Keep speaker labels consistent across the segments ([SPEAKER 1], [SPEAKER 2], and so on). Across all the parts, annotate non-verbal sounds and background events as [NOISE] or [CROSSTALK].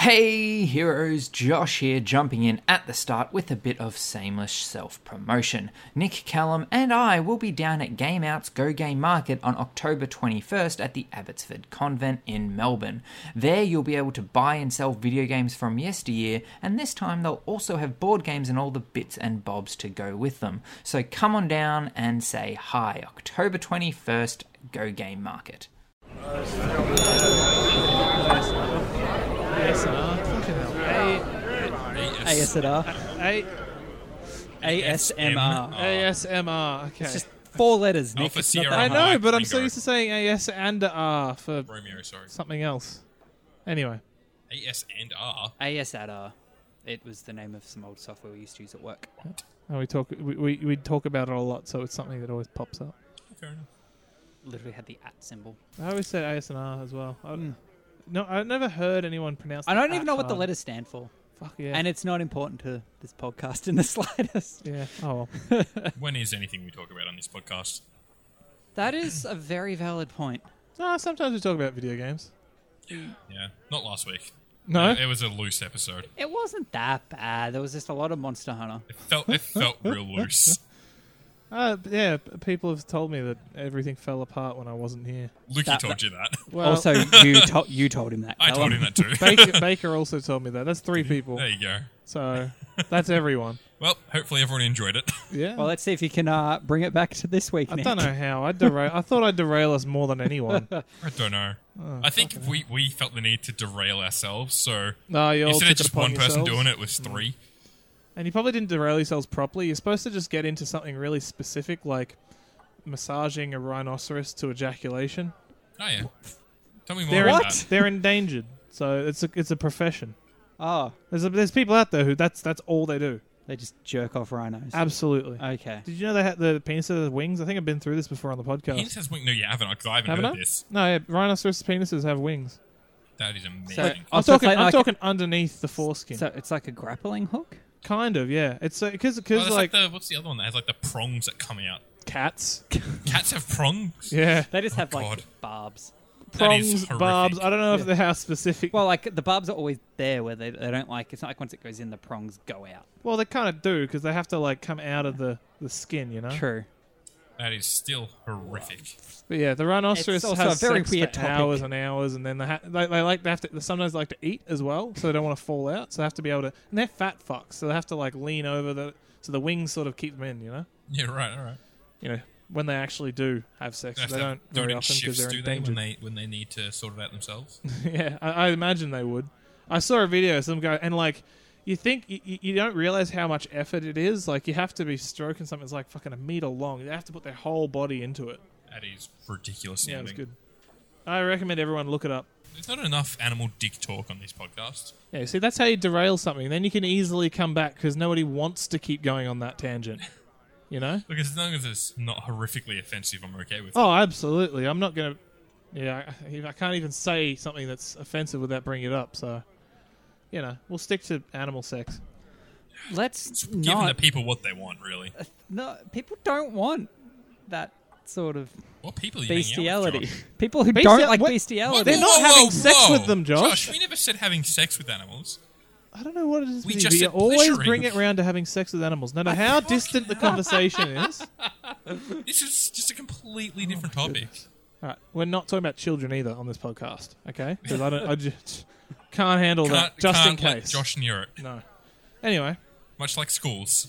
[SPEAKER 1] Hey heroes, Josh here, jumping in at the start with a bit of shameless self promotion. Nick Callum and I will be down at Game Out's Go Game Market on October 21st at the Abbotsford Convent in Melbourne. There you'll be able to buy and sell video games from yesteryear, and this time they'll also have board games and all the bits and bobs to go with them. So come on down and say hi, October 21st, Go Game Market.
[SPEAKER 2] ASMR. Fucking hell.
[SPEAKER 3] ASMR.
[SPEAKER 2] A- Oh,
[SPEAKER 3] ASMR.
[SPEAKER 2] ASMR. Okay.
[SPEAKER 3] It's just four letters, Nick.
[SPEAKER 4] Alpha
[SPEAKER 3] It's not
[SPEAKER 4] Sierra.
[SPEAKER 2] I
[SPEAKER 3] that hard.
[SPEAKER 2] know, but I'm
[SPEAKER 4] Ringo.
[SPEAKER 2] so used to saying AS and R for
[SPEAKER 4] Romeo, sorry.
[SPEAKER 2] something else. Anyway.
[SPEAKER 4] AS and R.
[SPEAKER 3] ASADR. It was the name of some old software we used to use at work.
[SPEAKER 2] And we talk we, we, we talk about it a lot, so it's something that always pops up.
[SPEAKER 4] Fair enough.
[SPEAKER 3] Literally had the at symbol.
[SPEAKER 2] I always said ASMR as well. I, No, I never heard anyone pronounce.
[SPEAKER 3] I don't even
[SPEAKER 2] at
[SPEAKER 3] know what the
[SPEAKER 2] hard.
[SPEAKER 3] letters stand for.
[SPEAKER 2] Fuck yeah.
[SPEAKER 3] And it's not important to this podcast in the [LAUGHS] slightest.
[SPEAKER 2] yeah. Oh well.
[SPEAKER 4] When is anything we talk about on this podcast?
[SPEAKER 3] That is a very valid point.
[SPEAKER 2] No, sometimes we talk about video games.
[SPEAKER 4] Yeah, not last week.
[SPEAKER 2] No.
[SPEAKER 4] It was a loose episode.
[SPEAKER 3] It wasn't that bad. There was just a lot of Monster Hunter.
[SPEAKER 4] It felt it felt real
[SPEAKER 2] [LAUGHS]
[SPEAKER 4] loose.
[SPEAKER 2] Uh, yeah. p- People have told me that everything fell apart when I wasn't here.
[SPEAKER 4] Lukey
[SPEAKER 3] That-
[SPEAKER 4] told
[SPEAKER 2] [LAUGHS]
[SPEAKER 4] you that.
[SPEAKER 2] Well,
[SPEAKER 3] also, you, to- you told him that.
[SPEAKER 4] [LAUGHS] I told him
[SPEAKER 2] [LAUGHS]
[SPEAKER 4] that too.
[SPEAKER 2] Baker, Baker also told me that. That's [LAUGHS] three people.
[SPEAKER 4] there you go.
[SPEAKER 2] So that's everyone.
[SPEAKER 4] Well, hopefully everyone enjoyed it. [LAUGHS]
[SPEAKER 2] Yeah.
[SPEAKER 3] Well, let's see if you can uh, bring it back to this week,
[SPEAKER 2] I
[SPEAKER 3] Nick.
[SPEAKER 2] don't know how. I derail. I thought I'd derail us more than
[SPEAKER 3] [LAUGHS]
[SPEAKER 2] anyone.
[SPEAKER 4] I don't know.
[SPEAKER 2] Oh,
[SPEAKER 4] I think we, we felt the need to derail ourselves, so
[SPEAKER 2] No, you all
[SPEAKER 4] instead
[SPEAKER 2] took
[SPEAKER 4] of
[SPEAKER 2] it
[SPEAKER 4] just
[SPEAKER 2] upon
[SPEAKER 4] one person
[SPEAKER 2] yourselves.
[SPEAKER 4] doing it, it was three.
[SPEAKER 2] And you probably didn't derail yourselves properly. You're supposed to just get into something really specific, like massaging a rhinoceros to ejaculation.
[SPEAKER 4] Oh yeah. Tell me more
[SPEAKER 2] They're
[SPEAKER 4] about
[SPEAKER 2] en-
[SPEAKER 4] that.
[SPEAKER 2] they're endangered, so it's a it's a profession.
[SPEAKER 3] Oh,
[SPEAKER 2] There's a, there's people out there who that's that's all they do.
[SPEAKER 3] they just jerk off rhinos.
[SPEAKER 2] Absolutely.
[SPEAKER 3] okay.
[SPEAKER 2] Did you know they had the penis has wings? I think I've been through this before on the podcast.
[SPEAKER 4] Ian says wink. No, you haven't, because I haven't,
[SPEAKER 2] Haven't
[SPEAKER 4] heard
[SPEAKER 2] I?
[SPEAKER 4] this.
[SPEAKER 2] No, yeah, rhinoceros penises have wings.
[SPEAKER 4] That is amazing.
[SPEAKER 3] Oh,
[SPEAKER 2] I'm
[SPEAKER 3] so it's
[SPEAKER 2] talking.
[SPEAKER 3] like-
[SPEAKER 2] I'm
[SPEAKER 3] like-
[SPEAKER 2] talking underneath the foreskin.
[SPEAKER 3] So it's like a grappling hook?
[SPEAKER 2] kind of, yeah. It's because
[SPEAKER 4] Oh,
[SPEAKER 2] because
[SPEAKER 4] that's
[SPEAKER 2] like,
[SPEAKER 4] like, the what's the other one that has like the prongs that come out? [LAUGHS]
[SPEAKER 2] cats.
[SPEAKER 4] Cats have prongs.
[SPEAKER 2] Yeah.
[SPEAKER 3] They just have
[SPEAKER 4] Oh, God.
[SPEAKER 3] like barbs.
[SPEAKER 4] That is
[SPEAKER 2] prongs,
[SPEAKER 4] horrific.
[SPEAKER 2] barbs. I don't know if they're how specific. Well,
[SPEAKER 3] Well, like the barbs are always there where they, they don't like. It's not like once it goes in, the prongs go out.
[SPEAKER 2] they kind of do because they have to like come out of the, the skin, you know.
[SPEAKER 3] True.
[SPEAKER 4] That is still horrific.
[SPEAKER 2] But yeah, the rhinoceros
[SPEAKER 3] It's also
[SPEAKER 2] has
[SPEAKER 3] a very
[SPEAKER 2] sex
[SPEAKER 3] weird
[SPEAKER 2] for
[SPEAKER 3] topic.
[SPEAKER 2] hours and hours, and then they, ha- they they like they have to they sometimes like to eat as well, so they don't want to fall out, so they have to be able to. And they're fat fucks, so they have to like lean over the so the wings sort of keep them in, you know.
[SPEAKER 4] Yeah, right, all right.
[SPEAKER 2] You know when they actually do have sex,
[SPEAKER 4] That's
[SPEAKER 2] they
[SPEAKER 4] the
[SPEAKER 2] don't very
[SPEAKER 4] donut
[SPEAKER 2] often because
[SPEAKER 4] shifts,
[SPEAKER 2] they're
[SPEAKER 4] do they
[SPEAKER 2] endangered.
[SPEAKER 4] when they when they need to sort it out themselves?
[SPEAKER 2] [LAUGHS] Yeah, I, I imagine they would. I saw a video of some guy, and like, you think you, you don't realize how much effort it is. Like, you have to be stroking something that's like fucking a meter long. They have to put their whole body into it.
[SPEAKER 4] that is ridiculous.
[SPEAKER 2] Yeah, it was
[SPEAKER 4] sounding.
[SPEAKER 2] good. I recommend everyone look it up.
[SPEAKER 4] There's not enough animal dick talk on this podcast.
[SPEAKER 2] Yeah, see, that's how you derail something. Then you can easily come back because nobody wants to keep going on that tangent. You know?
[SPEAKER 4] Look, as long as it's not horrifically offensive, I'm okay with. it.
[SPEAKER 2] Oh, absolutely. I'm not gonna. Yeah, I, I can't even say something that's offensive without bringing it up. So, you know, we'll stick to animal sex.
[SPEAKER 3] Let's
[SPEAKER 4] Giving the
[SPEAKER 3] not.
[SPEAKER 4] people what they want, really.
[SPEAKER 3] no, people don't want that sort of
[SPEAKER 4] What people are you hanging out with,
[SPEAKER 3] bestiality.
[SPEAKER 4] Josh?
[SPEAKER 3] People who
[SPEAKER 2] Bestial-
[SPEAKER 3] don't like
[SPEAKER 2] what-
[SPEAKER 3] bestiality.
[SPEAKER 2] They're not having sex with them, Josh.
[SPEAKER 4] Josh, we never said having sex with animals.
[SPEAKER 2] I don't know what it is.
[SPEAKER 4] We
[SPEAKER 2] with
[SPEAKER 4] just
[SPEAKER 2] you. You
[SPEAKER 4] said
[SPEAKER 2] always
[SPEAKER 4] pleasuring.
[SPEAKER 2] bring it round to having sex with animals, no matter how distant the conversation is.
[SPEAKER 4] This is just a
[SPEAKER 2] Oh
[SPEAKER 4] completely different topic.
[SPEAKER 2] All right, we're not talking about children either on this podcast,
[SPEAKER 4] [LAUGHS]
[SPEAKER 2] okay? Because I don't, I just can't handle
[SPEAKER 4] Can't,
[SPEAKER 2] that. Just
[SPEAKER 4] can't
[SPEAKER 2] in
[SPEAKER 4] let
[SPEAKER 2] case,
[SPEAKER 4] Josh near it.
[SPEAKER 2] No. Anyway,
[SPEAKER 4] Much like schools.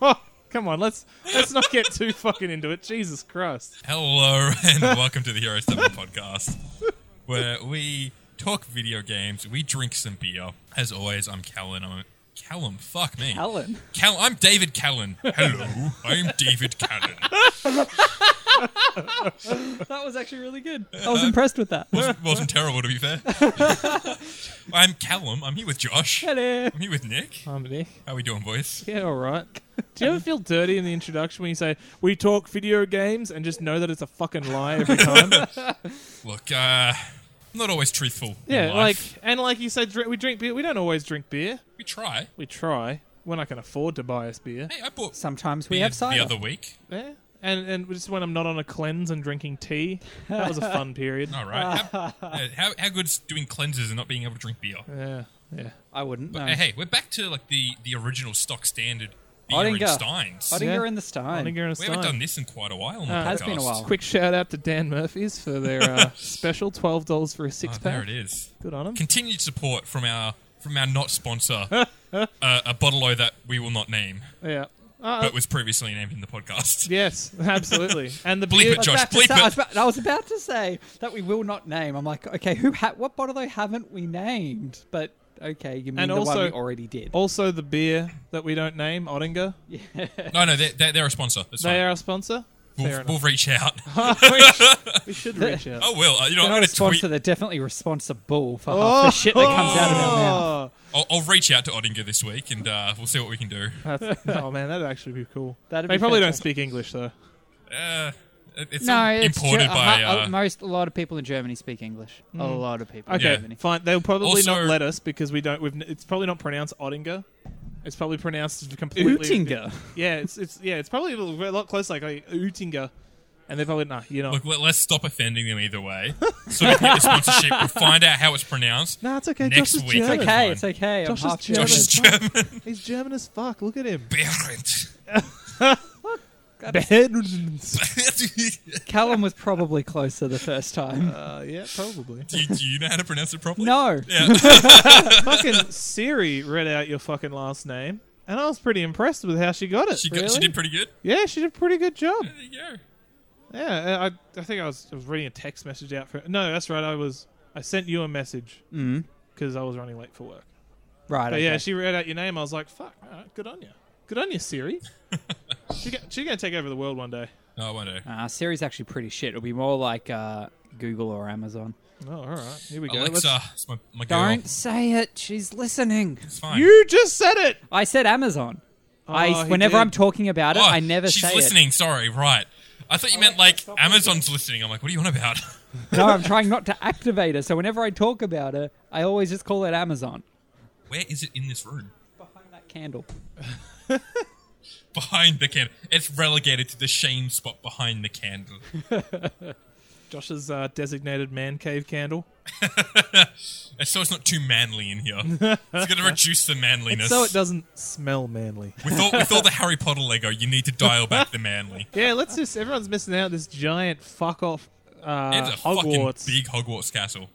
[SPEAKER 2] oh, come on, let's let's not get too fucking into it. Jesus Christ!
[SPEAKER 4] Hello
[SPEAKER 2] [LAUGHS]
[SPEAKER 4] and welcome to the Hero Seven podcast, where we talk video games, we drink some beer. As always, I'm Callan. I'm Callum. Fuck me.
[SPEAKER 3] Alan.
[SPEAKER 4] Cal- I'm David Callan. Hello, I'm David Callan.
[SPEAKER 3] That was actually really good. I
[SPEAKER 4] Uh,
[SPEAKER 3] was impressed with that.
[SPEAKER 4] Wasn't, wasn't terrible, to be fair. [LAUGHS] I'm Callum. I'm here with Josh.
[SPEAKER 3] Hello.
[SPEAKER 4] I'm here with Nick.
[SPEAKER 2] I'm Nick.
[SPEAKER 4] How we doing, boys?
[SPEAKER 2] Yeah, all
[SPEAKER 4] [LAUGHS]
[SPEAKER 2] right. Do you ever feel dirty in the introduction when you say we talk video games and just know that it's a fucking lie every
[SPEAKER 4] [LAUGHS]
[SPEAKER 2] time?
[SPEAKER 4] Look, uh, I'm not always truthful. in
[SPEAKER 2] yeah, like
[SPEAKER 4] life.
[SPEAKER 2] and like you said, dr- we drink beer. We don't always drink beer.
[SPEAKER 4] we try.
[SPEAKER 2] We try when I can afford to buy us beer.
[SPEAKER 4] Hey, I bought
[SPEAKER 3] Sometimes we
[SPEAKER 4] beer
[SPEAKER 3] have
[SPEAKER 4] the
[SPEAKER 3] cider.
[SPEAKER 4] other week.
[SPEAKER 2] Yeah. And and just when I'm not on a cleanse and drinking tea,
[SPEAKER 4] [LAUGHS]
[SPEAKER 2] that was a fun period.
[SPEAKER 4] All right. How, uh, how, how good's doing cleanses and not being able to drink beer?
[SPEAKER 2] Yeah, Yeah.
[SPEAKER 3] I wouldn't.
[SPEAKER 4] But
[SPEAKER 3] know.
[SPEAKER 4] hey, hey, we're back to like the the original stock standard beer
[SPEAKER 3] Oettinger.
[SPEAKER 4] and steins.
[SPEAKER 3] Oettinger
[SPEAKER 2] Yeah.
[SPEAKER 3] in the Stein.
[SPEAKER 2] Oettinger and
[SPEAKER 4] We
[SPEAKER 2] Stein.
[SPEAKER 4] haven't done this in quite a while. On the
[SPEAKER 2] Uh,
[SPEAKER 4] podcast.
[SPEAKER 2] Has
[SPEAKER 3] been a while.
[SPEAKER 2] Quick shout out to Dan Murphy's for their
[SPEAKER 4] [LAUGHS]
[SPEAKER 2] uh, special twelve dollars for a six
[SPEAKER 4] Oh,
[SPEAKER 2] pack.
[SPEAKER 4] there it is.
[SPEAKER 2] Good on him.
[SPEAKER 4] Continued support from our from our not sponsor, uh, a bottle o that we will not name,
[SPEAKER 2] yeah. Uh,
[SPEAKER 4] but was previously named in the podcast.
[SPEAKER 2] yes,
[SPEAKER 4] [LAUGHS]
[SPEAKER 2] absolutely. And the
[SPEAKER 4] Bleep
[SPEAKER 2] beer,
[SPEAKER 4] it, Josh.
[SPEAKER 3] about to
[SPEAKER 4] bleep
[SPEAKER 3] say- I,
[SPEAKER 4] it.
[SPEAKER 3] was about, I was about to say that we will not name. I'm like, okay, who? Ha- what bottle though haven't we named? But okay, you mean
[SPEAKER 2] And
[SPEAKER 3] the
[SPEAKER 2] also-
[SPEAKER 3] one we already did?
[SPEAKER 4] Oh.
[SPEAKER 3] [LAUGHS]
[SPEAKER 2] Also, the beer that we don't name, Oettinger,
[SPEAKER 4] No, no, they're, they're, they're a sponsor. That's
[SPEAKER 2] they
[SPEAKER 4] fine.
[SPEAKER 2] are our sponsor. Fair
[SPEAKER 4] We'll,
[SPEAKER 2] enough.
[SPEAKER 4] we'll reach out.
[SPEAKER 2] we, should, we should reach out.
[SPEAKER 4] Oh, well, uh, you know,
[SPEAKER 3] they're
[SPEAKER 4] I'm
[SPEAKER 3] not
[SPEAKER 4] going to
[SPEAKER 3] a
[SPEAKER 4] tweet.
[SPEAKER 3] sponsor. They're definitely responsible for half the shit that comes out of our
[SPEAKER 2] Oh,
[SPEAKER 3] mouth.
[SPEAKER 4] I'll, I'll reach out to Oettinger this week and uh, we'll see what we can do.
[SPEAKER 2] That's, oh man, that'd actually be cool.
[SPEAKER 3] That'd
[SPEAKER 2] they
[SPEAKER 3] be
[SPEAKER 2] probably don't
[SPEAKER 3] fantastic.
[SPEAKER 2] speak English though.
[SPEAKER 4] Uh, it- it's
[SPEAKER 3] No,
[SPEAKER 4] all
[SPEAKER 3] it's Uh-huh.
[SPEAKER 4] imported
[SPEAKER 3] Ger- a
[SPEAKER 4] by.
[SPEAKER 3] hu-
[SPEAKER 4] Uh,
[SPEAKER 3] a- most a lot of people in Germany speak English. A lot of people. in
[SPEAKER 2] Okay,
[SPEAKER 4] Yeah.
[SPEAKER 3] Germany.
[SPEAKER 2] fine. They'll probably
[SPEAKER 4] Also-
[SPEAKER 2] not let us because we don't. We've. n- It's probably not pronounced Oettinger. It's probably pronounced completely.
[SPEAKER 3] Oettinger.
[SPEAKER 2] Yeah, it's it's yeah, it's probably a little- a lot closer, like, like Oettinger, and they're probably nah, you know.
[SPEAKER 4] look, let, us stop offending them either way. So we get the sponsorship. We'll find out how it's pronounced.
[SPEAKER 2] Nah, it's okay.
[SPEAKER 4] Next
[SPEAKER 2] Josh is
[SPEAKER 4] week.
[SPEAKER 2] German.
[SPEAKER 4] It's
[SPEAKER 3] Okay,
[SPEAKER 4] fine.
[SPEAKER 3] it's okay.
[SPEAKER 2] Josh
[SPEAKER 3] I'm
[SPEAKER 2] is
[SPEAKER 3] half
[SPEAKER 2] German.
[SPEAKER 3] German.
[SPEAKER 4] Josh is
[SPEAKER 2] German.
[SPEAKER 4] German.
[SPEAKER 2] He's German as fuck. Look at
[SPEAKER 4] [LAUGHS]
[SPEAKER 2] him.
[SPEAKER 4] Behrend.
[SPEAKER 2] uh,
[SPEAKER 3] Callum was probably closer the
[SPEAKER 4] [LAUGHS]
[SPEAKER 3] first time.
[SPEAKER 2] Uh, yeah, probably.
[SPEAKER 4] do, you, do you know how to pronounce it properly?
[SPEAKER 3] No.
[SPEAKER 4] Yeah.
[SPEAKER 2] fucking Siri read out your fucking last name, and I was pretty impressed with how she got it.
[SPEAKER 4] She, got,
[SPEAKER 2] really.
[SPEAKER 4] she did pretty good.
[SPEAKER 2] yeah, she did a pretty good job.
[SPEAKER 4] There you go.
[SPEAKER 2] Yeah, I I- I think I was I was reading a text message out for. No, that's right. I was I sent you a message
[SPEAKER 3] Mm.
[SPEAKER 2] because I was running late for work.
[SPEAKER 3] Right.
[SPEAKER 2] But
[SPEAKER 3] okay.
[SPEAKER 2] yeah, she read out your name. I was like, "Fuck, all right, good on you, good on you, Siri." she go- she's gonna take over the world one day.
[SPEAKER 4] No, I won't do.
[SPEAKER 3] Uh, Siri's actually pretty shit. It'll be more like uh, Google or Amazon.
[SPEAKER 2] Oh, all right, here we go. Let's-
[SPEAKER 4] Alexa, it's my, my girl.
[SPEAKER 3] Don't say it. She's listening.
[SPEAKER 4] It's fine.
[SPEAKER 2] you just said it.
[SPEAKER 3] I said Amazon. I
[SPEAKER 2] he
[SPEAKER 3] whenever
[SPEAKER 2] did.
[SPEAKER 3] I'm talking about it,
[SPEAKER 4] Oh,
[SPEAKER 3] I never
[SPEAKER 4] she's
[SPEAKER 3] say
[SPEAKER 4] listening. Sorry, right. I thought you meant like Amazon's listening. I'm like, what are you on about? [LAUGHS]
[SPEAKER 3] it. No, I'm trying not to activate her. So whenever I talk about it, I always just call it Amazon.
[SPEAKER 4] Where is it in this room?
[SPEAKER 3] Behind that candle.
[SPEAKER 4] Behind the candle. It's relegated to the shame spot behind the candle.
[SPEAKER 2] Josh's uh, designated man cave candle.
[SPEAKER 4] And so it's not too manly in here. It's
[SPEAKER 3] [LAUGHS]
[SPEAKER 4] going to reduce the manliness.
[SPEAKER 2] So it doesn't smell manly.
[SPEAKER 4] with, all, with all the Harry Potter Lego, you need to dial back
[SPEAKER 2] [LAUGHS]
[SPEAKER 4] the manly.
[SPEAKER 2] Yeah, let's just. Everyone's missing out. This giant fuck off. Uh,
[SPEAKER 4] It's a
[SPEAKER 2] Hogwarts.
[SPEAKER 4] fucking big Hogwarts castle.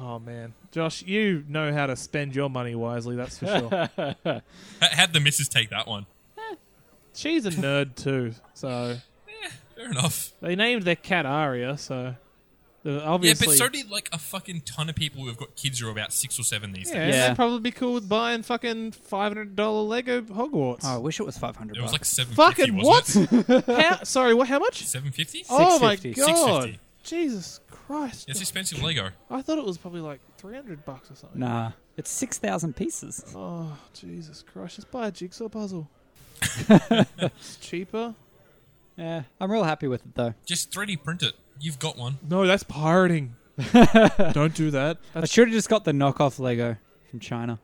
[SPEAKER 2] oh man, Josh, you know how to spend your money wisely. That's for
[SPEAKER 4] [LAUGHS]
[SPEAKER 2] sure.
[SPEAKER 4] H- had the missus take that one.
[SPEAKER 2] She's a nerd too, so
[SPEAKER 4] Fair enough.
[SPEAKER 2] they named their cat Aria. So the-
[SPEAKER 4] Yeah,
[SPEAKER 2] obviously,
[SPEAKER 4] but so did like a fucking ton of people who have got kids who are about six or seven these
[SPEAKER 2] Yeah,
[SPEAKER 4] days.
[SPEAKER 3] Yeah.
[SPEAKER 2] they'd probably be cool with buying fucking five hundred dollar Lego Hogwarts.
[SPEAKER 3] Oh, I wish it was 500.
[SPEAKER 4] It was like
[SPEAKER 3] bucks.
[SPEAKER 4] seven.
[SPEAKER 2] fucking what?
[SPEAKER 4] Seven
[SPEAKER 2] how, sorry, what? How much?
[SPEAKER 4] fifty.
[SPEAKER 2] Oh my
[SPEAKER 3] 650.
[SPEAKER 2] god!
[SPEAKER 4] 650.
[SPEAKER 2] Jesus Christ!
[SPEAKER 4] It's expensive Lego.
[SPEAKER 2] I thought it was probably like three hundred bucks or something.
[SPEAKER 3] nah, it's six thousand pieces.
[SPEAKER 2] Oh Jesus Christ! Just buy a jigsaw puzzle. it's cheaper.
[SPEAKER 3] Yeah, I'm real happy with it though.
[SPEAKER 4] Just 3D print it. You've got one.
[SPEAKER 2] No, that's pirating. Don't do that.
[SPEAKER 3] I
[SPEAKER 2] That's
[SPEAKER 3] should have just got the knockoff Lego from China.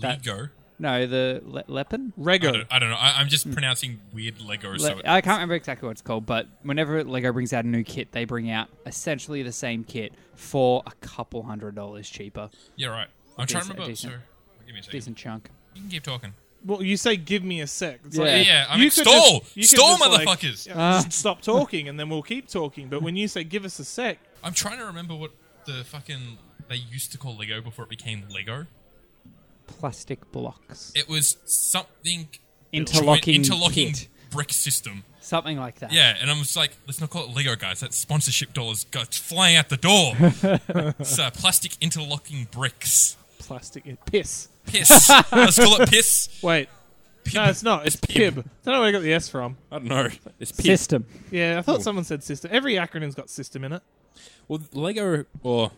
[SPEAKER 3] That-
[SPEAKER 4] Lego.
[SPEAKER 3] No, the le- Lepin.
[SPEAKER 4] I
[SPEAKER 2] Rego.
[SPEAKER 4] don't, I don't know. I, I'm just pronouncing weird Lego.
[SPEAKER 3] Le-
[SPEAKER 4] So it,
[SPEAKER 3] I can't remember exactly what it's called, but whenever Lego brings out a new kit, they bring out essentially the same kit for a couple hundred dollars cheaper.
[SPEAKER 4] yeah, right. I'm trying to
[SPEAKER 3] Decent-
[SPEAKER 4] remember.
[SPEAKER 3] decent.
[SPEAKER 4] Sorry. Give me a second.
[SPEAKER 3] Decent chunk.
[SPEAKER 4] You can keep talking.
[SPEAKER 2] Well, you say give me a sec. It's
[SPEAKER 3] Yeah.
[SPEAKER 2] like,
[SPEAKER 4] Yeah, yeah. I
[SPEAKER 2] you
[SPEAKER 4] mean,
[SPEAKER 2] could
[SPEAKER 4] stall,
[SPEAKER 2] just- you could
[SPEAKER 4] stall,
[SPEAKER 2] just, like,
[SPEAKER 4] motherfuckers.
[SPEAKER 2] yeah, just stop talking, and then we'll keep talking. But when you say give us a sec,
[SPEAKER 4] I'm trying to remember what the fucking they used to call Lego before it became Lego.
[SPEAKER 3] Plastic blocks.
[SPEAKER 4] It was something
[SPEAKER 3] Interlocking
[SPEAKER 4] interlocking
[SPEAKER 3] kit.
[SPEAKER 4] brick system.
[SPEAKER 3] Something like that.
[SPEAKER 4] Yeah, and I'm just like, let's not call it Lego, guys. That sponsorship dollars go flying out the
[SPEAKER 3] [LAUGHS]
[SPEAKER 4] door. it's uh, plastic interlocking bricks.
[SPEAKER 2] plastic in piss.
[SPEAKER 4] Piss. let's call it piss.
[SPEAKER 2] Wait, no, it's not. It's
[SPEAKER 4] Pib.
[SPEAKER 2] pib. don't know where I got the S from.
[SPEAKER 5] I don't know. It's pig.
[SPEAKER 3] System.
[SPEAKER 2] Yeah, I thought someone said system. Every acronym's got system in it.
[SPEAKER 5] Well, Lego or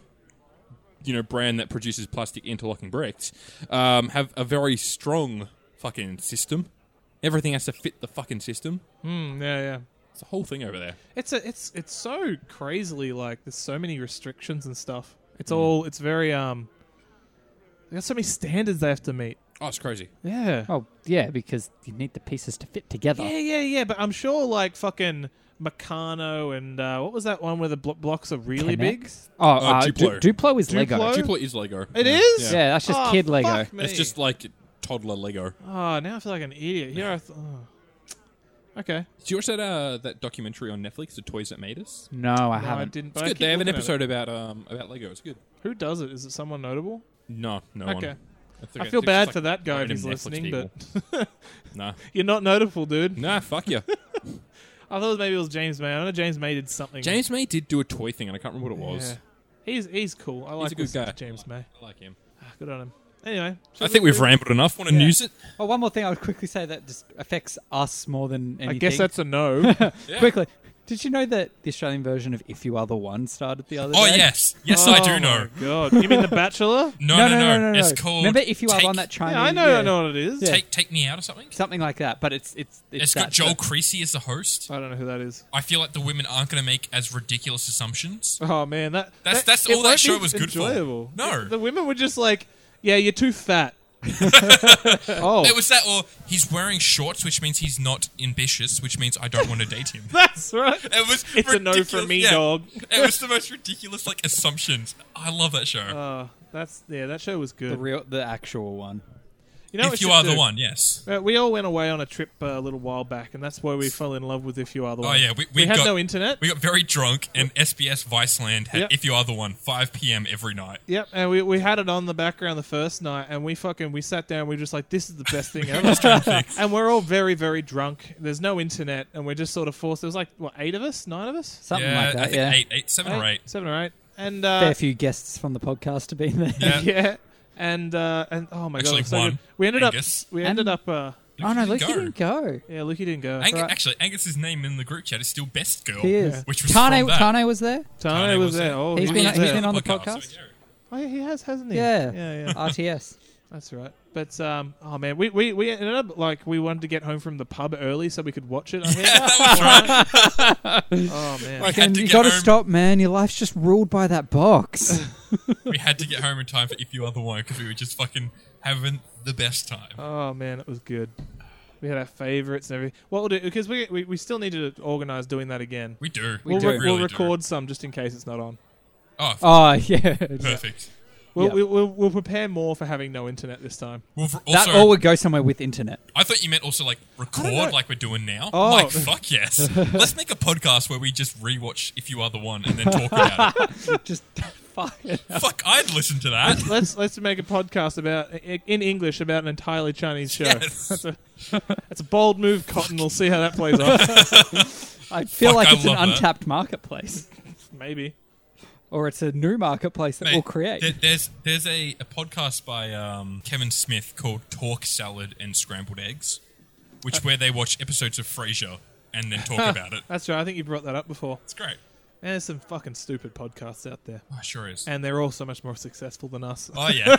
[SPEAKER 5] you know brand that produces plastic interlocking bricks um, have a very strong fucking system. Everything has to fit the fucking system.
[SPEAKER 2] Mm, yeah, yeah.
[SPEAKER 5] It's a whole thing over there.
[SPEAKER 2] It's a, it's it's so crazily like there's so many restrictions and stuff. It's all it's very um. They got so many standards they have to meet.
[SPEAKER 5] Oh, it's crazy.
[SPEAKER 2] Yeah.
[SPEAKER 3] Oh, yeah, because you need the pieces to fit together.
[SPEAKER 2] Yeah, yeah, yeah. But I'm sure like fucking Meccano and uh, what was that one where the blo- blocks are really big?
[SPEAKER 3] Connects. Oh, uh,
[SPEAKER 5] Uh, Duplo.
[SPEAKER 3] Duplo. Duplo is Lego.
[SPEAKER 2] Duplo?
[SPEAKER 5] Duplo is Lego.
[SPEAKER 2] It
[SPEAKER 5] Yeah.
[SPEAKER 2] is? Oh,
[SPEAKER 5] Yeah.
[SPEAKER 3] Yeah, that's just kid Lego.
[SPEAKER 2] fuck me.
[SPEAKER 5] It's just like toddler Lego.
[SPEAKER 2] Oh, now I feel like an idiot. Here I th- oh. Okay.
[SPEAKER 5] Did you watch that uh, that documentary on Netflix, The Toys That Made Us?
[SPEAKER 3] No, I
[SPEAKER 2] No, I
[SPEAKER 3] haven't.
[SPEAKER 2] didn't.
[SPEAKER 5] It's
[SPEAKER 2] but I
[SPEAKER 5] good.
[SPEAKER 2] keep
[SPEAKER 5] They have an
[SPEAKER 2] looking at it.
[SPEAKER 5] episode about um about Lego. It's good.
[SPEAKER 2] Who does it? Is it someone notable?
[SPEAKER 5] No, no one.
[SPEAKER 2] okay.
[SPEAKER 5] That's
[SPEAKER 2] I
[SPEAKER 5] okay.
[SPEAKER 2] feel
[SPEAKER 5] It's
[SPEAKER 2] bad
[SPEAKER 5] just
[SPEAKER 2] for
[SPEAKER 5] like
[SPEAKER 2] that guy if
[SPEAKER 5] random
[SPEAKER 2] he's
[SPEAKER 5] Netflix
[SPEAKER 2] listening,
[SPEAKER 5] people.
[SPEAKER 2] but [LAUGHS]
[SPEAKER 5] Nah,
[SPEAKER 2] you're not notable, dude.
[SPEAKER 5] nah, fuck you.
[SPEAKER 2] I thought maybe it was James May. I know James May did something.
[SPEAKER 5] James May did do a toy thing, and I can't remember what it was.
[SPEAKER 2] Yeah. He's he's cool. I like
[SPEAKER 5] a good
[SPEAKER 2] listening
[SPEAKER 5] guy.
[SPEAKER 2] to James May.
[SPEAKER 5] I like him.
[SPEAKER 2] Ah, Good on him. Anyway,
[SPEAKER 5] I think we've rambled enough. Want to news it?
[SPEAKER 3] Oh, one more thing I would quickly say that just affects us more than anything.
[SPEAKER 2] I guess that's a no.
[SPEAKER 5] Yeah.
[SPEAKER 3] Quickly, did you know that the Australian version of If You Are the One started the other
[SPEAKER 4] Oh
[SPEAKER 3] day?
[SPEAKER 4] yes, yes I
[SPEAKER 2] Oh
[SPEAKER 4] do know.
[SPEAKER 2] my God, you mean The Bachelor?
[SPEAKER 4] No no
[SPEAKER 3] No,
[SPEAKER 4] no,
[SPEAKER 3] no, no, no, no.
[SPEAKER 4] It's called.
[SPEAKER 3] Remember If You Are
[SPEAKER 4] take,
[SPEAKER 3] the One that Chinese?
[SPEAKER 2] Yeah, I know, I know what it is.
[SPEAKER 3] Yeah.
[SPEAKER 4] take take me out or something.
[SPEAKER 3] Something like that, but it's it's it's,
[SPEAKER 4] It's got
[SPEAKER 3] that-
[SPEAKER 4] Joel
[SPEAKER 3] that-
[SPEAKER 4] Creasy as the host.
[SPEAKER 2] I don't know who that is.
[SPEAKER 4] I feel like the women aren't going to make as ridiculous assumptions.
[SPEAKER 2] Oh man, that
[SPEAKER 4] That's-
[SPEAKER 2] that,
[SPEAKER 4] that's
[SPEAKER 2] it
[SPEAKER 4] all that
[SPEAKER 2] won't
[SPEAKER 4] show
[SPEAKER 2] be
[SPEAKER 4] was good for.
[SPEAKER 2] enjoyable.
[SPEAKER 4] No.
[SPEAKER 2] the, the women were just like, yeah, you're too fat. [LAUGHS] oh,
[SPEAKER 4] It was that, or he's wearing shorts, which means he's not ambitious, which means I don't want to date him.
[SPEAKER 2] that's right.
[SPEAKER 4] It was
[SPEAKER 2] It's a no for
[SPEAKER 4] ridiculous-
[SPEAKER 2] me,
[SPEAKER 4] yeah.
[SPEAKER 2] dog.
[SPEAKER 4] It was the most ridiculous like assumptions. I love that show.
[SPEAKER 2] Oh, that's yeah, that show was
[SPEAKER 3] the
[SPEAKER 2] good.
[SPEAKER 3] real the actual one.
[SPEAKER 2] you know, what
[SPEAKER 4] if
[SPEAKER 2] we
[SPEAKER 4] you
[SPEAKER 2] should
[SPEAKER 4] are the
[SPEAKER 2] do?
[SPEAKER 4] one, yes.
[SPEAKER 2] Uh, we all went away on a trip uh, a little while back, and that's where we fell in love with If You Are the One.
[SPEAKER 4] Oh yeah, we,
[SPEAKER 2] we,
[SPEAKER 4] we,
[SPEAKER 2] had
[SPEAKER 4] got
[SPEAKER 2] no internet.
[SPEAKER 4] we got very drunk, and SBS Viceland had
[SPEAKER 2] Yep.
[SPEAKER 4] "If You Are the One" 5 p.m. every night.
[SPEAKER 2] Yep, and we, we had it on the background the first night, and we fucking we sat down. We were just like, this is the best thing
[SPEAKER 4] [LAUGHS]
[SPEAKER 2] ever. and we're all very very drunk. There's no internet, and we're just sort of forced. There was like what eight of us, nine of us,
[SPEAKER 3] Something
[SPEAKER 4] yeah,
[SPEAKER 3] like that,
[SPEAKER 4] I think
[SPEAKER 3] yeah.
[SPEAKER 4] eight, eight, seven or eight.
[SPEAKER 2] seven or eight, and uh,
[SPEAKER 3] Fair few guests from the podcast to be there.
[SPEAKER 4] Yeah.
[SPEAKER 2] [LAUGHS] yeah, and uh, and oh my
[SPEAKER 4] Actually,
[SPEAKER 2] god, it was so
[SPEAKER 4] one.
[SPEAKER 2] good. we ended
[SPEAKER 4] Angus.
[SPEAKER 2] up we ended
[SPEAKER 3] And-
[SPEAKER 2] up uh,
[SPEAKER 3] [LAUGHS] Oh no,
[SPEAKER 4] Didn't
[SPEAKER 3] Luke, you
[SPEAKER 4] go.
[SPEAKER 3] didn't go.
[SPEAKER 2] yeah, Lucky didn't go.
[SPEAKER 4] Ang-
[SPEAKER 2] Right.
[SPEAKER 4] Actually, Angus's name in the group chat is still Best Girl,
[SPEAKER 3] He is.
[SPEAKER 4] which was
[SPEAKER 3] Tane,
[SPEAKER 4] from that.
[SPEAKER 3] Tane was there.
[SPEAKER 2] Tane
[SPEAKER 4] Tane
[SPEAKER 2] was,
[SPEAKER 4] was
[SPEAKER 2] there.
[SPEAKER 4] there.
[SPEAKER 2] Oh,
[SPEAKER 3] He's
[SPEAKER 2] he
[SPEAKER 3] been-
[SPEAKER 2] was
[SPEAKER 3] he's
[SPEAKER 2] there.
[SPEAKER 3] been on the podcast?
[SPEAKER 4] so yeah.
[SPEAKER 2] Oh, yeah, he has, hasn't he?
[SPEAKER 3] Yeah. Uh,
[SPEAKER 2] yeah, yeah.
[SPEAKER 4] [LAUGHS]
[SPEAKER 3] RTS.
[SPEAKER 2] That's right. But um, oh man, we, we we ended up like we wanted to get home from the pub early so we could watch it. I think.
[SPEAKER 4] that
[SPEAKER 2] was right. oh man.
[SPEAKER 4] Like, had
[SPEAKER 3] And
[SPEAKER 4] to
[SPEAKER 3] you
[SPEAKER 4] get
[SPEAKER 3] gotta
[SPEAKER 4] home-
[SPEAKER 3] stop, man. Your life's just ruled by that box.
[SPEAKER 4] [LAUGHS] We had to get home in time for If You Are the One because we were just fucking having the best time.
[SPEAKER 2] Oh man, it was good. We had our favorites and everything. What we'll do because we, we we still need to organize doing that again.
[SPEAKER 4] we do.
[SPEAKER 2] we'll
[SPEAKER 3] do.
[SPEAKER 2] rec-
[SPEAKER 4] Really
[SPEAKER 2] we'll
[SPEAKER 4] do.
[SPEAKER 2] record some just in case it's not on.
[SPEAKER 4] Oh,
[SPEAKER 3] oh yeah.
[SPEAKER 4] perfect.
[SPEAKER 2] We'll,
[SPEAKER 3] Yeah.
[SPEAKER 2] we'll, we'll, we'll prepare more for having no internet this time.
[SPEAKER 4] Well, for-
[SPEAKER 3] That
[SPEAKER 4] also,
[SPEAKER 3] all would go somewhere with internet.
[SPEAKER 4] I thought you meant also like
[SPEAKER 2] know.
[SPEAKER 4] record like we're doing now.
[SPEAKER 2] Oh.
[SPEAKER 4] Like fuck
[SPEAKER 2] [LAUGHS]
[SPEAKER 4] yes. Let's make a podcast where we just rewatch If You Are the One and then talk about it.
[SPEAKER 3] just [LAUGHS] fuck it.
[SPEAKER 2] [LAUGHS]
[SPEAKER 4] fuck, I'd listen to that.
[SPEAKER 2] Let's [LAUGHS] let's make a podcast about i- in English about an entirely Chinese show. [LAUGHS]
[SPEAKER 4] Yes.
[SPEAKER 2] That's, a, that's a bold move, Cotton. We'll see how that plays off.
[SPEAKER 3] I feel
[SPEAKER 4] Fuck,
[SPEAKER 3] like
[SPEAKER 4] I
[SPEAKER 3] it's an
[SPEAKER 4] love that.
[SPEAKER 3] untapped marketplace,
[SPEAKER 2] Maybe.
[SPEAKER 3] or it's a new marketplace that
[SPEAKER 4] Mate,
[SPEAKER 3] we'll create.
[SPEAKER 4] there- there's there's a, a podcast by um, Kevin Smith called Talk Salad and Scrambled Eggs,
[SPEAKER 2] Uh.
[SPEAKER 4] which where they watch episodes of Frasier and then
[SPEAKER 2] [LAUGHS]
[SPEAKER 4] talk about it.
[SPEAKER 2] That's right. I think you brought that up before.
[SPEAKER 4] It's great.
[SPEAKER 2] Man, there's some fucking stupid podcasts out there,
[SPEAKER 4] Oh, it sure is.
[SPEAKER 2] and they're all so much more successful than us. [LAUGHS]
[SPEAKER 4] Oh yeah.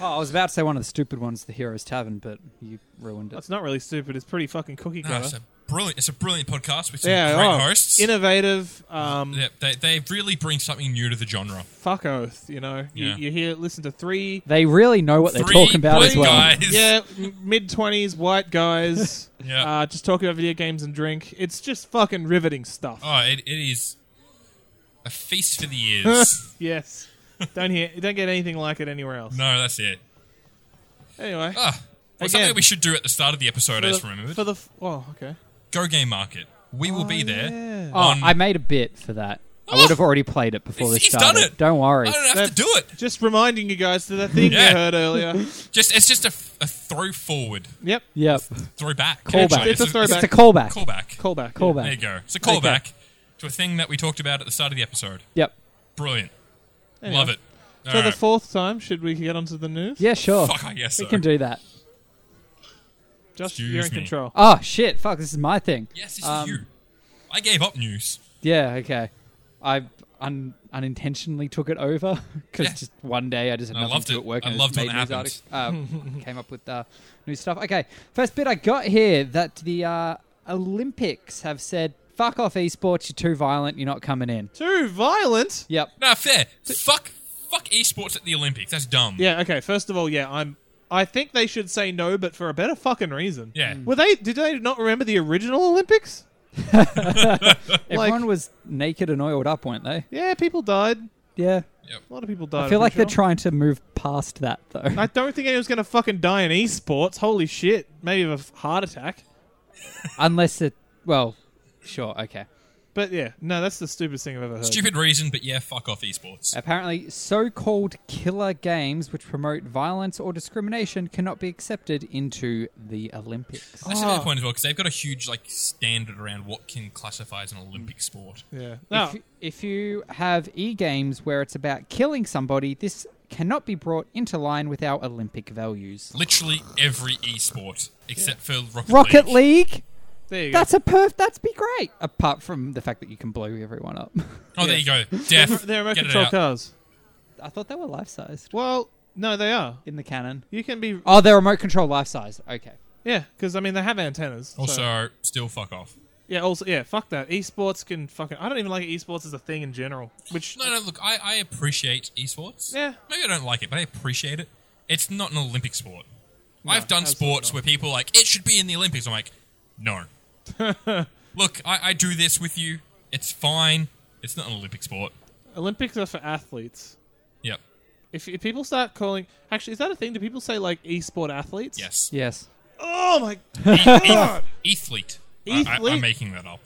[SPEAKER 3] oh, I was about to say one of the stupid ones, the Heroes Tavern, but you ruined it.
[SPEAKER 2] That's not really stupid. It's pretty fucking cookie
[SPEAKER 4] No,
[SPEAKER 2] cutter.
[SPEAKER 4] it's a brilliant. It's a brilliant podcast with some
[SPEAKER 2] Uh-huh. yeah,
[SPEAKER 4] Ah, great
[SPEAKER 2] oh,
[SPEAKER 4] hosts.
[SPEAKER 2] innovative. Um,
[SPEAKER 4] Yeah, they, they really bring something new to the genre.
[SPEAKER 2] fuck oath. You know,
[SPEAKER 4] Yeah.
[SPEAKER 2] you, you hear listen to three,
[SPEAKER 3] They really know what they're
[SPEAKER 4] Three
[SPEAKER 3] talking about as
[SPEAKER 4] white
[SPEAKER 3] well.
[SPEAKER 4] guys.
[SPEAKER 2] yeah, mid twenties white guys,
[SPEAKER 4] [LAUGHS] Yeah.
[SPEAKER 2] uh, just talking about video games and drink. It's just fucking riveting stuff.
[SPEAKER 4] Oh, it, it is a feast for
[SPEAKER 2] [LAUGHS]
[SPEAKER 4] the ears. [LAUGHS]
[SPEAKER 2] Yes, don't hear, don't get anything like it anywhere else.
[SPEAKER 4] no, that's it.
[SPEAKER 2] Anyway,
[SPEAKER 4] Ah, well,
[SPEAKER 2] Again.
[SPEAKER 4] something we should do at the start of the episode, I
[SPEAKER 2] for
[SPEAKER 4] just
[SPEAKER 2] the,
[SPEAKER 4] remembered.
[SPEAKER 2] for the f- oh okay.
[SPEAKER 4] Go Game Market. We will be there.
[SPEAKER 2] Yeah.
[SPEAKER 3] Oh,
[SPEAKER 4] on-
[SPEAKER 3] I made a bit for that. I would have already played it before this
[SPEAKER 4] He's
[SPEAKER 3] started.
[SPEAKER 4] done it.
[SPEAKER 3] Don't worry.
[SPEAKER 4] I don't have to
[SPEAKER 2] They've-
[SPEAKER 4] do it.
[SPEAKER 2] Just reminding you guys to the thing
[SPEAKER 4] Yeah.
[SPEAKER 2] you heard
[SPEAKER 4] [LAUGHS]
[SPEAKER 2] earlier.
[SPEAKER 4] Just it's just a, a throw forward,
[SPEAKER 2] yep,
[SPEAKER 3] Yep.
[SPEAKER 4] throw back.
[SPEAKER 3] Callback.
[SPEAKER 4] actually.
[SPEAKER 2] It's a throwback.
[SPEAKER 3] It's a callback.
[SPEAKER 4] Callback.
[SPEAKER 2] callback.
[SPEAKER 3] Callback.
[SPEAKER 4] There you go. It's a callback to a thing that we talked about at the start of the episode.
[SPEAKER 3] Yep.
[SPEAKER 4] Brilliant.
[SPEAKER 2] Anyway,
[SPEAKER 4] Love it. All
[SPEAKER 2] For the
[SPEAKER 4] right.
[SPEAKER 2] fourth time, should we get onto the news?
[SPEAKER 3] Yeah, sure.
[SPEAKER 4] Fuck, I guess so.
[SPEAKER 3] We can do that.
[SPEAKER 2] Just
[SPEAKER 4] Excuse
[SPEAKER 2] you're in
[SPEAKER 4] me.
[SPEAKER 2] control.
[SPEAKER 3] Oh shit! Fuck, this is my thing.
[SPEAKER 4] Yes, this
[SPEAKER 3] Um,
[SPEAKER 4] is you. I gave up news.
[SPEAKER 3] Yeah. Okay. I un- unintentionally took it over [LAUGHS] because
[SPEAKER 4] Yeah.
[SPEAKER 3] just one day I just had
[SPEAKER 4] I
[SPEAKER 3] nothing
[SPEAKER 4] loved
[SPEAKER 3] to do
[SPEAKER 4] it.
[SPEAKER 3] at work.
[SPEAKER 4] I
[SPEAKER 3] and
[SPEAKER 4] loved
[SPEAKER 3] just
[SPEAKER 4] when
[SPEAKER 3] made
[SPEAKER 4] it
[SPEAKER 3] news
[SPEAKER 4] [LAUGHS]
[SPEAKER 3] artic- uh, came up with uh, new stuff. Okay. First bit I got here that the uh, Olympics have said, "Fuck off, esports. You're too violent. You're not coming in."
[SPEAKER 2] Too violent.
[SPEAKER 4] [LAUGHS]
[SPEAKER 3] Yep.
[SPEAKER 4] Nah, fair. Fuck, fuck esports at the Olympics. That's dumb.
[SPEAKER 2] Yeah, okay. First of all, yeah, I'm I think they should say no, but for a better fucking reason.
[SPEAKER 4] Yeah.
[SPEAKER 3] Mm.
[SPEAKER 2] Were they? Did they not remember the original Olympics?
[SPEAKER 3] Everyone was naked and oiled up, weren't they?
[SPEAKER 2] Yeah, people died.
[SPEAKER 3] Yeah.
[SPEAKER 2] A lot of people died.
[SPEAKER 3] I feel
[SPEAKER 2] I'm
[SPEAKER 3] like they're
[SPEAKER 2] pretty sure.
[SPEAKER 3] trying to move past that though.
[SPEAKER 2] I don't think anyone's gonna fucking die in esports. Holy shit! Maybe of a f- heart attack.
[SPEAKER 3] Unless it, well, sure, okay.
[SPEAKER 2] But yeah, no, that's the stupidest thing I've ever heard.
[SPEAKER 4] Stupid reason, but yeah, fuck off esports.
[SPEAKER 3] Apparently, so-called killer games which promote violence or discrimination cannot be accepted into the Olympics.
[SPEAKER 4] That's another point as well because they've got a huge like standard around what can classify as an Olympic sport.
[SPEAKER 2] Yeah. No.
[SPEAKER 3] If, if you have e-games where it's about killing somebody, this cannot be brought into line with our Olympic values.
[SPEAKER 4] Literally every esport except for Rocket,
[SPEAKER 3] Rocket League.
[SPEAKER 2] There you go.
[SPEAKER 3] That's a perf. That's be great. Apart from the fact that you can blow everyone up. [LAUGHS]
[SPEAKER 4] Oh, there you go. Death.
[SPEAKER 2] They're remote
[SPEAKER 4] Get it
[SPEAKER 2] control
[SPEAKER 4] out.
[SPEAKER 2] cars.
[SPEAKER 3] I thought they were life sized
[SPEAKER 2] Well, no, they are.
[SPEAKER 3] in the canon.
[SPEAKER 2] You can be.
[SPEAKER 3] Oh, they're remote control life sized. Okay.
[SPEAKER 2] Yeah, because I mean they have antennas. so-
[SPEAKER 4] Also, still fuck off.
[SPEAKER 2] Yeah. Also, yeah. Fuck that. Esports can fucking. I don't even like esports as a thing in general. Which
[SPEAKER 4] No, no, look, I, I appreciate esports.
[SPEAKER 2] Yeah.
[SPEAKER 4] Maybe I don't like it, but I appreciate it. It's not an Olympic sport. I've done
[SPEAKER 2] absolutely
[SPEAKER 4] sports
[SPEAKER 2] not.
[SPEAKER 4] where people are like, it should be in the Olympics. I'm like,
[SPEAKER 2] [LAUGHS]
[SPEAKER 4] no. look, I, I do this with you. It's fine. It's not an Olympic sport.
[SPEAKER 2] Olympics are for athletes.
[SPEAKER 4] Yep.
[SPEAKER 2] If, if people start calling, actually, is that a thing? Do people say like esport athletes?
[SPEAKER 4] Yes.
[SPEAKER 3] Yes.
[SPEAKER 2] Oh my
[SPEAKER 4] E- e- Ethlete. I- I,
[SPEAKER 2] Athlete?
[SPEAKER 4] I'm making that up.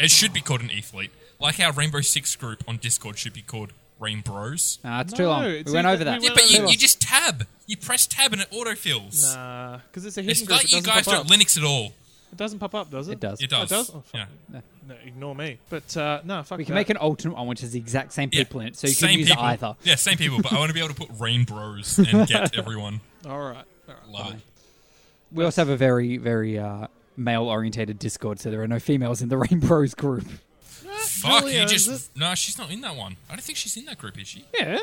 [SPEAKER 4] It should be called an athlete. Like how Rainbow Six group on Discord should be called Rainbros.
[SPEAKER 3] Nah, it's
[SPEAKER 2] No,
[SPEAKER 3] too long.
[SPEAKER 2] it's
[SPEAKER 3] we went
[SPEAKER 2] either-
[SPEAKER 3] over that.
[SPEAKER 2] we
[SPEAKER 4] Yeah,
[SPEAKER 2] went
[SPEAKER 4] but
[SPEAKER 2] no,
[SPEAKER 4] you,
[SPEAKER 2] no.
[SPEAKER 4] you just tab. You press tab and it autofills.
[SPEAKER 2] Nah, because it's a hidden
[SPEAKER 4] It's
[SPEAKER 2] group.
[SPEAKER 4] like
[SPEAKER 2] It
[SPEAKER 4] you
[SPEAKER 2] doesn't,
[SPEAKER 4] guys
[SPEAKER 2] pop
[SPEAKER 4] don't
[SPEAKER 2] up.
[SPEAKER 4] Linux at all.
[SPEAKER 2] it doesn't pop up, does it?
[SPEAKER 3] It does.
[SPEAKER 4] It
[SPEAKER 2] Oh,
[SPEAKER 4] does.
[SPEAKER 2] does? Oh, fuck.
[SPEAKER 4] yeah.
[SPEAKER 2] No, ignore me. But uh, no, fuck.
[SPEAKER 3] We can
[SPEAKER 2] that.
[SPEAKER 3] make an alternate one which is the exact same
[SPEAKER 4] Yeah.
[SPEAKER 3] people in it, so you
[SPEAKER 4] same
[SPEAKER 3] can use
[SPEAKER 4] people.
[SPEAKER 3] either.
[SPEAKER 4] Yeah, same people, but I want to be able to put Rain Bros
[SPEAKER 3] [LAUGHS]
[SPEAKER 4] and get everyone.
[SPEAKER 2] All right. All right.
[SPEAKER 4] Love it.
[SPEAKER 3] We also have a very, very uh, male orientated Discord, so there are no females in the [LAUGHS] Rainbows group.
[SPEAKER 4] Fuck,
[SPEAKER 2] Julia,
[SPEAKER 4] you
[SPEAKER 2] is
[SPEAKER 4] just. No, she's not in that one. I don't think she's in that group, is she?
[SPEAKER 2] Yeah,
[SPEAKER 4] Yeah,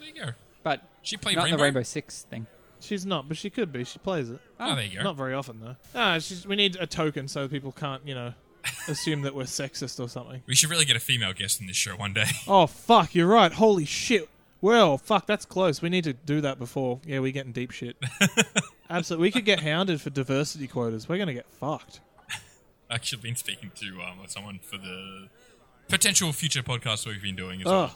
[SPEAKER 4] there you go.
[SPEAKER 3] But
[SPEAKER 4] She played
[SPEAKER 3] not in
[SPEAKER 4] Rainbow.
[SPEAKER 3] the Rainbow Six thing.
[SPEAKER 2] she's not, but she could be. She plays it.
[SPEAKER 4] Oh, there you go.
[SPEAKER 2] Not very often though. Ah, she's, we need a token so people can't, you
[SPEAKER 4] [LAUGHS]
[SPEAKER 2] know, assume that we're sexist or something.
[SPEAKER 4] we should really get a female guest in this show one day. [LAUGHS]
[SPEAKER 2] Oh fuck, you're right. Holy shit. Well, fuck, that's close. We need to do that before. Yeah, we get in deep
[SPEAKER 4] [LAUGHS]
[SPEAKER 2] shit. Absolutely, we could get hounded for diversity quotas. We're gonna get fucked.
[SPEAKER 4] I've actually been speaking to um, someone for the potential future podcast we've been doing as
[SPEAKER 2] Oh,
[SPEAKER 4] well.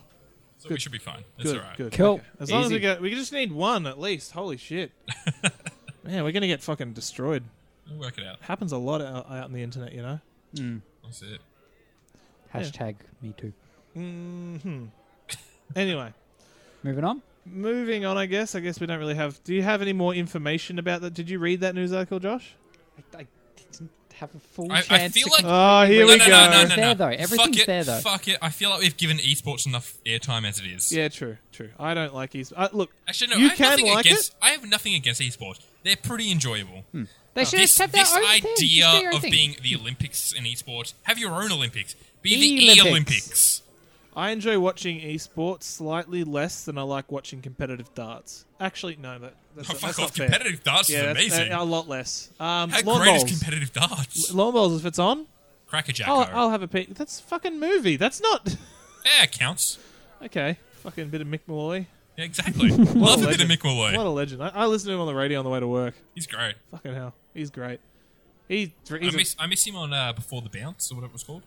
[SPEAKER 4] So we should be fine. That's
[SPEAKER 2] good,
[SPEAKER 4] all right.
[SPEAKER 2] good.
[SPEAKER 3] Cool.
[SPEAKER 2] Okay. As long as we
[SPEAKER 3] Easy.
[SPEAKER 2] get, we just need one at least. Holy
[SPEAKER 4] [LAUGHS]
[SPEAKER 2] shit. Man, we're gonna get fucking destroyed.
[SPEAKER 4] We'll work it out.
[SPEAKER 2] Happens a lot out, out on the internet, you know.
[SPEAKER 4] That's it.
[SPEAKER 3] Hashtag me too.
[SPEAKER 2] Anyway,
[SPEAKER 3] Moving on.
[SPEAKER 2] moving on. I guess. I guess we don't really have. Do you have any more information about that? Did you read that news article, Josh?
[SPEAKER 3] I, I didn't have a full
[SPEAKER 4] I- I
[SPEAKER 3] chance.
[SPEAKER 4] feel
[SPEAKER 3] to
[SPEAKER 4] like-
[SPEAKER 3] com-
[SPEAKER 2] Oh, here
[SPEAKER 4] No,
[SPEAKER 2] we
[SPEAKER 4] no,
[SPEAKER 2] go.
[SPEAKER 4] no, no, no,
[SPEAKER 3] It's there,
[SPEAKER 4] no.
[SPEAKER 3] though. Everything's
[SPEAKER 4] Fuck it.
[SPEAKER 3] there, though.
[SPEAKER 4] Fuck it. I feel like we've given esports enough airtime as it is.
[SPEAKER 2] Yeah, true, true. I don't like these. Uh, look,
[SPEAKER 4] Actually, no.
[SPEAKER 2] You
[SPEAKER 4] I have
[SPEAKER 2] can
[SPEAKER 4] nothing
[SPEAKER 2] like
[SPEAKER 4] against, I have nothing against esports. They're pretty enjoyable.
[SPEAKER 3] they should
[SPEAKER 4] this,
[SPEAKER 3] just have their
[SPEAKER 4] this
[SPEAKER 3] own thing. Just do
[SPEAKER 4] idea
[SPEAKER 3] your own
[SPEAKER 4] of
[SPEAKER 3] thing.
[SPEAKER 4] being the Olympics in esports. Have your own Olympics. Be
[SPEAKER 3] E-Olympics.
[SPEAKER 4] the E-Olympics.
[SPEAKER 2] I enjoy watching esports slightly less than I like watching competitive darts. Actually, no, that, that's,
[SPEAKER 4] Oh,
[SPEAKER 2] that's
[SPEAKER 4] fuck
[SPEAKER 2] not
[SPEAKER 4] off.
[SPEAKER 2] fair.
[SPEAKER 4] Competitive darts
[SPEAKER 2] yeah,
[SPEAKER 4] is
[SPEAKER 2] that's-
[SPEAKER 4] amazing.
[SPEAKER 2] uh, a lot less. Um,
[SPEAKER 4] How
[SPEAKER 2] lawn
[SPEAKER 4] great
[SPEAKER 2] bowls.
[SPEAKER 4] is competitive darts?
[SPEAKER 2] lawn bowls, if it's on,
[SPEAKER 4] Crackerjack.
[SPEAKER 2] I'll, I'll have a peek. That's a fucking movie. That's not [LAUGHS]
[SPEAKER 4] yeah, it counts.
[SPEAKER 2] okay. Fucking bit of Mick Malloy.
[SPEAKER 4] Yeah, exactly. Love a bit of
[SPEAKER 2] legend.
[SPEAKER 4] Mick Malloy.
[SPEAKER 2] What a legend! I, I listen to him on the radio on the way to work.
[SPEAKER 4] He's great.
[SPEAKER 2] Fucking hell, he's great. He,
[SPEAKER 4] I
[SPEAKER 2] he's a-
[SPEAKER 4] miss, I miss him on uh, Before the Bounce or whatever it was called.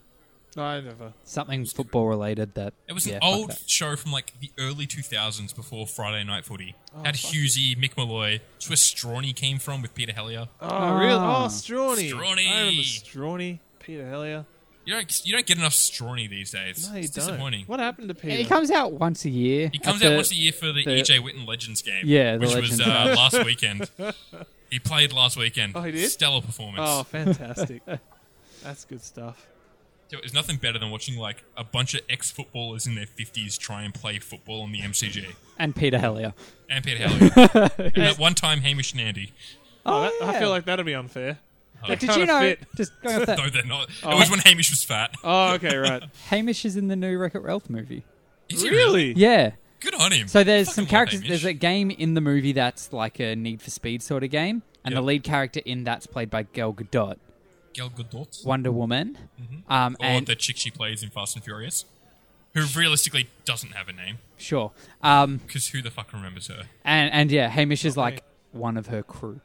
[SPEAKER 2] I never.
[SPEAKER 3] Something football related that.
[SPEAKER 4] It was
[SPEAKER 3] yeah,
[SPEAKER 4] an
[SPEAKER 3] fuck
[SPEAKER 4] old
[SPEAKER 3] that.
[SPEAKER 4] show from like the early 2000s before Friday Night Footy. Had Husey, Mick Malloy, it's where Strawny came from with Peter Hellier.
[SPEAKER 2] Oh, really? Oh, Strawny.
[SPEAKER 4] Ah. Strawny.
[SPEAKER 2] I remember Strawny. Peter Hellier.
[SPEAKER 4] You don't you don't get enough Strawny these days.
[SPEAKER 2] No, you
[SPEAKER 4] it's
[SPEAKER 2] don't.
[SPEAKER 4] disappointing.
[SPEAKER 2] What happened to Peter?
[SPEAKER 3] It comes out once a year.
[SPEAKER 4] He comes
[SPEAKER 3] at
[SPEAKER 4] out
[SPEAKER 3] the-
[SPEAKER 4] once a year for the,
[SPEAKER 3] the-
[SPEAKER 4] EJ Witten Legends game.
[SPEAKER 3] Yeah, the
[SPEAKER 4] which was
[SPEAKER 3] Legends
[SPEAKER 4] uh,
[SPEAKER 3] [LAUGHS]
[SPEAKER 4] last weekend. He played last weekend.
[SPEAKER 2] Oh, he did?
[SPEAKER 4] Stellar performance.
[SPEAKER 3] [LAUGHS]
[SPEAKER 2] Oh, fantastic. That's good stuff.
[SPEAKER 4] There's nothing better than watching like a bunch of ex footballers in their 50s try and play football on the MCG.
[SPEAKER 3] And Peter Hellier.
[SPEAKER 4] And Peter Hellier.
[SPEAKER 3] [LAUGHS]
[SPEAKER 4] and that one time Hamish and Andy.
[SPEAKER 2] Oh, that, I
[SPEAKER 3] yeah.
[SPEAKER 2] feel like that'd be unfair.
[SPEAKER 4] They
[SPEAKER 3] Did
[SPEAKER 2] kinda
[SPEAKER 3] you know?
[SPEAKER 2] fit.
[SPEAKER 3] Just
[SPEAKER 4] [LAUGHS]
[SPEAKER 3] going off that.
[SPEAKER 4] No, they're not. It was when Hamish was fat.
[SPEAKER 2] Oh, okay,
[SPEAKER 3] [LAUGHS]
[SPEAKER 2] right.
[SPEAKER 3] Hamish is in the new Wreck It Ralph movie.
[SPEAKER 4] Is he
[SPEAKER 2] really?
[SPEAKER 3] Yeah.
[SPEAKER 4] Good on him.
[SPEAKER 3] So there's
[SPEAKER 4] Fucking
[SPEAKER 3] some
[SPEAKER 4] love
[SPEAKER 3] characters.
[SPEAKER 4] Hamish.
[SPEAKER 3] There's a game in the movie that's like a Need for Speed sort of game, and the
[SPEAKER 4] Yep.
[SPEAKER 3] lead character in that's played by Gal Gadot,
[SPEAKER 4] Gal Gadot.
[SPEAKER 3] Wonder Woman, um,
[SPEAKER 4] Or
[SPEAKER 3] and
[SPEAKER 4] Mm-hmm. Oh, the chick she plays in Fast and Furious. Who realistically doesn't have a name.
[SPEAKER 3] sure, um,
[SPEAKER 4] Because who the fuck remembers her?
[SPEAKER 3] and and yeah, Hamish is like one of her crew.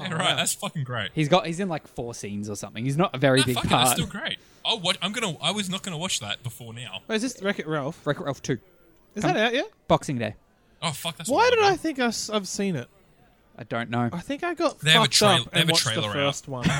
[SPEAKER 2] Oh,
[SPEAKER 4] yeah, right. That's fucking great.
[SPEAKER 3] He's got he's in like four scenes or something. He's not a very
[SPEAKER 4] Nah,
[SPEAKER 3] big
[SPEAKER 4] fuck it,
[SPEAKER 3] part.
[SPEAKER 4] That's still great. I'll watch, I'm gonna. I was not gonna watch that before now.
[SPEAKER 2] Wait, is this Wreck It Ralph?
[SPEAKER 3] Wreck-It Ralph two,
[SPEAKER 2] Is
[SPEAKER 3] Come-
[SPEAKER 2] that out yet?
[SPEAKER 3] Boxing Day.
[SPEAKER 4] Oh fuck! That's
[SPEAKER 2] Why
[SPEAKER 4] what
[SPEAKER 2] did I think I, have seen it?
[SPEAKER 3] I don't know.
[SPEAKER 2] I think I got
[SPEAKER 4] They have a
[SPEAKER 2] fucked
[SPEAKER 4] trail-
[SPEAKER 2] up
[SPEAKER 4] they have
[SPEAKER 2] and
[SPEAKER 4] a
[SPEAKER 2] watched the
[SPEAKER 4] trailer out.
[SPEAKER 2] first one.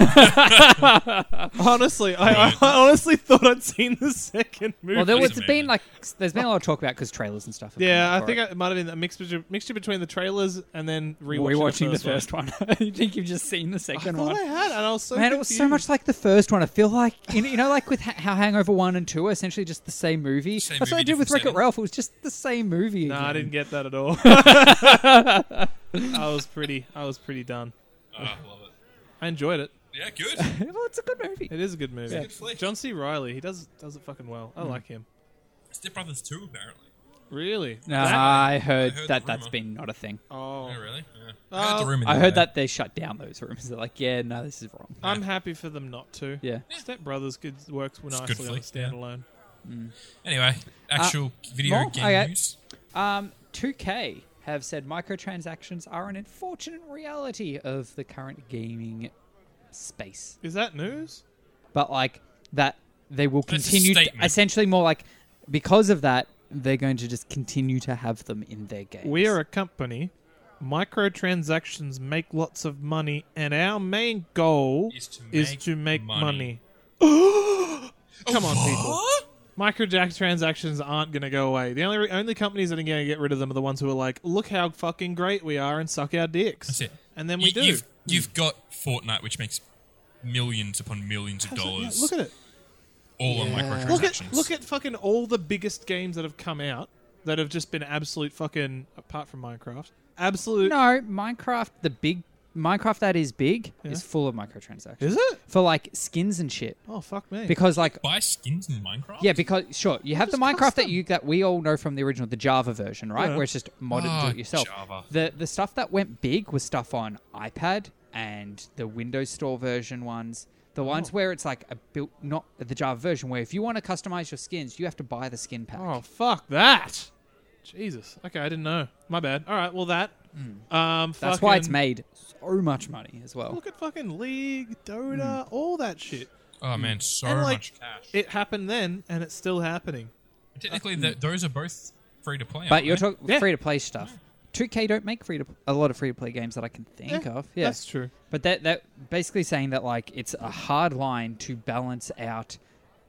[SPEAKER 2] [LAUGHS] honestly, I, I honestly thought I'd seen the second movie.
[SPEAKER 3] Well, there
[SPEAKER 4] That's
[SPEAKER 3] was
[SPEAKER 4] amazing.
[SPEAKER 3] been like s- there's been a lot of talk about because trailers and stuff. have come
[SPEAKER 2] yeah,
[SPEAKER 3] out
[SPEAKER 2] I
[SPEAKER 3] for
[SPEAKER 2] think
[SPEAKER 3] it.
[SPEAKER 2] it might have been a mixture, mixture between the trailers and then rewatching,
[SPEAKER 3] rewatching
[SPEAKER 2] the first,
[SPEAKER 3] one. [LAUGHS] you think you've just seen the
[SPEAKER 2] one.
[SPEAKER 3] second
[SPEAKER 2] I
[SPEAKER 3] one?
[SPEAKER 2] thought I had, and I was so
[SPEAKER 3] Man, it was so
[SPEAKER 2] confused.
[SPEAKER 3] much like the first one. I feel like you know, you know like with ha- how Hangover One and Two are essentially just the same movie.
[SPEAKER 4] Same
[SPEAKER 3] That's what
[SPEAKER 4] movie,
[SPEAKER 3] I did with
[SPEAKER 4] different
[SPEAKER 3] Wreck It
[SPEAKER 4] setting.
[SPEAKER 3] Ralph. It was just the same movie.
[SPEAKER 2] No,
[SPEAKER 3] again.
[SPEAKER 2] I didn't get that at
[SPEAKER 3] [LAUGHS]
[SPEAKER 2] all. I was pretty. I was pretty done.
[SPEAKER 4] Oh, I love it.
[SPEAKER 2] I enjoyed it.
[SPEAKER 4] Yeah,
[SPEAKER 2] [LAUGHS]
[SPEAKER 4] good.
[SPEAKER 3] [LAUGHS] Well, it's a good movie.
[SPEAKER 2] It is a good movie.
[SPEAKER 4] a good flick.
[SPEAKER 2] John C. Riley, he does does it fucking well.
[SPEAKER 4] Mm.
[SPEAKER 2] I like him.
[SPEAKER 4] Step Brothers two apparently.
[SPEAKER 2] Really?
[SPEAKER 3] No, I heard,
[SPEAKER 4] I heard
[SPEAKER 3] that
[SPEAKER 4] the
[SPEAKER 3] that's
[SPEAKER 4] rumour.
[SPEAKER 3] been not a thing.
[SPEAKER 2] Oh,
[SPEAKER 4] Oh really? Yeah. I heard the rumor.
[SPEAKER 3] I heard that they shut down those rooms. They're like, yeah, no, this is wrong.
[SPEAKER 2] I'm happy for them not to.
[SPEAKER 3] Yeah.
[SPEAKER 2] Step Brothers good works
[SPEAKER 4] a good
[SPEAKER 2] nicely on a
[SPEAKER 4] flick, yeah.
[SPEAKER 2] standalone.
[SPEAKER 4] Anyway,
[SPEAKER 2] Uh,
[SPEAKER 4] actual video
[SPEAKER 3] more?
[SPEAKER 4] game
[SPEAKER 3] Okay.
[SPEAKER 4] news.
[SPEAKER 3] Um, 2K have said microtransactions are an unfortunate reality of the current gaming space.
[SPEAKER 2] Is that news?
[SPEAKER 3] but like that they will
[SPEAKER 4] That's a
[SPEAKER 3] continue to,
[SPEAKER 4] statement.
[SPEAKER 3] essentially more like because of that they're going to just continue to have them in their games.
[SPEAKER 2] We are a company. Microtransactions make lots of money, and our main goal
[SPEAKER 4] Is to make
[SPEAKER 2] make
[SPEAKER 4] money.
[SPEAKER 2] money.
[SPEAKER 4] [GASPS]
[SPEAKER 2] [GASPS] Come on, people. Microtransactions aren't going to go away. The only only companies that are going to get rid of them are the ones who are like, look how fucking great we are and suck our dicks.
[SPEAKER 4] That's it.
[SPEAKER 2] And then we
[SPEAKER 4] You-
[SPEAKER 2] do. Hmm.
[SPEAKER 4] You've, you've got Fortnite, which makes millions upon millions of dollars.
[SPEAKER 2] Look at it.
[SPEAKER 4] all on microtransactions.
[SPEAKER 2] Look at look at fucking all the biggest games that have come out that have just been absolute fucking apart from Minecraft. Absolute
[SPEAKER 3] no Minecraft. The big Minecraft that is big is
[SPEAKER 2] Yeah.
[SPEAKER 3] full of microtransactions
[SPEAKER 2] Is it?
[SPEAKER 3] for like skins and shit
[SPEAKER 2] Oh fuck me.
[SPEAKER 3] because like.
[SPEAKER 4] buy skins in Minecraft.
[SPEAKER 3] Yeah, because sure, you have the
[SPEAKER 2] Just
[SPEAKER 3] Minecraft that
[SPEAKER 2] custom.
[SPEAKER 3] you that we all know from the original, the Java version, right?
[SPEAKER 2] Yeah.
[SPEAKER 3] Where it's just modded and do
[SPEAKER 4] Ah,
[SPEAKER 3] it yourself.
[SPEAKER 4] Java.
[SPEAKER 3] The the stuff that went big was stuff on iPad and the Windows Store version ones. The
[SPEAKER 2] Oh.
[SPEAKER 3] ones where it's like a built not the Java version where if you want to customize your skins, you have to buy the skin pack.
[SPEAKER 2] oh fuck that. Jesus. Okay, I didn't know. My bad. All right, well that.
[SPEAKER 4] Hmm.
[SPEAKER 2] Um
[SPEAKER 3] That's why it's
[SPEAKER 2] fucking-
[SPEAKER 3] made so much money as well.
[SPEAKER 2] Look at fucking League, Dota,
[SPEAKER 4] Hmm.
[SPEAKER 2] all that shit.
[SPEAKER 4] Oh man, so
[SPEAKER 2] and like
[SPEAKER 4] much cash.
[SPEAKER 2] it happened then and it's still happening.
[SPEAKER 4] Technically,
[SPEAKER 2] uh,
[SPEAKER 4] th-
[SPEAKER 2] hmm.
[SPEAKER 4] those are both free to play.
[SPEAKER 3] But you're talking
[SPEAKER 2] Yeah.
[SPEAKER 3] free to play stuff. 2K don't make free to a lot of free to play games that I can think of. Yeah.
[SPEAKER 2] That's true.
[SPEAKER 3] But that that basically saying that like it's a hard line to balance out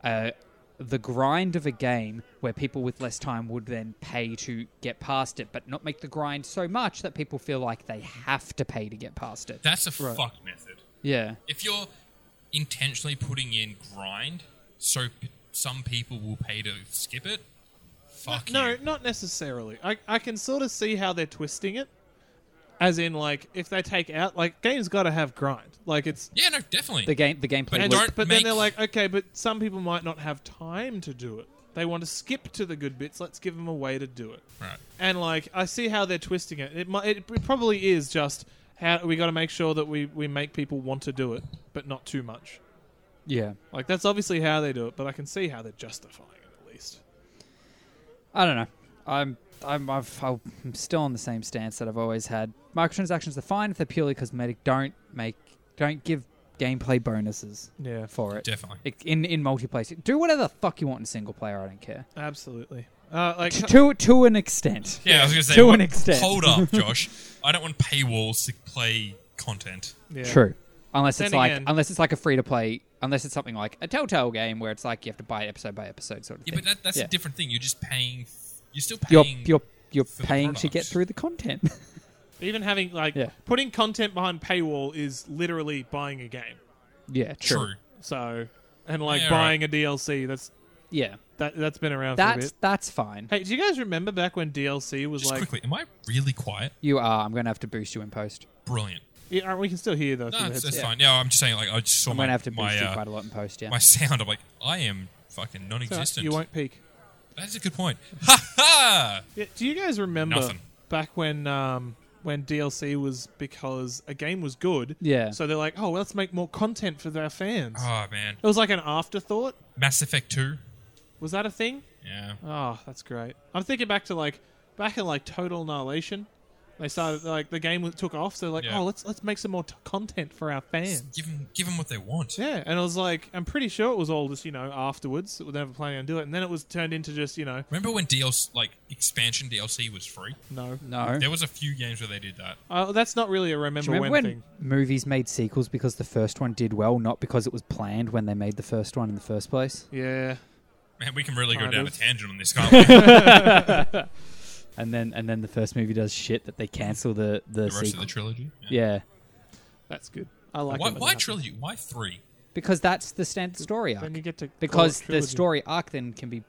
[SPEAKER 3] uh, the grind of a game where people with less time would then pay to get past it, but not make the grind so much that people feel like they have to pay to get past it.
[SPEAKER 4] That's a fucked method.
[SPEAKER 3] Yeah.
[SPEAKER 4] If you're intentionally putting in grind, so p- some people will pay to skip it. Fuck
[SPEAKER 2] No,
[SPEAKER 4] you.
[SPEAKER 2] not necessarily. I, I can sort of see how they're twisting it. As in, like, if they take out, like, games got to have grind. Like, it's.
[SPEAKER 4] Yeah, no, definitely.
[SPEAKER 3] The game the gameplay
[SPEAKER 4] And
[SPEAKER 3] loop.
[SPEAKER 4] don't-
[SPEAKER 2] But
[SPEAKER 4] make-
[SPEAKER 2] then they're like, okay, but some people might not have time to do it. They want to skip to the good bits. Let's give them a way to do it.
[SPEAKER 4] right.
[SPEAKER 2] And, like, I see how they're twisting it. It, might, it probably is just how we got to make sure that we, we make people want to do it, but not too much.
[SPEAKER 3] Yeah.
[SPEAKER 2] Like, that's obviously how they do it, but I can see how they're justifying it, at least.
[SPEAKER 3] I don't know. I'm I'm I've, I'm still on the same stance that I've always had. Microtransactions are fine if they're purely cosmetic. Don't make don't give gameplay bonuses
[SPEAKER 2] Yeah,
[SPEAKER 3] for it.
[SPEAKER 4] Definitely.
[SPEAKER 3] It- in in multiplayer. Do whatever the fuck you want in single player. I
[SPEAKER 4] [LAUGHS]
[SPEAKER 3] don't care.
[SPEAKER 2] absolutely. Uh, like,
[SPEAKER 3] To to an extent.
[SPEAKER 4] Yeah, I was gonna say.
[SPEAKER 3] To
[SPEAKER 4] what-
[SPEAKER 3] an extent.
[SPEAKER 4] Hold
[SPEAKER 3] [LAUGHS]
[SPEAKER 4] up, Josh. I don't want paywalls to play content.
[SPEAKER 2] yeah.
[SPEAKER 3] True. Unless it's
[SPEAKER 2] Then
[SPEAKER 3] like
[SPEAKER 2] again-
[SPEAKER 3] unless it's like a free to play. Unless it's something like a Telltale game where it's like you have to buy episode by episode sort of
[SPEAKER 4] Yeah,
[SPEAKER 3] thing.
[SPEAKER 4] but that, that's
[SPEAKER 3] Yeah.
[SPEAKER 4] a different thing. You're just paying. You're still
[SPEAKER 3] You're
[SPEAKER 4] paying.
[SPEAKER 3] you're you're
[SPEAKER 4] for the
[SPEAKER 3] paying to get
[SPEAKER 4] product.
[SPEAKER 3] through the content. [LAUGHS]
[SPEAKER 2] Even having like
[SPEAKER 3] Yeah.
[SPEAKER 2] putting content behind paywall is literally buying a game.
[SPEAKER 3] yeah. True.
[SPEAKER 4] true.
[SPEAKER 2] So and like
[SPEAKER 4] Yeah,
[SPEAKER 2] buying a DLC that's
[SPEAKER 3] Yeah.
[SPEAKER 2] that that's been around for a
[SPEAKER 3] That's
[SPEAKER 2] bit.
[SPEAKER 3] that's fine.
[SPEAKER 2] Hey, do you guys remember back when DLC was
[SPEAKER 4] Just
[SPEAKER 2] like?
[SPEAKER 4] quickly, am I really quiet?
[SPEAKER 3] You are. I'm gonna have to boost you in post.
[SPEAKER 4] Brilliant.
[SPEAKER 2] Yeah, we can still hear though. through
[SPEAKER 4] No,
[SPEAKER 2] the
[SPEAKER 4] that's, that's
[SPEAKER 2] headset.
[SPEAKER 4] fine. Yeah, I'm just saying. Like, I just saw
[SPEAKER 3] I'm
[SPEAKER 4] my
[SPEAKER 3] gonna have to boost
[SPEAKER 4] my,
[SPEAKER 3] you
[SPEAKER 4] uh,
[SPEAKER 3] quite a lot in post. Yeah.
[SPEAKER 4] my [LAUGHS] sound. I'm like, I am fucking
[SPEAKER 2] It's alright,
[SPEAKER 4] non-existent.
[SPEAKER 2] You won't peak.
[SPEAKER 4] That's a good point. [LAUGHS] Ha ha!
[SPEAKER 2] Yeah, do you guys remember
[SPEAKER 4] Nothing.
[SPEAKER 2] back when um when DLC was because a game was good?
[SPEAKER 3] Yeah.
[SPEAKER 2] So they're like, oh, well, let's make more content for our fans.
[SPEAKER 4] Oh man,
[SPEAKER 2] It was like an afterthought.
[SPEAKER 4] Mass Effect Two.
[SPEAKER 2] Was that a thing?
[SPEAKER 4] Yeah.
[SPEAKER 2] Oh, that's great. I'm thinking back to like back in like Total Annihilation. They started like the game took off, so like,
[SPEAKER 4] Yeah.
[SPEAKER 2] oh, let's let's make some more t- content for our fans.
[SPEAKER 4] Give them, give them what they want.
[SPEAKER 2] Yeah, and I was like, I'm pretty sure it was all just you know afterwards. We're never planning on doing it, and then it was turned into just you know
[SPEAKER 4] Remember when DLC, like expansion DLC, was free?
[SPEAKER 2] no.
[SPEAKER 3] No.
[SPEAKER 4] There was a few games where they did that.
[SPEAKER 2] Uh, that's not really a remember,
[SPEAKER 3] Do you remember when
[SPEAKER 2] thing.
[SPEAKER 3] movies made sequels because the first one did well, not because it was planned when they made the first one in the first place?
[SPEAKER 2] Yeah,
[SPEAKER 4] Man, we can really go
[SPEAKER 2] Kind
[SPEAKER 4] down
[SPEAKER 2] of.
[SPEAKER 4] a tangent
[SPEAKER 2] [LAUGHS]
[SPEAKER 4] on this, can't we?
[SPEAKER 3] And then and then the first movie does shit that they cancel the
[SPEAKER 4] the
[SPEAKER 3] the,
[SPEAKER 4] rest of
[SPEAKER 3] sequel.
[SPEAKER 4] the trilogy. Yeah.
[SPEAKER 3] yeah,
[SPEAKER 2] that's good. I like.
[SPEAKER 4] Why,
[SPEAKER 2] it.
[SPEAKER 4] why trilogy? Why three?
[SPEAKER 3] because that's the standard story arc.
[SPEAKER 2] Then you get to call it
[SPEAKER 3] Because the
[SPEAKER 2] trilogy.
[SPEAKER 3] story arc then can be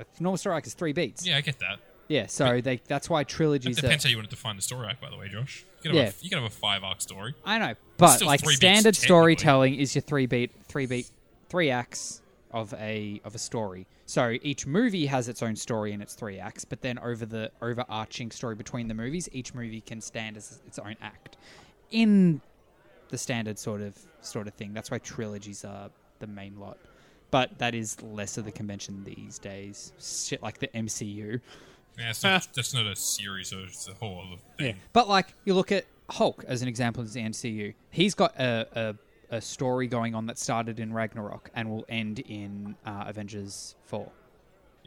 [SPEAKER 3] a normal story arc is three beats.
[SPEAKER 4] Yeah, I get that.
[SPEAKER 3] Yeah, so they that's why
[SPEAKER 4] It
[SPEAKER 3] trilogies. Are,
[SPEAKER 4] depends how you want to define the story arc, by the way, Josh. You can have,
[SPEAKER 3] Yeah.
[SPEAKER 4] a, you can have a five arc story.
[SPEAKER 3] I know, but
[SPEAKER 4] Still
[SPEAKER 3] like
[SPEAKER 4] three beats,
[SPEAKER 3] standard
[SPEAKER 4] technically.
[SPEAKER 3] storytelling is your three beat, three beat, three acts of a of a story. So each movie has its own story and its three acts, but then over the overarching story between the movies, each movie can stand as its own act in the standard sort of sort of thing. That's why trilogies are the main lot. But that is less of the convention these days. Shit like the MCU.
[SPEAKER 4] Yeah, it's not, that's not a series, so it's a whole other thing.
[SPEAKER 3] But like you look at Hulk as an example in the MCU, he's got a, a, a story going on that started in Ragnarok and will end in uh, Avengers Four,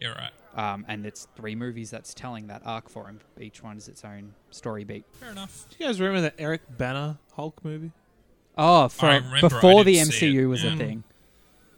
[SPEAKER 4] Yeah, right.
[SPEAKER 3] um, and it's three movies that's telling that arc for him. Each one is its own story beat.
[SPEAKER 4] Fair enough.
[SPEAKER 2] Do you guys remember the Eric Banner Hulk movie?
[SPEAKER 3] Oh,
[SPEAKER 4] I
[SPEAKER 3] for
[SPEAKER 4] remember, I
[SPEAKER 3] before the
[SPEAKER 4] didn't see it.
[SPEAKER 3] MCU was a
[SPEAKER 4] Yeah.
[SPEAKER 3] thing,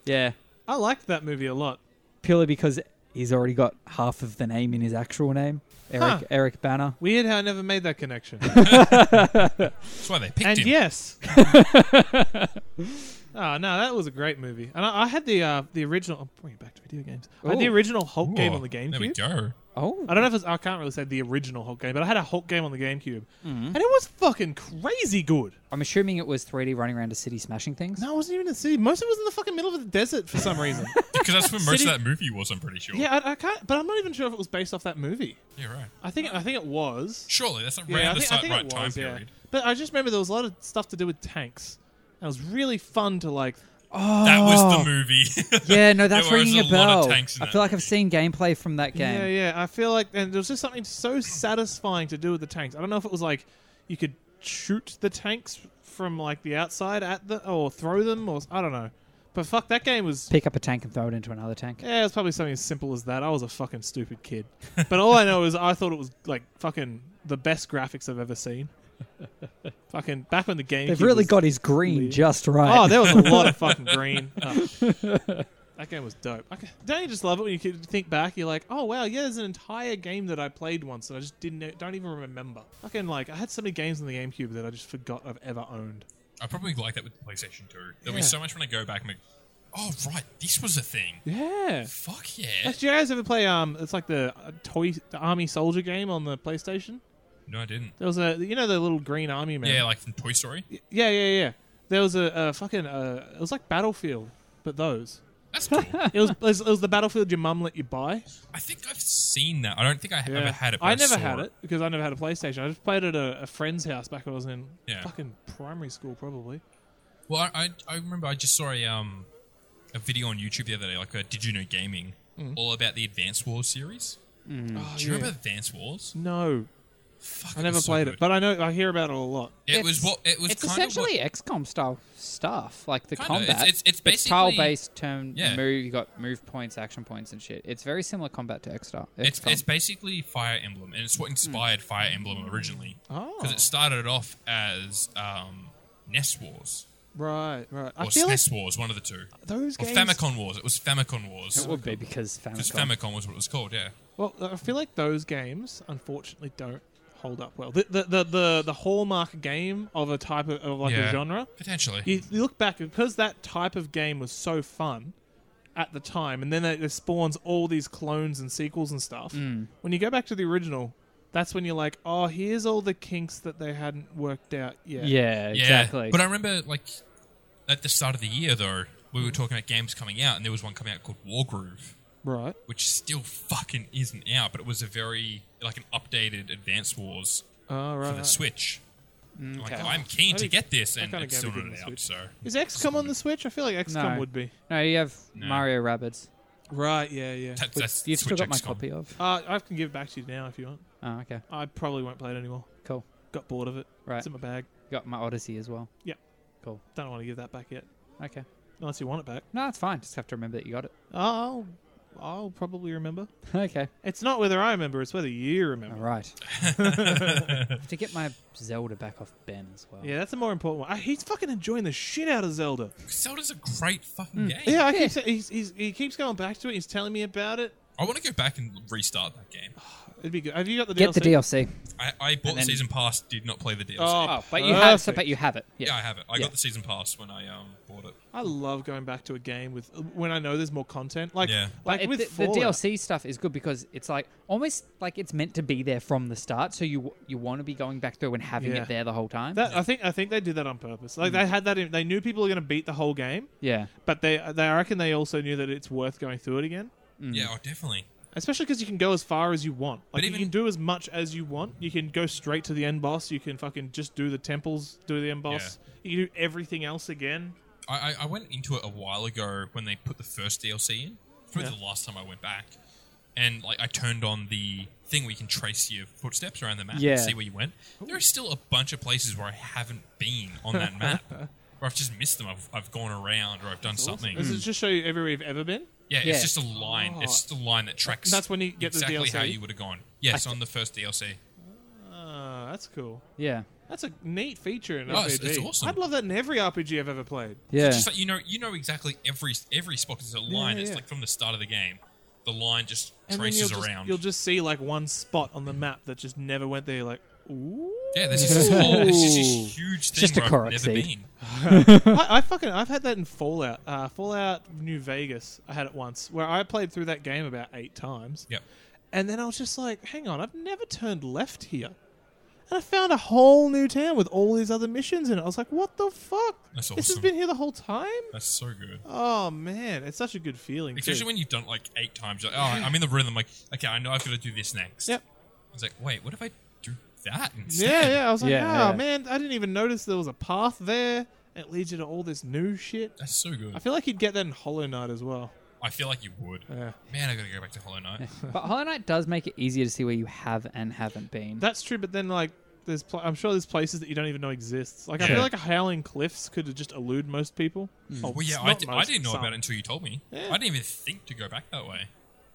[SPEAKER 3] yeah,
[SPEAKER 2] I liked that movie a lot.
[SPEAKER 3] purely because he's already got half of the name in his actual name, Eric
[SPEAKER 2] Huh.
[SPEAKER 3] Eric Banner.
[SPEAKER 2] Weird how I never made that connection.
[SPEAKER 4] That's why they picked
[SPEAKER 2] and
[SPEAKER 4] him.
[SPEAKER 2] yes.
[SPEAKER 4] [LAUGHS]
[SPEAKER 2] [LAUGHS] oh no, that was a great movie. And I, I had the uh, the original. I'm bringing it back to video games. I had the
[SPEAKER 3] Ooh.
[SPEAKER 2] original Hulk game
[SPEAKER 4] Ooh,
[SPEAKER 2] on the
[SPEAKER 4] There we
[SPEAKER 2] GameCube. [LAUGHS]
[SPEAKER 4] go.
[SPEAKER 3] Oh,
[SPEAKER 2] I don't know if it's, I can't really say the original Hulk game, but I had a Hulk game on the GameCube,
[SPEAKER 4] Mm-hmm.
[SPEAKER 2] and it was fucking crazy good.
[SPEAKER 3] I'm assuming it was 3D running around a city smashing things.
[SPEAKER 2] No, it wasn't even in the city. Most of it was in the fucking middle of the desert for some
[SPEAKER 4] [LAUGHS]
[SPEAKER 2] reason.
[SPEAKER 4] Because that's where most
[SPEAKER 2] City-
[SPEAKER 4] of that movie was, I'm pretty sure.
[SPEAKER 2] yeah, I, I can't. But I'm not even sure if it was based off that movie.
[SPEAKER 4] Yeah, right.
[SPEAKER 2] I think I think it was.
[SPEAKER 4] Surely, that's around
[SPEAKER 2] Yeah, I
[SPEAKER 4] the
[SPEAKER 2] think,
[SPEAKER 4] si-
[SPEAKER 2] I think
[SPEAKER 4] right
[SPEAKER 2] it
[SPEAKER 4] time
[SPEAKER 2] was. Yeah.
[SPEAKER 4] period.
[SPEAKER 2] But I just remember there was a lot of stuff to do with tanks. And it was really fun to like.
[SPEAKER 4] That was the movie. [LAUGHS]
[SPEAKER 3] Yeah, no, that's
[SPEAKER 4] There was
[SPEAKER 3] ringing a,
[SPEAKER 4] a lot of
[SPEAKER 3] bell. I
[SPEAKER 4] tanks in
[SPEAKER 3] feel
[SPEAKER 4] that
[SPEAKER 3] like I've seen gameplay from that game.
[SPEAKER 2] Yeah, yeah. I feel like, and there was just something so satisfying to do with the tanks. I don't know if it was like you could shoot the tanks from like the outside at the or throw them or I don't know. But fuck, that game was.
[SPEAKER 3] Pick up a tank and throw it into another tank.
[SPEAKER 2] Yeah, it was probably something as simple as that. I was a fucking stupid kid. But all I know is I thought it was like fucking the best graphics I've ever
[SPEAKER 3] [LAUGHS]
[SPEAKER 2] seen. fucking back when the game.
[SPEAKER 3] They've really got his green
[SPEAKER 2] weird.
[SPEAKER 3] just right.
[SPEAKER 2] Oh, there was a lot of fucking green. Oh. That game was dope. I ca- don't you just love it when you can think back? You're like, oh wow, yeah, there's an entire game that I played once that I just didn't know, don't even remember. Fucking like, I had so many games on the GameCube that I just forgot I've ever owned.
[SPEAKER 4] I probably like that with PlayStation 2. There'll
[SPEAKER 2] Yeah.
[SPEAKER 4] be so much when I go back and be, oh, right, this was a thing.
[SPEAKER 2] Yeah.
[SPEAKER 4] Fuck yeah.
[SPEAKER 2] Did you guys ever play? Um, it's like the uh, toy, the army soldier game on the PlayStation.
[SPEAKER 4] No, I didn't.
[SPEAKER 2] There was a, you know, the little green army man.
[SPEAKER 4] Yeah, like from Toy Story.
[SPEAKER 2] yeah, yeah, yeah. There was a, a fucking, uh, it was like Battlefield, but those.
[SPEAKER 4] That's cool.
[SPEAKER 2] It was, it was, it was the Battlefield your mum let you buy.
[SPEAKER 4] I think I've seen that. I don't think I have ever had it. but
[SPEAKER 2] I never
[SPEAKER 4] saw
[SPEAKER 2] had it because I never had a PlayStation. I just played at a, a friend's house back when I was in
[SPEAKER 4] Yeah.
[SPEAKER 2] fucking primary school, probably.
[SPEAKER 4] Well, I, I, I remember I just saw a um a video on YouTube the other day, like a Did You Know Gaming, all about the Advance Wars series.
[SPEAKER 2] Oh,
[SPEAKER 4] Do you
[SPEAKER 2] yeah.
[SPEAKER 4] remember Advance Wars?
[SPEAKER 2] No,
[SPEAKER 4] Fuck,
[SPEAKER 2] I never played it, but I know I hear about it a lot.
[SPEAKER 4] it was what it was
[SPEAKER 3] It's
[SPEAKER 4] kind
[SPEAKER 3] essentially
[SPEAKER 4] of
[SPEAKER 3] XCOM style stuff, like the
[SPEAKER 4] Kinda.
[SPEAKER 3] combat.
[SPEAKER 4] It's- it's- it's basically-
[SPEAKER 3] tile based turn
[SPEAKER 4] Yeah.
[SPEAKER 3] move. You got move points, action points, and shit. It's very similar combat to XCOM.
[SPEAKER 4] what, it's it's basically Fire Emblem, and it's what inspired Fire Emblem originally
[SPEAKER 2] Hmm. Oh,
[SPEAKER 4] because it started off as um, NES Wars
[SPEAKER 2] right, right.
[SPEAKER 4] or
[SPEAKER 2] I feel like
[SPEAKER 4] SNES Wars, one of the two,
[SPEAKER 2] those
[SPEAKER 4] or
[SPEAKER 2] games.
[SPEAKER 4] Famicom Wars. It was Famicom Wars
[SPEAKER 3] it would be because
[SPEAKER 4] because
[SPEAKER 3] Famicom.
[SPEAKER 4] Famicom was what it was called. Yeah,
[SPEAKER 2] Well, I feel like those games unfortunately don't hold up well. The the the, the, the hallmark game of a type of, of like a
[SPEAKER 4] Yeah.
[SPEAKER 2] genre.
[SPEAKER 4] potentially.
[SPEAKER 2] You you look back because that type of game was so fun at the time, and then it, it spawns all these clones and sequels and stuff.
[SPEAKER 3] Mm.
[SPEAKER 2] When you go back to the original, that's when you're like, oh, here's all the kinks that they hadn't worked out yet.
[SPEAKER 3] Yeah, exactly.
[SPEAKER 4] But I remember, like, at the start of the year, though, we
[SPEAKER 2] Hmm.
[SPEAKER 4] were talking about games coming out, and there was one coming out called Wargroove,
[SPEAKER 2] Right.
[SPEAKER 4] which still fucking isn't out, but it was a very, like, an updated Advance Wars
[SPEAKER 2] Oh,
[SPEAKER 4] for
[SPEAKER 2] right. Mm,
[SPEAKER 4] the
[SPEAKER 2] right.
[SPEAKER 4] Switch. Like,
[SPEAKER 3] Okay.
[SPEAKER 4] I'm
[SPEAKER 2] I
[SPEAKER 4] keen to
[SPEAKER 2] think-
[SPEAKER 4] get this,
[SPEAKER 2] that
[SPEAKER 4] and
[SPEAKER 2] kinda
[SPEAKER 4] it's
[SPEAKER 2] game
[SPEAKER 4] still
[SPEAKER 2] would be
[SPEAKER 4] not
[SPEAKER 2] good on
[SPEAKER 4] out,
[SPEAKER 2] the
[SPEAKER 4] so.
[SPEAKER 2] Is XCOM on the Switch? I feel like XCOM
[SPEAKER 3] No.
[SPEAKER 2] would be.
[SPEAKER 3] no, you have Mario Rabbits.
[SPEAKER 2] Right. Yeah. Yeah.
[SPEAKER 4] That,
[SPEAKER 3] Which
[SPEAKER 4] that's
[SPEAKER 3] you've still
[SPEAKER 4] Switch
[SPEAKER 3] got my
[SPEAKER 4] XCOM.
[SPEAKER 3] copy of.
[SPEAKER 2] Uh, I can give it back to you now if you want.
[SPEAKER 3] Oh, okay.
[SPEAKER 2] I probably won't play it anymore.
[SPEAKER 3] Cool.
[SPEAKER 2] Got bored of it.
[SPEAKER 3] Right.
[SPEAKER 2] It's in my bag.
[SPEAKER 3] Got my Odyssey as well.
[SPEAKER 2] Don't want to give that back yet.
[SPEAKER 3] Okay.
[SPEAKER 2] Unless you want it back.
[SPEAKER 3] No, it's fine. Just have to remember that you got it. [LAUGHS]
[SPEAKER 2] I'll, I'll probably remember.
[SPEAKER 3] okay.
[SPEAKER 2] It's not whether I remember, it's whether you
[SPEAKER 3] All
[SPEAKER 2] remember. [LAUGHS]
[SPEAKER 3] right. I have to get my Zelda back off Ben as well.
[SPEAKER 2] Yeah, that's a more important one. I, he's fucking enjoying the shit out of Zelda.
[SPEAKER 4] Zelda's a great fucking
[SPEAKER 3] Mm.
[SPEAKER 4] game.
[SPEAKER 2] Yeah, I keep saying, he's, he's, he keeps going back to it. He's telling me about it.
[SPEAKER 4] I want to go back and restart that game.
[SPEAKER 2] It'd be good. Have you got the
[SPEAKER 3] Get
[SPEAKER 2] DLC?
[SPEAKER 3] the DLC.
[SPEAKER 4] I, I bought the
[SPEAKER 3] then-
[SPEAKER 4] season pass, did not play the DLC.
[SPEAKER 2] Oh,
[SPEAKER 3] Oh, but you have. So,
[SPEAKER 2] perfect.
[SPEAKER 3] but you have it. Yeah.
[SPEAKER 4] yeah, I have it. I
[SPEAKER 3] Yeah.
[SPEAKER 4] got the season pass when I um bought it.
[SPEAKER 2] I love going back to a game with when I know there's more content. Like,
[SPEAKER 4] Yeah.
[SPEAKER 2] like
[SPEAKER 3] It-
[SPEAKER 2] with
[SPEAKER 3] the, the
[SPEAKER 2] Fallout.
[SPEAKER 3] DLC stuff is good because it's like almost like it's meant to be there from the start, so you you want to be going back through and having
[SPEAKER 2] Yeah.
[SPEAKER 3] it there the whole time.
[SPEAKER 2] That, I think I think they did that on purpose. Like
[SPEAKER 3] Mm.
[SPEAKER 2] they had that. In, they knew people were going to beat the whole game,
[SPEAKER 3] yeah,
[SPEAKER 2] but they they I reckon they also knew that it's worth going through it again.
[SPEAKER 4] Yeah, oh, definitely.
[SPEAKER 2] Especially because you can go as far as you want. Like
[SPEAKER 4] But
[SPEAKER 2] you
[SPEAKER 4] even-
[SPEAKER 2] can do as much as you want. You can go straight to the end boss. You can fucking just do the temples, do the end boss. You can do everything else again.
[SPEAKER 4] I, I- I went into it a while ago when they put the first DLC in. Probably
[SPEAKER 2] Yeah.
[SPEAKER 4] the last time I went back, and like I turned on the thing where you can trace your footsteps around the map
[SPEAKER 3] Yeah.
[SPEAKER 4] and see where you went. There are still a bunch of places where I haven't been on that map, or I've just missed them. I've, I've gone around, or I've done something. Hmm.
[SPEAKER 2] Does it just show you everywhere you've ever been?
[SPEAKER 4] Yeah,
[SPEAKER 3] Yeah.
[SPEAKER 4] it's just a line. It's just a line that tracks.
[SPEAKER 2] Oh. That's when you get the
[SPEAKER 4] exactly how
[SPEAKER 2] DLC.
[SPEAKER 4] you would have gone. Yes, on the first DLC.
[SPEAKER 2] Ah, that's cool.
[SPEAKER 3] yeah,
[SPEAKER 2] That's a neat feature in an
[SPEAKER 4] Oh,
[SPEAKER 2] RPG.
[SPEAKER 4] it's- it's awesome.
[SPEAKER 2] I'd love that in every RPG I've ever played.
[SPEAKER 3] yeah.
[SPEAKER 4] Just like you know, you know exactly every every spot. There's a line.
[SPEAKER 2] yeah,
[SPEAKER 4] it's
[SPEAKER 2] yeah.
[SPEAKER 4] like from the start of the game. The line just
[SPEAKER 2] And then
[SPEAKER 4] traces
[SPEAKER 2] you'll just,
[SPEAKER 4] around. Hmm.
[SPEAKER 2] You'll just see like one spot on the map that just never went there. You're like, ooh.
[SPEAKER 4] Yeah, there's just this whole, there's just this huge thing
[SPEAKER 3] Just a
[SPEAKER 4] where I've
[SPEAKER 3] Korok
[SPEAKER 4] never
[SPEAKER 3] seed.
[SPEAKER 4] been.
[SPEAKER 2] I, I fucking I've had that in Fallout. Uh, Fallout New Vegas. I had it once where I played through that game about eight times,
[SPEAKER 4] Yep.
[SPEAKER 2] and then I was just like, hang on, I've never turned left here. And I found a whole new town with all these other missions in it. I was like, what the fuck?
[SPEAKER 4] That's
[SPEAKER 2] This has
[SPEAKER 4] awesome.
[SPEAKER 2] been here the whole time?
[SPEAKER 4] That's so good.
[SPEAKER 2] Oh, man. It's such a good feeling. too.
[SPEAKER 4] Especially when you've done it, like eight times. You're Like, oh, I'm in the rhythm. Like, okay, I know I've got to do this next.
[SPEAKER 2] Yep.
[SPEAKER 4] It's like, wait, what if I do that instead?
[SPEAKER 2] Yeah, yeah. I was like,
[SPEAKER 3] Yeah,
[SPEAKER 2] oh,
[SPEAKER 3] yeah.
[SPEAKER 2] man, I didn't even notice there was a path there. It leads you to all this new shit.
[SPEAKER 4] That's so good.
[SPEAKER 2] I feel like you'd get that in Hollow Knight as well.
[SPEAKER 4] I feel like you would.
[SPEAKER 2] Yeah.
[SPEAKER 4] Man, I gotta go back to
[SPEAKER 2] [LAUGHS]
[SPEAKER 4] Hollow Knight.
[SPEAKER 3] but Hollow Knight does make it easier to see where you have and haven't been.
[SPEAKER 2] That's true, but then like there's pl- I'm sure there's places that you don't even know exists. Like I
[SPEAKER 4] Yeah.
[SPEAKER 2] feel like Howling Cliffs could have just elude most people.
[SPEAKER 3] Hmm.
[SPEAKER 2] Oh,
[SPEAKER 4] Well, yeah,
[SPEAKER 2] not
[SPEAKER 4] I, d- I
[SPEAKER 2] most,
[SPEAKER 4] didn't know
[SPEAKER 2] some.
[SPEAKER 4] about it until you told me.
[SPEAKER 2] Yeah.
[SPEAKER 4] I didn't even think to go back that way.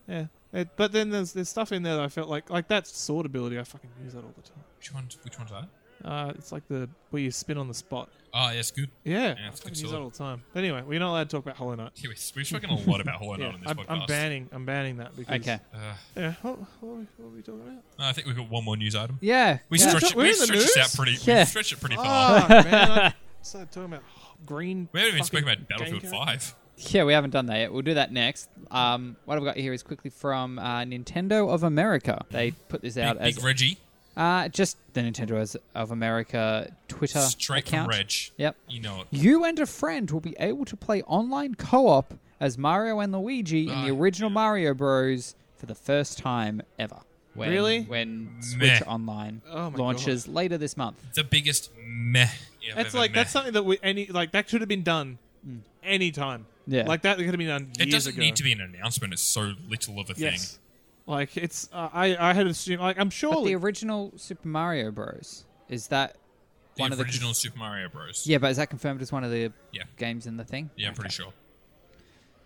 [SPEAKER 2] Yeah. It- but then there's there's stuff in there that I felt like like that sword ability I fucking use that all the time.
[SPEAKER 4] Which one? Which one's that?
[SPEAKER 2] Uh, it's like the where you spin on the spot.
[SPEAKER 4] Oh, yes, good.
[SPEAKER 2] Yeah,
[SPEAKER 4] Yeah,
[SPEAKER 2] I
[SPEAKER 4] it's
[SPEAKER 2] fucking use
[SPEAKER 4] good sword.
[SPEAKER 2] that all the time. But anyway, we're not allowed to talk about Hollow Knight.
[SPEAKER 4] Yeah, we- We've spoken a lot about Hollow
[SPEAKER 2] [LAUGHS]
[SPEAKER 4] Knight
[SPEAKER 2] Yeah,
[SPEAKER 4] on this
[SPEAKER 2] I'm,
[SPEAKER 4] podcast.
[SPEAKER 2] I'm banning I'm banning that because
[SPEAKER 3] okay.
[SPEAKER 4] Uh,
[SPEAKER 2] Yeah, what, what, are we, what are we talking
[SPEAKER 3] [LAUGHS]
[SPEAKER 2] about?
[SPEAKER 4] I think we've got one more news item.
[SPEAKER 3] Yeah.
[SPEAKER 4] We
[SPEAKER 3] yeah.
[SPEAKER 4] stretch it.
[SPEAKER 2] We're
[SPEAKER 4] We
[SPEAKER 2] in the
[SPEAKER 4] stretch this out
[SPEAKER 2] news?
[SPEAKER 4] pretty.
[SPEAKER 3] Yeah.
[SPEAKER 4] We stretch it pretty far.
[SPEAKER 2] Oh man, I started talking about green.
[SPEAKER 4] We haven't even
[SPEAKER 2] fucking
[SPEAKER 4] spoken about Battlefield
[SPEAKER 2] game character.
[SPEAKER 4] 5.
[SPEAKER 3] Yeah, we haven't done that yet. We'll do that next. Um, what I've got here is quickly from uh, Nintendo of America. They put this out
[SPEAKER 4] Big,
[SPEAKER 3] as
[SPEAKER 4] Big Reggie,
[SPEAKER 3] uh, just the Nintendo as- of America Twitter
[SPEAKER 4] straight
[SPEAKER 3] account.
[SPEAKER 4] from Reg.
[SPEAKER 3] Yep.
[SPEAKER 4] You know it.
[SPEAKER 3] You and a friend will be able to play online co-op as Mario and Luigi in the
[SPEAKER 4] Ah,
[SPEAKER 3] original Mario Bros. for the first time ever. When,
[SPEAKER 2] Really?
[SPEAKER 3] When
[SPEAKER 4] Meh.
[SPEAKER 3] Switch Online
[SPEAKER 2] Oh my
[SPEAKER 3] launches later this month.
[SPEAKER 4] The biggest meh. you have
[SPEAKER 2] That's
[SPEAKER 4] ever
[SPEAKER 2] like
[SPEAKER 4] meh.
[SPEAKER 2] that's something that we any like that should have been done any time.
[SPEAKER 3] Hmm. Yeah.
[SPEAKER 2] like that could have been done.
[SPEAKER 4] It
[SPEAKER 2] years
[SPEAKER 4] doesn't
[SPEAKER 2] ago.
[SPEAKER 4] need to be an announcement. It's so little of a
[SPEAKER 2] Yes, like it's uh, I I had assumed like I'm sure
[SPEAKER 3] But the original Super Mario Bros. Is that
[SPEAKER 4] thing. The
[SPEAKER 3] one of the
[SPEAKER 4] original Super Mario Bros.
[SPEAKER 3] yeah? But is that confirmed as one of the
[SPEAKER 4] Yeah.
[SPEAKER 3] games in the thing?
[SPEAKER 4] Yeah, I'm pretty sure.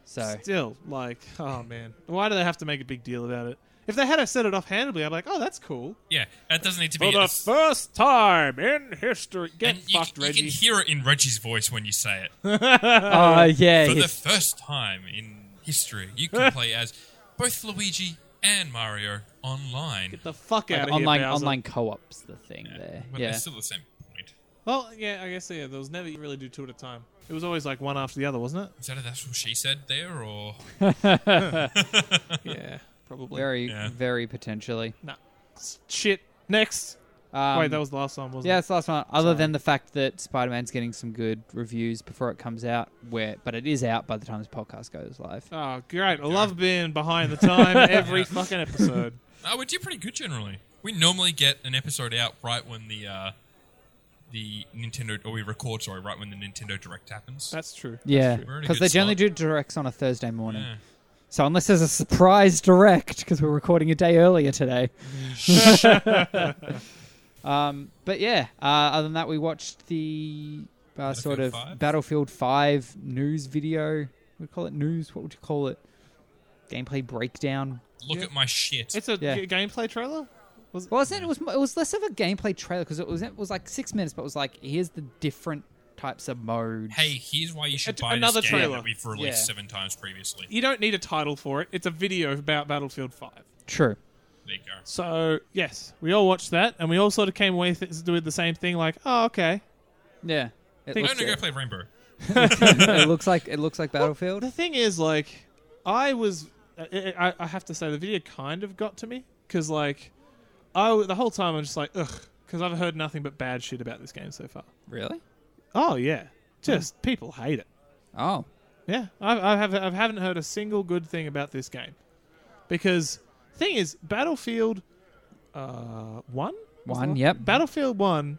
[SPEAKER 3] So
[SPEAKER 2] still like oh man, why do they have to make a big deal about it? If they had have said it offhandedly, I'd be like, oh, that's cool.
[SPEAKER 4] Yeah, that doesn't need to be.
[SPEAKER 2] For the
[SPEAKER 4] it's-
[SPEAKER 2] first time in history, get
[SPEAKER 4] and you,
[SPEAKER 2] fucked,
[SPEAKER 4] you
[SPEAKER 2] Reggie.
[SPEAKER 4] can hear it in Reggie's voice when you say it.
[SPEAKER 2] Ah.
[SPEAKER 3] Oh yeah,
[SPEAKER 4] For the
[SPEAKER 3] yes.
[SPEAKER 4] first time in history,
[SPEAKER 2] [LAUGHS]
[SPEAKER 4] you can play as both Luigi and Mario online.
[SPEAKER 2] the fuck
[SPEAKER 3] Like
[SPEAKER 2] out of
[SPEAKER 3] online
[SPEAKER 2] here, Bowser.
[SPEAKER 3] online co-op's the thing there.
[SPEAKER 4] But
[SPEAKER 3] yeah,
[SPEAKER 4] it's still the same point.
[SPEAKER 2] Well, yeah, I guess yeah. There was never you really do two at a time. It was always like one after the other, wasn't
[SPEAKER 3] [LAUGHS]
[SPEAKER 4] Is that that's what she said there, or
[SPEAKER 2] it? yeah, [LAUGHS] probably.
[SPEAKER 3] very
[SPEAKER 4] Yeah.
[SPEAKER 3] very potentially.
[SPEAKER 2] Nah. Shit. Next.
[SPEAKER 3] Um,
[SPEAKER 2] Wait, that was the last one, wasn't
[SPEAKER 3] yeah,
[SPEAKER 2] it?
[SPEAKER 3] it's the last one. Other than the fact that Spider Man's getting some good reviews before it comes out, where but it is out by the time this podcast goes live.
[SPEAKER 2] Oh, great. I love being behind the
[SPEAKER 3] [LAUGHS]
[SPEAKER 2] time every fucking episode.
[SPEAKER 4] Oh, we do pretty good generally. We normally get an episode out right when the uh, the Nintendo or we record sorry right when the Nintendo Direct happens.
[SPEAKER 2] That's true.
[SPEAKER 3] yeah,
[SPEAKER 4] true. We're in a
[SPEAKER 3] because
[SPEAKER 4] good
[SPEAKER 3] they generally do
[SPEAKER 4] spot.
[SPEAKER 3] directs on a Thursday morning.
[SPEAKER 4] Yeah.
[SPEAKER 3] So unless there's
[SPEAKER 4] [LAUGHS]
[SPEAKER 3] a surprise direct, because we're recording a day earlier today. Um, but yeah, uh, other than that, we watched the uh, sort of
[SPEAKER 4] Battlefield 5?
[SPEAKER 3] Battlefield 5 news video. We call it news. What would you call it? Gameplay breakdown.
[SPEAKER 4] Look at my shit.
[SPEAKER 2] It's a
[SPEAKER 3] Yeah.
[SPEAKER 2] g- gameplay trailer. Was it?
[SPEAKER 3] Well, it was it was less of a gameplay trailer because it was it was like six minutes, but it was like here's the different types of modes.
[SPEAKER 4] hey, here's why you should
[SPEAKER 2] It's
[SPEAKER 4] buy
[SPEAKER 2] another
[SPEAKER 4] this game
[SPEAKER 2] trailer.
[SPEAKER 4] that we've released
[SPEAKER 3] Yeah.
[SPEAKER 4] seven times previously.
[SPEAKER 2] You don't need a title for it. It's a video about Battlefield Five.
[SPEAKER 3] true.
[SPEAKER 4] There you go.
[SPEAKER 2] So yes, we all watched that, and we all sort of came away th- with the same thing. Like, oh, okay.
[SPEAKER 3] Yeah, it
[SPEAKER 2] Think-
[SPEAKER 4] I'm
[SPEAKER 3] looks,
[SPEAKER 4] gonna go play Rainbow.
[SPEAKER 3] it looks like it looks like Battlefield.
[SPEAKER 2] The thing is, like, I was. I, I, I have to say, the video kind of got to me because, like, I w- the whole time I'm just like, ugh, because I've heard nothing but bad shit about this game so far.
[SPEAKER 3] Really?
[SPEAKER 2] Oh yeah, just people hate it.
[SPEAKER 3] Oh,
[SPEAKER 2] Yeah, I, I have I haven't heard a single good thing about this game, because thing is, Battlefield, uh, one, Was
[SPEAKER 3] one.
[SPEAKER 2] the-
[SPEAKER 3] Yep.
[SPEAKER 2] Battlefield one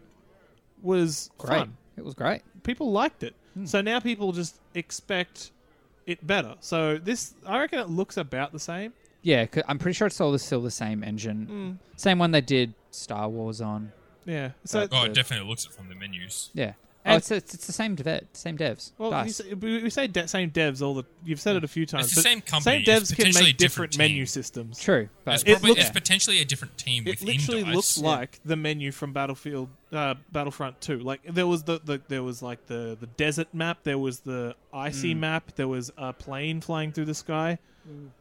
[SPEAKER 2] was
[SPEAKER 3] Great.
[SPEAKER 2] fun.
[SPEAKER 3] It was great.
[SPEAKER 2] People liked it,
[SPEAKER 4] Hmm.
[SPEAKER 2] so now people just expect it better. So this, I reckon, it looks about the same.
[SPEAKER 3] Yeah, 'cause I'm pretty sure it's all the- still the same engine,
[SPEAKER 2] Mm.
[SPEAKER 3] same one they did Star Wars on.
[SPEAKER 2] Yeah. So
[SPEAKER 4] Oh,
[SPEAKER 3] Good.
[SPEAKER 4] it definitely looks it from the menus.
[SPEAKER 3] Yeah.
[SPEAKER 2] And-
[SPEAKER 3] oh, it's, it's it's the same dev, same devs.
[SPEAKER 2] well, you
[SPEAKER 3] Dice.
[SPEAKER 2] say, we we say de- same devs all the. You've said it a few times.
[SPEAKER 4] the
[SPEAKER 2] but
[SPEAKER 4] same
[SPEAKER 2] Same
[SPEAKER 4] company,
[SPEAKER 2] devs
[SPEAKER 4] it's
[SPEAKER 2] can
[SPEAKER 4] potentially
[SPEAKER 2] make
[SPEAKER 4] a different
[SPEAKER 2] different menu
[SPEAKER 4] team.
[SPEAKER 2] systems.
[SPEAKER 3] True,
[SPEAKER 4] It's,
[SPEAKER 3] but
[SPEAKER 2] It
[SPEAKER 4] probably,
[SPEAKER 2] looks-
[SPEAKER 4] it's potentially a different team
[SPEAKER 2] It
[SPEAKER 4] within
[SPEAKER 2] literally
[SPEAKER 4] DICE.
[SPEAKER 2] looks like the menu from Battlefield uh, Battlefront 2. Like there was the, the there was like the the desert map, there was the icy map, there was a plane flying through the sky.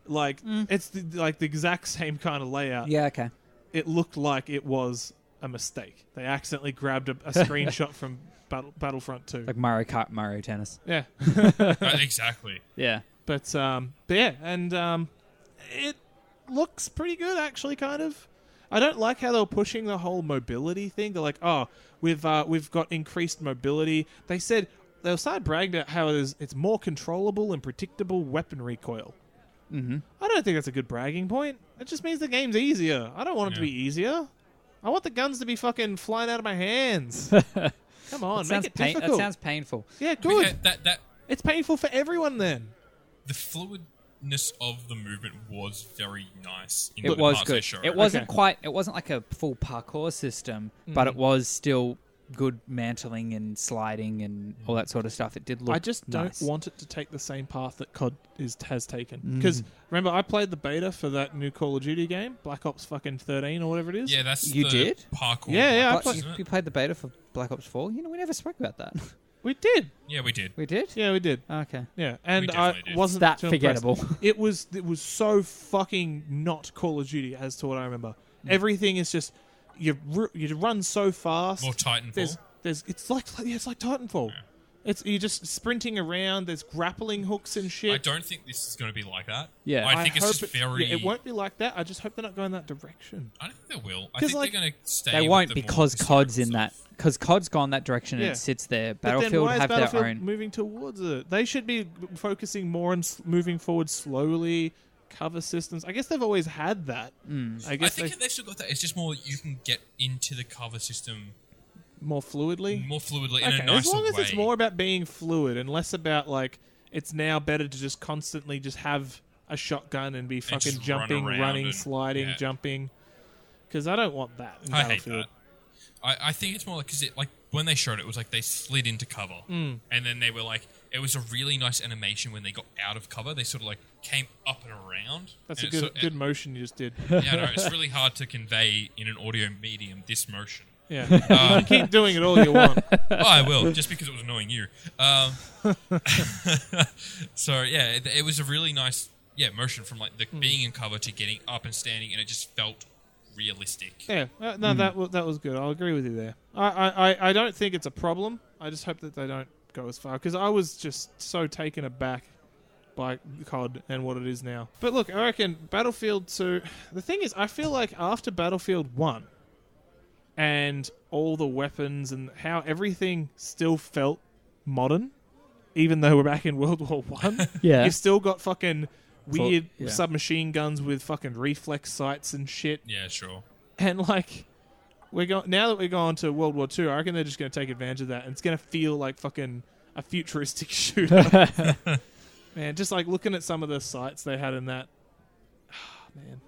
[SPEAKER 2] Like it's the, like the exact [LAUGHS] same kind of layout.
[SPEAKER 3] yeah, okay.
[SPEAKER 2] It looked like it was a mistake. They accidentally grabbed a, a screenshot from Battle, Battlefront 2.
[SPEAKER 3] Like Mario Kart, Mario Tennis.
[SPEAKER 2] yeah.
[SPEAKER 4] Uh, exactly.
[SPEAKER 3] Yeah.
[SPEAKER 2] But um, but yeah, and um, it looks pretty good actually. Kind of. I don't like how they're pushing the whole mobility thing. They're like, oh, we've uh, we've got increased mobility. They said they'll start bragging about how it is, it's more controllable and predictable weapon recoil. Mm-hmm. I don't think that's a good bragging point. It just means the game's easier. I don't want it to
[SPEAKER 4] Yeah.
[SPEAKER 2] be easier. I want the guns to be fucking flying out of my
[SPEAKER 3] [LAUGHS]
[SPEAKER 2] hands. Come on, make
[SPEAKER 3] Sounds
[SPEAKER 2] it
[SPEAKER 3] pain- that
[SPEAKER 2] difficult.
[SPEAKER 3] sounds painful.
[SPEAKER 2] yeah,
[SPEAKER 4] But
[SPEAKER 2] good.
[SPEAKER 4] that, that that
[SPEAKER 2] it's painful for everyone then.
[SPEAKER 4] the fluidness of the movement was very nice. In
[SPEAKER 3] It
[SPEAKER 4] the
[SPEAKER 3] was
[SPEAKER 4] parts They
[SPEAKER 3] good.
[SPEAKER 4] showed.
[SPEAKER 3] It wasn't
[SPEAKER 2] Okay.
[SPEAKER 3] quite. It wasn't like a full parkour system, but it was still good mantling and sliding and all that sort of stuff. It did look.
[SPEAKER 2] I just don't
[SPEAKER 3] nice. Mm.
[SPEAKER 2] want it to take the same path that COD is has taken. Because remember, I played the beta for that new Call of Duty game, Black Ops fucking thirteen or whatever it is.
[SPEAKER 4] Yeah, that's
[SPEAKER 3] You
[SPEAKER 4] the
[SPEAKER 3] did?
[SPEAKER 4] parkour.
[SPEAKER 2] Yeah, yeah, I
[SPEAKER 4] one,
[SPEAKER 3] But
[SPEAKER 2] played-
[SPEAKER 3] you,
[SPEAKER 4] isn't
[SPEAKER 3] you
[SPEAKER 4] it?
[SPEAKER 3] played the beta for Black Ops Four. You know, we never spoke about that.
[SPEAKER 2] we did.
[SPEAKER 4] yeah, we did.
[SPEAKER 3] We did.
[SPEAKER 2] Yeah, we did.
[SPEAKER 3] Okay.
[SPEAKER 2] Yeah, and I
[SPEAKER 4] definitely did.
[SPEAKER 2] wasn't
[SPEAKER 3] That
[SPEAKER 2] too impressed.
[SPEAKER 3] forgettable. [LAUGHS]
[SPEAKER 2] It was. It was so fucking not Call of Duty as to what I remember.
[SPEAKER 3] Mm.
[SPEAKER 2] Everything is just you. ru- You run so fast.
[SPEAKER 4] More Titanfall.
[SPEAKER 2] There's, there's. It's like. Yeah, it's like Titanfall. It's you're just sprinting around. There's grappling hooks and shit.
[SPEAKER 4] I don't think this is going to be like that.
[SPEAKER 3] Yeah.
[SPEAKER 4] I think
[SPEAKER 2] hope
[SPEAKER 4] it's just
[SPEAKER 2] it- yeah,
[SPEAKER 4] very.
[SPEAKER 2] it won't be like that. I just hope they're not going that direction.
[SPEAKER 4] I don't think they will. I
[SPEAKER 2] 'Cause,
[SPEAKER 4] think
[SPEAKER 2] like,
[SPEAKER 4] they're going to stay.
[SPEAKER 3] They
[SPEAKER 4] with
[SPEAKER 3] won't
[SPEAKER 4] the more
[SPEAKER 3] because
[SPEAKER 4] historical
[SPEAKER 3] COD's in that.
[SPEAKER 4] stuff.
[SPEAKER 3] Because COD's gone that direction and
[SPEAKER 2] Yeah.
[SPEAKER 3] it sits there.
[SPEAKER 2] But then
[SPEAKER 3] Battlefield
[SPEAKER 2] why is
[SPEAKER 3] have
[SPEAKER 2] Battlefield
[SPEAKER 3] their own.
[SPEAKER 2] moving towards it. They should be focusing more on s- moving forward slowly. Cover systems. I guess they've always had that.
[SPEAKER 3] Hmm.
[SPEAKER 2] I
[SPEAKER 4] I
[SPEAKER 2] guess
[SPEAKER 4] think
[SPEAKER 2] they,
[SPEAKER 4] they've still got that. It's just more you can get into the cover system
[SPEAKER 2] more fluidly.
[SPEAKER 4] more fluidly in
[SPEAKER 2] okay.
[SPEAKER 4] a nicer
[SPEAKER 2] as long as
[SPEAKER 4] way.
[SPEAKER 2] it's more about being fluid and less about like it's now better to just constantly just have a shotgun and be fucking
[SPEAKER 4] just run
[SPEAKER 2] jumping,
[SPEAKER 4] around
[SPEAKER 2] running,
[SPEAKER 4] and-
[SPEAKER 2] sliding,
[SPEAKER 4] yeah.
[SPEAKER 2] jumping. Because I don't want that. In
[SPEAKER 4] I hate
[SPEAKER 2] Battlefield.
[SPEAKER 4] that. I, I think it's more like because it like when they showed it, it was like they slid into cover,
[SPEAKER 2] Mm.
[SPEAKER 4] and then they were like, it was a really nice animation when they got out of cover. They sort of like came up and around.
[SPEAKER 2] That's
[SPEAKER 4] and
[SPEAKER 2] a
[SPEAKER 4] it
[SPEAKER 2] good
[SPEAKER 4] sort-
[SPEAKER 2] good motion you just
[SPEAKER 3] [LAUGHS]
[SPEAKER 2] did.
[SPEAKER 4] and- yeah, I know, it's really hard to convey in an audio medium this motion.
[SPEAKER 2] Yeah,
[SPEAKER 4] Uh,
[SPEAKER 2] you can keep doing it all you want.
[SPEAKER 4] oh, I will, just because it was annoying you. Um, [LAUGHS] so yeah, it, it was a really nice yeah motion from like the
[SPEAKER 2] Hmm.
[SPEAKER 4] being in cover to getting up and standing, and it just felt realistic.
[SPEAKER 2] Yeah, uh, no,
[SPEAKER 3] Hmm.
[SPEAKER 2] that was that was good. I'll agree with you there. I, I, I- I don't think it's a problem. I just hope that they don't go as far because I was just so taken aback by COD and what it is now. But look, I reckon Battlefield Two. The thing is, I feel like after Battlefield One, and all the weapons and how everything still felt modern, even though we're back in [LAUGHS] World War One.
[SPEAKER 3] [LAUGHS] Yeah.
[SPEAKER 2] you've still got fucking. Weird
[SPEAKER 3] yeah.
[SPEAKER 2] submachine guns with fucking reflex sights and shit
[SPEAKER 4] Yeah, sure.
[SPEAKER 2] and like we're going now that we're going to World War II, I reckon they're just going to take advantage of that, and it's going to feel like fucking a futuristic [LAUGHS] shooter. [SIGHS] man, just like looking at some of the sites they had in that, man,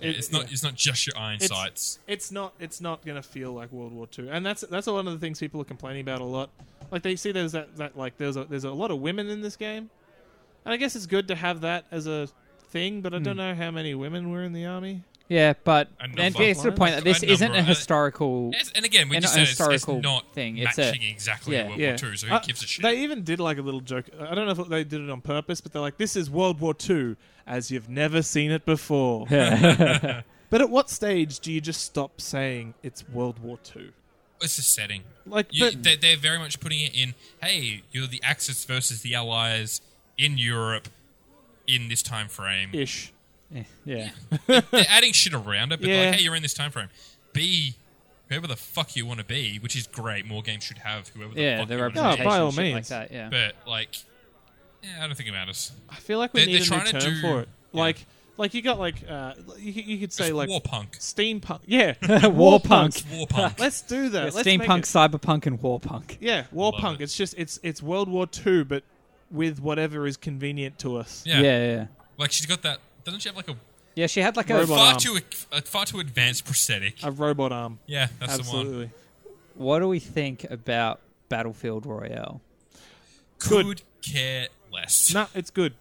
[SPEAKER 2] It-
[SPEAKER 4] it's not.
[SPEAKER 2] yeah.
[SPEAKER 4] It's not just your iron
[SPEAKER 2] It's-
[SPEAKER 4] sights.
[SPEAKER 2] it's not it's not going to feel like World War II. And that's that's one of the things people are complaining about a lot. Like they see there's that, that like there's a there's a lot of women in this game. And I guess it's good to have that as a thing, but I don't know how many women were in the army.
[SPEAKER 3] Yeah, but
[SPEAKER 4] A number.
[SPEAKER 3] and gets to the point that this
[SPEAKER 4] A number.
[SPEAKER 3] isn't a
[SPEAKER 4] Uh,
[SPEAKER 3] historical.
[SPEAKER 4] It's- and again, we
[SPEAKER 3] And
[SPEAKER 4] just
[SPEAKER 3] not
[SPEAKER 4] said
[SPEAKER 3] a
[SPEAKER 4] it's, it's
[SPEAKER 3] historical
[SPEAKER 4] not
[SPEAKER 3] thing, it's a-
[SPEAKER 4] matching exactly
[SPEAKER 3] yeah.
[SPEAKER 4] World
[SPEAKER 2] Yeah.
[SPEAKER 4] War II. So who
[SPEAKER 2] Uh,
[SPEAKER 4] gives a shit?
[SPEAKER 2] They even did like a little joke. I don't know if they did it on purpose, but they're like this is World War II as you've never seen it
[SPEAKER 3] [LAUGHS]
[SPEAKER 2] before. but at what stage do you just stop saying it's World War II?
[SPEAKER 4] it's a setting.
[SPEAKER 2] Like
[SPEAKER 4] You,
[SPEAKER 2] but-
[SPEAKER 4] they, they're very much putting it in. Hey, you're the Axis versus the Allies in Europe in this time frame.
[SPEAKER 2] ish.
[SPEAKER 4] Eh.
[SPEAKER 3] eh, yeah.
[SPEAKER 4] They're adding shit around it, but
[SPEAKER 2] Yeah.
[SPEAKER 4] like, hey, you're in this time frame. Be whoever the fuck you want to be, which is great. More games should have whoever the
[SPEAKER 3] Yeah,
[SPEAKER 4] fuck
[SPEAKER 3] the
[SPEAKER 4] you want
[SPEAKER 2] No,
[SPEAKER 4] to
[SPEAKER 3] representation
[SPEAKER 4] be.
[SPEAKER 2] by all
[SPEAKER 3] shit like
[SPEAKER 2] means.
[SPEAKER 3] that, yeah.
[SPEAKER 4] But like, yeah, I don't think it matters.
[SPEAKER 2] I feel like we
[SPEAKER 4] They-
[SPEAKER 2] need
[SPEAKER 4] they're
[SPEAKER 2] a new
[SPEAKER 4] trying to
[SPEAKER 2] term
[SPEAKER 4] do-
[SPEAKER 2] for it.
[SPEAKER 4] yeah.
[SPEAKER 2] Like, like you got like, uh, you, could- you could say
[SPEAKER 4] It's
[SPEAKER 2] like
[SPEAKER 4] war punk.
[SPEAKER 2] steampunk. Yeah,
[SPEAKER 3] [LAUGHS] War punk. [LAUGHS]
[SPEAKER 4] War punk.
[SPEAKER 2] Let's do that.
[SPEAKER 3] Yeah,
[SPEAKER 2] Let's make
[SPEAKER 3] steampunk,
[SPEAKER 2] it-
[SPEAKER 3] cyberpunk, and war punk.
[SPEAKER 2] Yeah, war
[SPEAKER 4] Love
[SPEAKER 2] punk.
[SPEAKER 4] it.
[SPEAKER 2] It's just it's it's World War Two, but with whatever is convenient to us.
[SPEAKER 4] yeah.
[SPEAKER 3] yeah, yeah.
[SPEAKER 4] Like she's got that. Doesn't she have like a
[SPEAKER 3] Yeah, she had like a
[SPEAKER 2] Robot.
[SPEAKER 4] far
[SPEAKER 2] arm.
[SPEAKER 4] too a far too advanced prosthetic?
[SPEAKER 2] A robot arm.
[SPEAKER 4] Yeah, that's the one.
[SPEAKER 2] Absolutely.
[SPEAKER 3] What do we think about Battlefield Royale?
[SPEAKER 4] Could
[SPEAKER 2] Good.
[SPEAKER 4] care less.
[SPEAKER 2] No, it's good.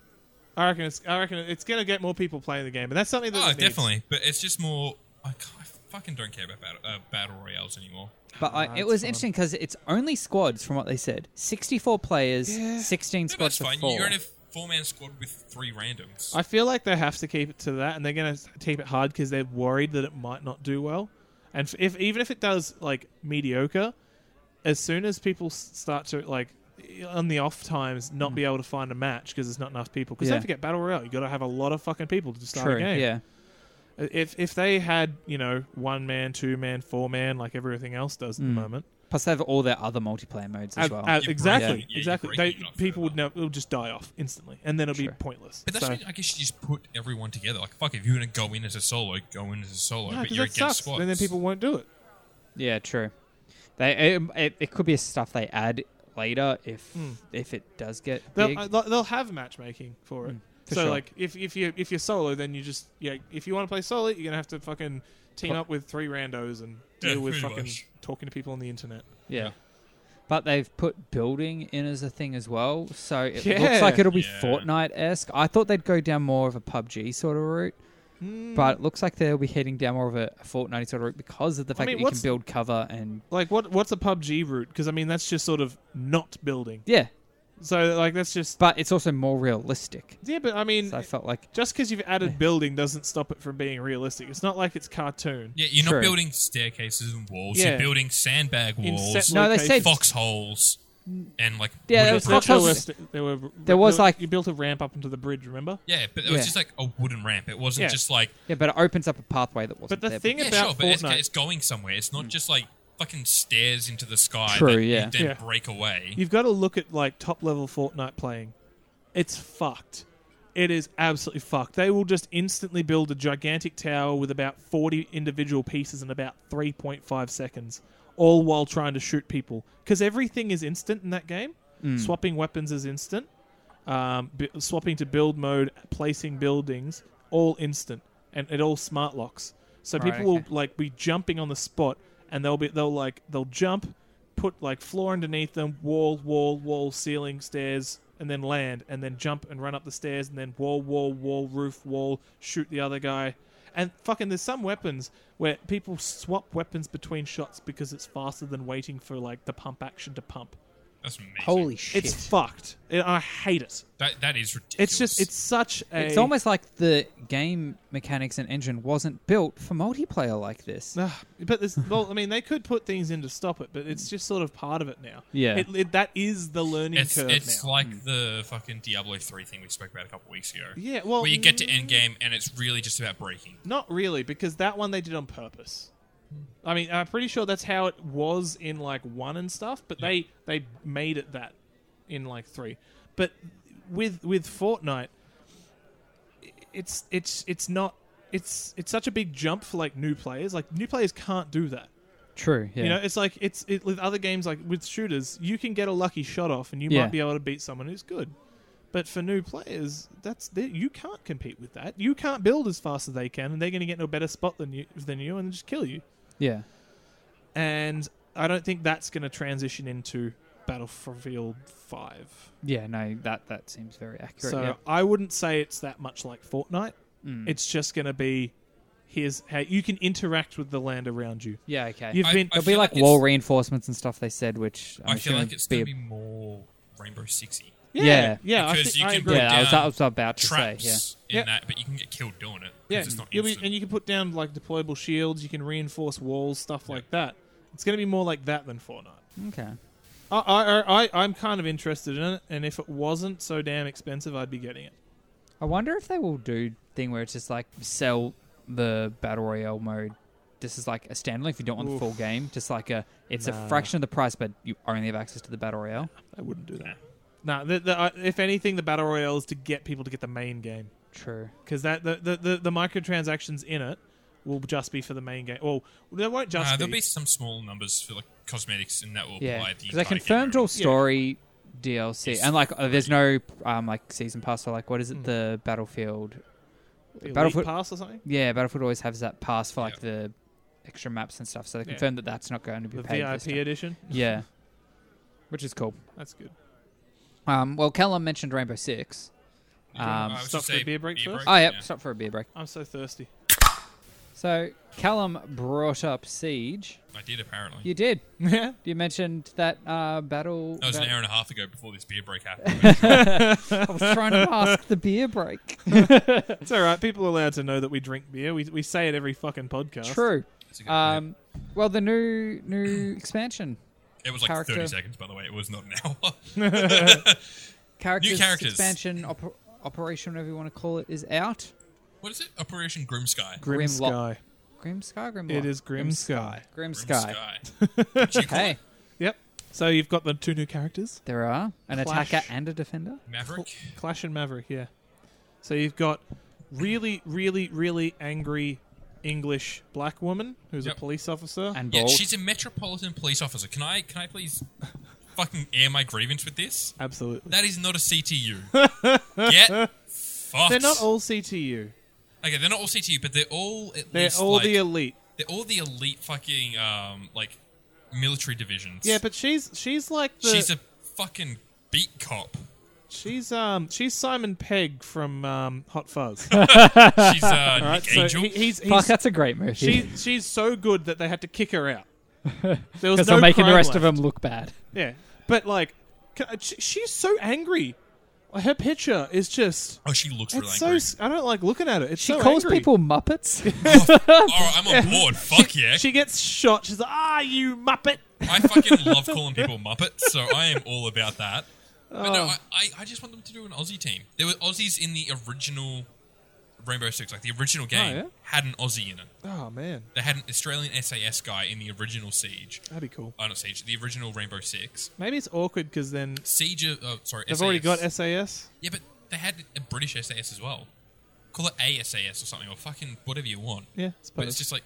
[SPEAKER 2] I reckon it's I reckon it's gonna get more people playing the game, and that's something that
[SPEAKER 4] Oh,
[SPEAKER 2] it needs.
[SPEAKER 4] definitely. But it's just more. I, ca- I fucking don't care about battle, uh, battle royales anymore.
[SPEAKER 3] But I, it
[SPEAKER 2] it's
[SPEAKER 3] was
[SPEAKER 2] fun.
[SPEAKER 3] interesting because Ah, it's only squads, from what they said. Sixty-four players,
[SPEAKER 2] Yeah.
[SPEAKER 3] sixteen
[SPEAKER 4] Yeah,
[SPEAKER 3] squads
[SPEAKER 4] that's
[SPEAKER 3] for
[SPEAKER 4] fine.
[SPEAKER 3] four.
[SPEAKER 4] You're in a four-man squad with three randoms.
[SPEAKER 2] I feel like they have to keep it to that, and they're going to keep it hard because they're worried that it might not do well. And f- if even if it does like mediocre, as soon as people s- start to like on the off times not be able to find a match because there's not enough people. Because
[SPEAKER 3] Hmm. Yeah.
[SPEAKER 2] don't forget battle royale, you got to have a lot of fucking people to start
[SPEAKER 3] True.
[SPEAKER 2] a game.
[SPEAKER 3] Yeah.
[SPEAKER 2] If if they had you know one man, two man, four man, like everything else does
[SPEAKER 3] Hmm.
[SPEAKER 2] at the moment,
[SPEAKER 3] Plus, they have all their other multiplayer modes as
[SPEAKER 2] ab-
[SPEAKER 3] well.
[SPEAKER 2] ab-
[SPEAKER 4] break
[SPEAKER 2] exactly,
[SPEAKER 4] it. Yeah, you
[SPEAKER 2] exactly,
[SPEAKER 4] break
[SPEAKER 2] they,
[SPEAKER 4] it, you're not
[SPEAKER 2] people would
[SPEAKER 4] further.
[SPEAKER 2] know it'll just die off instantly, and then it'll
[SPEAKER 3] Sure.
[SPEAKER 2] be pointless.
[SPEAKER 4] but that's
[SPEAKER 2] So-
[SPEAKER 4] when I guess you just put everyone together. Like, fuck, if you're going to go in as a solo, go in as a solo.
[SPEAKER 2] No,
[SPEAKER 4] but
[SPEAKER 2] 'cause
[SPEAKER 4] you're
[SPEAKER 2] that
[SPEAKER 4] against
[SPEAKER 2] sucks.
[SPEAKER 4] squads.
[SPEAKER 2] And then people won't do it.
[SPEAKER 3] Yeah, true. They it, it, it could be stuff they add later if if it does get
[SPEAKER 2] They'll,
[SPEAKER 3] big.
[SPEAKER 2] uh, they'll they'll have matchmaking Mm, for it.
[SPEAKER 3] for
[SPEAKER 2] so
[SPEAKER 3] sure.
[SPEAKER 2] like if if you if you're solo, then you just yeah. If you want to play solo, you're gonna have to fucking team up with three randos and
[SPEAKER 4] Yeah,
[SPEAKER 2] deal with
[SPEAKER 4] pretty
[SPEAKER 2] fucking
[SPEAKER 4] much.
[SPEAKER 2] talking to people on the internet.
[SPEAKER 3] yeah.
[SPEAKER 4] yeah.
[SPEAKER 3] But they've put building in as a thing as well, so it
[SPEAKER 2] Yeah.
[SPEAKER 3] looks like it'll be
[SPEAKER 4] Yeah.
[SPEAKER 3] Fortnite esque. I thought they'd go down more of a PUBG sort of route,
[SPEAKER 2] Hmm.
[SPEAKER 3] but it looks like they'll be heading down more of a Fortnite sort of route because of the fact
[SPEAKER 2] mean,
[SPEAKER 3] that you can
[SPEAKER 2] what's-
[SPEAKER 3] build cover and
[SPEAKER 2] Like what what's a PUBG route? Because I mean that's just sort of not building.
[SPEAKER 3] yeah.
[SPEAKER 2] So like that's just
[SPEAKER 3] But it's also more realistic.
[SPEAKER 2] yeah. But I mean.
[SPEAKER 3] So I felt like
[SPEAKER 2] just because you've added building doesn't stop it from being realistic. It's not like it's cartoon.
[SPEAKER 4] Yeah, you're
[SPEAKER 3] True.
[SPEAKER 4] not building staircases and walls.
[SPEAKER 2] Yeah.
[SPEAKER 4] You're building sandbag
[SPEAKER 2] In
[SPEAKER 4] walls,
[SPEAKER 2] set
[SPEAKER 3] No, they
[SPEAKER 2] locations.
[SPEAKER 3] said-
[SPEAKER 4] foxholes, and like
[SPEAKER 2] There
[SPEAKER 4] wooden-
[SPEAKER 3] Yeah, that was
[SPEAKER 2] there- there
[SPEAKER 3] Foxholes.
[SPEAKER 2] were st- there were
[SPEAKER 3] There was, like-
[SPEAKER 2] you built a ramp up onto the bridge. Remember?
[SPEAKER 4] yeah, but it was
[SPEAKER 3] Yeah.
[SPEAKER 4] just like a wooden ramp. It wasn't
[SPEAKER 2] Yeah.
[SPEAKER 4] just like
[SPEAKER 3] yeah, but it opens up a pathway that wasn't
[SPEAKER 2] But the
[SPEAKER 3] there
[SPEAKER 2] thing
[SPEAKER 4] yeah,
[SPEAKER 2] about
[SPEAKER 4] sure, but it's,
[SPEAKER 2] Fortnite-
[SPEAKER 4] it's going somewhere. It's not just like fucking stairs into the sky.
[SPEAKER 3] True,
[SPEAKER 4] that you
[SPEAKER 3] yeah.
[SPEAKER 4] then
[SPEAKER 2] Yeah.
[SPEAKER 4] break away.
[SPEAKER 2] You've got to look at like top level Fortnite playing. It's fucked. It is absolutely fucked. They will just instantly build a gigantic tower with about 40 individual pieces in about 3.5 seconds, all while trying to shoot people. Because everything is instant in that game.
[SPEAKER 3] Mm.
[SPEAKER 2] Swapping weapons is instant. Um, b- swapping to build mode, placing buildings, all instant, and it all smart locks. So
[SPEAKER 3] Right,
[SPEAKER 2] people
[SPEAKER 3] okay.
[SPEAKER 2] will like be jumping on the spot, and they'll be they'll like they'll jump, put like floor underneath them, wall, wall, wall, ceiling, stairs, and then land, and then jump and run up the stairs, and then wall, wall, wall, roof, wall, shoot the other guy. And fucking, there's some weapons where people swap weapons between shots because it's faster than waiting for like the pump action to pump.
[SPEAKER 4] That's amazing.
[SPEAKER 3] Holy shit!
[SPEAKER 2] It's fucked. I I hate it.
[SPEAKER 4] that, that is ridiculous.
[SPEAKER 2] It's just it's such a.
[SPEAKER 3] It's almost like the game mechanics and engine wasn't built for multiplayer like this.
[SPEAKER 2] Ugh, [SIGHS] but this, well, I mean, they could put things in to stop it, but it's just sort of part of it now.
[SPEAKER 3] Yeah.
[SPEAKER 2] it, it, that is the learning
[SPEAKER 4] It's,
[SPEAKER 2] curve
[SPEAKER 4] it's
[SPEAKER 2] now. Hmm.
[SPEAKER 4] like the fucking Diablo three thing we spoke about a couple weeks ago.
[SPEAKER 2] Yeah, well, mm.
[SPEAKER 4] where you get to end game and it's really just about breaking.
[SPEAKER 2] Not really, because that one they did on purpose. I mean, I'm pretty sure that's how it was in like one and stuff, but they they made it that in like three. But with with Fortnite, i- it's it's it's not it's it's such a big jump for like new players. Like new players can't do that.
[SPEAKER 3] True. Yeah.
[SPEAKER 2] You know, it's like it's it, with other games like with shooters, you can get a lucky shot off and you
[SPEAKER 3] Yeah.
[SPEAKER 2] might be able to beat someone who's good. But for new players, that's they- you can't compete with that. You can't build as fast as they can, and they're going to get in a better spot than you than you, and just kill you.
[SPEAKER 3] Yeah.
[SPEAKER 2] And I don't think that's going to transition into Battlefield Five.
[SPEAKER 3] Yeah, no, that that seems very accurate.
[SPEAKER 2] So
[SPEAKER 3] yeah.
[SPEAKER 2] I wouldn't say it's that much like Fortnite.
[SPEAKER 3] Mm.
[SPEAKER 2] It's just going to be here's how you can interact with the land around you.
[SPEAKER 3] yeah, okay.
[SPEAKER 2] You've
[SPEAKER 4] I-
[SPEAKER 2] been
[SPEAKER 4] I
[SPEAKER 3] It'll be
[SPEAKER 4] feel
[SPEAKER 3] like,
[SPEAKER 4] like it's-
[SPEAKER 3] wall reinforcements and stuff they said, which I'm
[SPEAKER 4] I feel
[SPEAKER 3] assuming
[SPEAKER 4] like it's
[SPEAKER 3] be
[SPEAKER 4] going
[SPEAKER 3] a-
[SPEAKER 4] to be more Rainbow Sixy
[SPEAKER 2] yeah,
[SPEAKER 3] yeah.
[SPEAKER 2] yeah. I,
[SPEAKER 4] Because
[SPEAKER 2] thi-
[SPEAKER 4] you
[SPEAKER 2] I
[SPEAKER 4] can
[SPEAKER 2] agree.
[SPEAKER 4] put
[SPEAKER 3] yeah, I was,
[SPEAKER 4] down
[SPEAKER 3] I was about to
[SPEAKER 4] traps
[SPEAKER 3] say.
[SPEAKER 4] in
[SPEAKER 2] Yeah.
[SPEAKER 4] that, but you can get killed doing it.
[SPEAKER 2] Yeah,
[SPEAKER 4] because it's not
[SPEAKER 2] You'll be-
[SPEAKER 4] instant.
[SPEAKER 2] and you can put down like deployable shields. You can reinforce walls, stuff like that. It's going to be more like that than Fortnite.
[SPEAKER 3] Yeah. Okay.
[SPEAKER 2] I, I, I, I'm kind of interested in it, and if it wasn't so damn expensive, I'd be getting it.
[SPEAKER 3] I wonder if they will do thing where it's just like sell the battle royale mode. This is like a standalone if you don't want the
[SPEAKER 2] Oof.
[SPEAKER 3] full game. Just like a, it's
[SPEAKER 2] Nah.
[SPEAKER 3] a fraction of the price, but you only have access to the battle royale.
[SPEAKER 2] I wouldn't do that. Nah, the, the, uh, if anything, the battle royale is to get people to get the main game
[SPEAKER 3] True.
[SPEAKER 2] because that the, the, the, the microtransactions in it will just be for the main game. Well, there won't
[SPEAKER 4] Uh,
[SPEAKER 2] just
[SPEAKER 4] there'll
[SPEAKER 2] be.
[SPEAKER 4] be some small numbers for like cosmetics, and that will
[SPEAKER 3] Yeah,
[SPEAKER 4] apply at the
[SPEAKER 3] because they
[SPEAKER 4] entire game
[SPEAKER 3] confirmed
[SPEAKER 4] over.
[SPEAKER 3] all story DLC,
[SPEAKER 4] It's Hmm.
[SPEAKER 3] and like uh, there's no um like season pass or like what is it the Battlefield?
[SPEAKER 2] Elite
[SPEAKER 3] Battlefield-
[SPEAKER 2] Pass or something.
[SPEAKER 3] Yeah, Battlefield always has that pass for like the extra maps and stuff. So they
[SPEAKER 2] Yeah.
[SPEAKER 3] confirmed that that's not going to be
[SPEAKER 2] The
[SPEAKER 3] paid. this
[SPEAKER 2] VIP
[SPEAKER 3] time.
[SPEAKER 2] edition.
[SPEAKER 3] yeah, which is cool.
[SPEAKER 2] That's good.
[SPEAKER 3] Um, well, Callum mentioned Rainbow Six.
[SPEAKER 4] I
[SPEAKER 3] Um,
[SPEAKER 4] was
[SPEAKER 2] Stop
[SPEAKER 4] just
[SPEAKER 2] for a
[SPEAKER 4] say
[SPEAKER 2] beer break first?
[SPEAKER 3] oh yeah, stop for a beer break.
[SPEAKER 2] I'm so thirsty.
[SPEAKER 3] So Callum brought up Siege.
[SPEAKER 4] I did apparently.
[SPEAKER 3] You did.
[SPEAKER 2] Yeah.
[SPEAKER 3] You mentioned that uh, battle.
[SPEAKER 4] That was an
[SPEAKER 3] that-
[SPEAKER 4] hour and a half ago before this beer break
[SPEAKER 2] [LAUGHS]
[SPEAKER 4] happened.
[SPEAKER 3] I was trying to mask the beer break.
[SPEAKER 2] It's all right. People are allowed to know that we drink beer. We, we say it every fucking podcast.
[SPEAKER 3] True.
[SPEAKER 4] That's a good
[SPEAKER 3] Um, well, the new new expansion
[SPEAKER 4] point. it was like
[SPEAKER 3] character-
[SPEAKER 4] 30 seconds, by the way. It was not an hour. [LAUGHS]
[SPEAKER 3] characters,
[SPEAKER 4] characters.
[SPEAKER 3] expansion op- operation, whatever you want to call it, is out.
[SPEAKER 4] what is it? Operation Grimsky.
[SPEAKER 2] Grim
[SPEAKER 3] Grimlock.
[SPEAKER 2] Sky.
[SPEAKER 3] Grim Sky, Grim.
[SPEAKER 2] It is Grim Sky.
[SPEAKER 3] Grim Sky.
[SPEAKER 2] [LAUGHS]
[SPEAKER 4] Grimsky.
[SPEAKER 3] Okay,
[SPEAKER 2] Yep. So you've got the two new characters,
[SPEAKER 3] there are an
[SPEAKER 2] Clash.
[SPEAKER 3] attacker and a defender.
[SPEAKER 4] Maverick.
[SPEAKER 2] Clash and Maverick. Yeah. So you've got really, really, really angry English black woman who's
[SPEAKER 4] Yep.
[SPEAKER 2] a police officer.
[SPEAKER 3] And
[SPEAKER 4] Yeah,
[SPEAKER 3] bald.
[SPEAKER 4] she's a metropolitan police officer. Can I can I please fucking air my grievance with this?
[SPEAKER 2] Absolutely.
[SPEAKER 4] That is not
[SPEAKER 2] [LAUGHS]
[SPEAKER 4] a CTU. Get fucked.
[SPEAKER 2] They're not all CTU.
[SPEAKER 4] Okay, they're not all CTU, but they're all at
[SPEAKER 2] They're
[SPEAKER 4] least
[SPEAKER 2] all
[SPEAKER 4] like,
[SPEAKER 2] the elite.
[SPEAKER 4] they're all the elite fucking um like military divisions.
[SPEAKER 2] Yeah, but she's she's like the
[SPEAKER 4] she's a fucking beat cop.
[SPEAKER 2] she's um she's Simon Pegg from um, Hot
[SPEAKER 3] [LAUGHS]
[SPEAKER 2] Fuzz.
[SPEAKER 4] She's uh, Nick
[SPEAKER 2] [LAUGHS] Right? so
[SPEAKER 4] Angel.
[SPEAKER 2] he- he's,
[SPEAKER 3] Fuck,
[SPEAKER 2] he's
[SPEAKER 3] that's a great movie.
[SPEAKER 2] She,
[SPEAKER 3] [LAUGHS]
[SPEAKER 2] she's so good that they had to kick her out. There was
[SPEAKER 3] because
[SPEAKER 2] no
[SPEAKER 3] I'm making the
[SPEAKER 2] crime
[SPEAKER 3] rest of
[SPEAKER 2] left.
[SPEAKER 3] them
[SPEAKER 2] [LAUGHS]
[SPEAKER 3] look bad.
[SPEAKER 2] Yeah, but like, ca- she- she's so angry. Her picture is just.
[SPEAKER 4] oh, she looks really
[SPEAKER 2] It's so.
[SPEAKER 4] angry.
[SPEAKER 2] s- I don't like looking at it. It's
[SPEAKER 3] She
[SPEAKER 2] so
[SPEAKER 3] calls
[SPEAKER 2] angry. [LAUGHS]
[SPEAKER 3] people Muppets.
[SPEAKER 4] All right, I'm on board. Fuck yeah.
[SPEAKER 2] She gets shot. She's like, "Ah, you muppet!"
[SPEAKER 4] I fucking love calling people Muppets, so I am all about that. But
[SPEAKER 2] Oh.
[SPEAKER 4] no, I, I, I just want them to do an Aussie team. There were Aussies in the original Rainbow Six, like the original
[SPEAKER 2] Oh,
[SPEAKER 4] game,
[SPEAKER 2] yeah?
[SPEAKER 4] had an Aussie in it.
[SPEAKER 2] [LAUGHS] Oh man,
[SPEAKER 4] They had an Australian SAS guy in the original Siege.
[SPEAKER 2] that'd be cool.
[SPEAKER 4] Oh, not Siege, the original Rainbow Six.
[SPEAKER 2] Maybe it's awkward because then
[SPEAKER 4] Siege, uh, oh, sorry,
[SPEAKER 2] they've
[SPEAKER 4] SAS.
[SPEAKER 2] already got SAS.
[SPEAKER 4] Yeah, but they had a British SAS as well. Call it ASAS or something, or fucking whatever you want.
[SPEAKER 2] Yeah, I
[SPEAKER 4] But it's
[SPEAKER 2] suppose.
[SPEAKER 4] just like,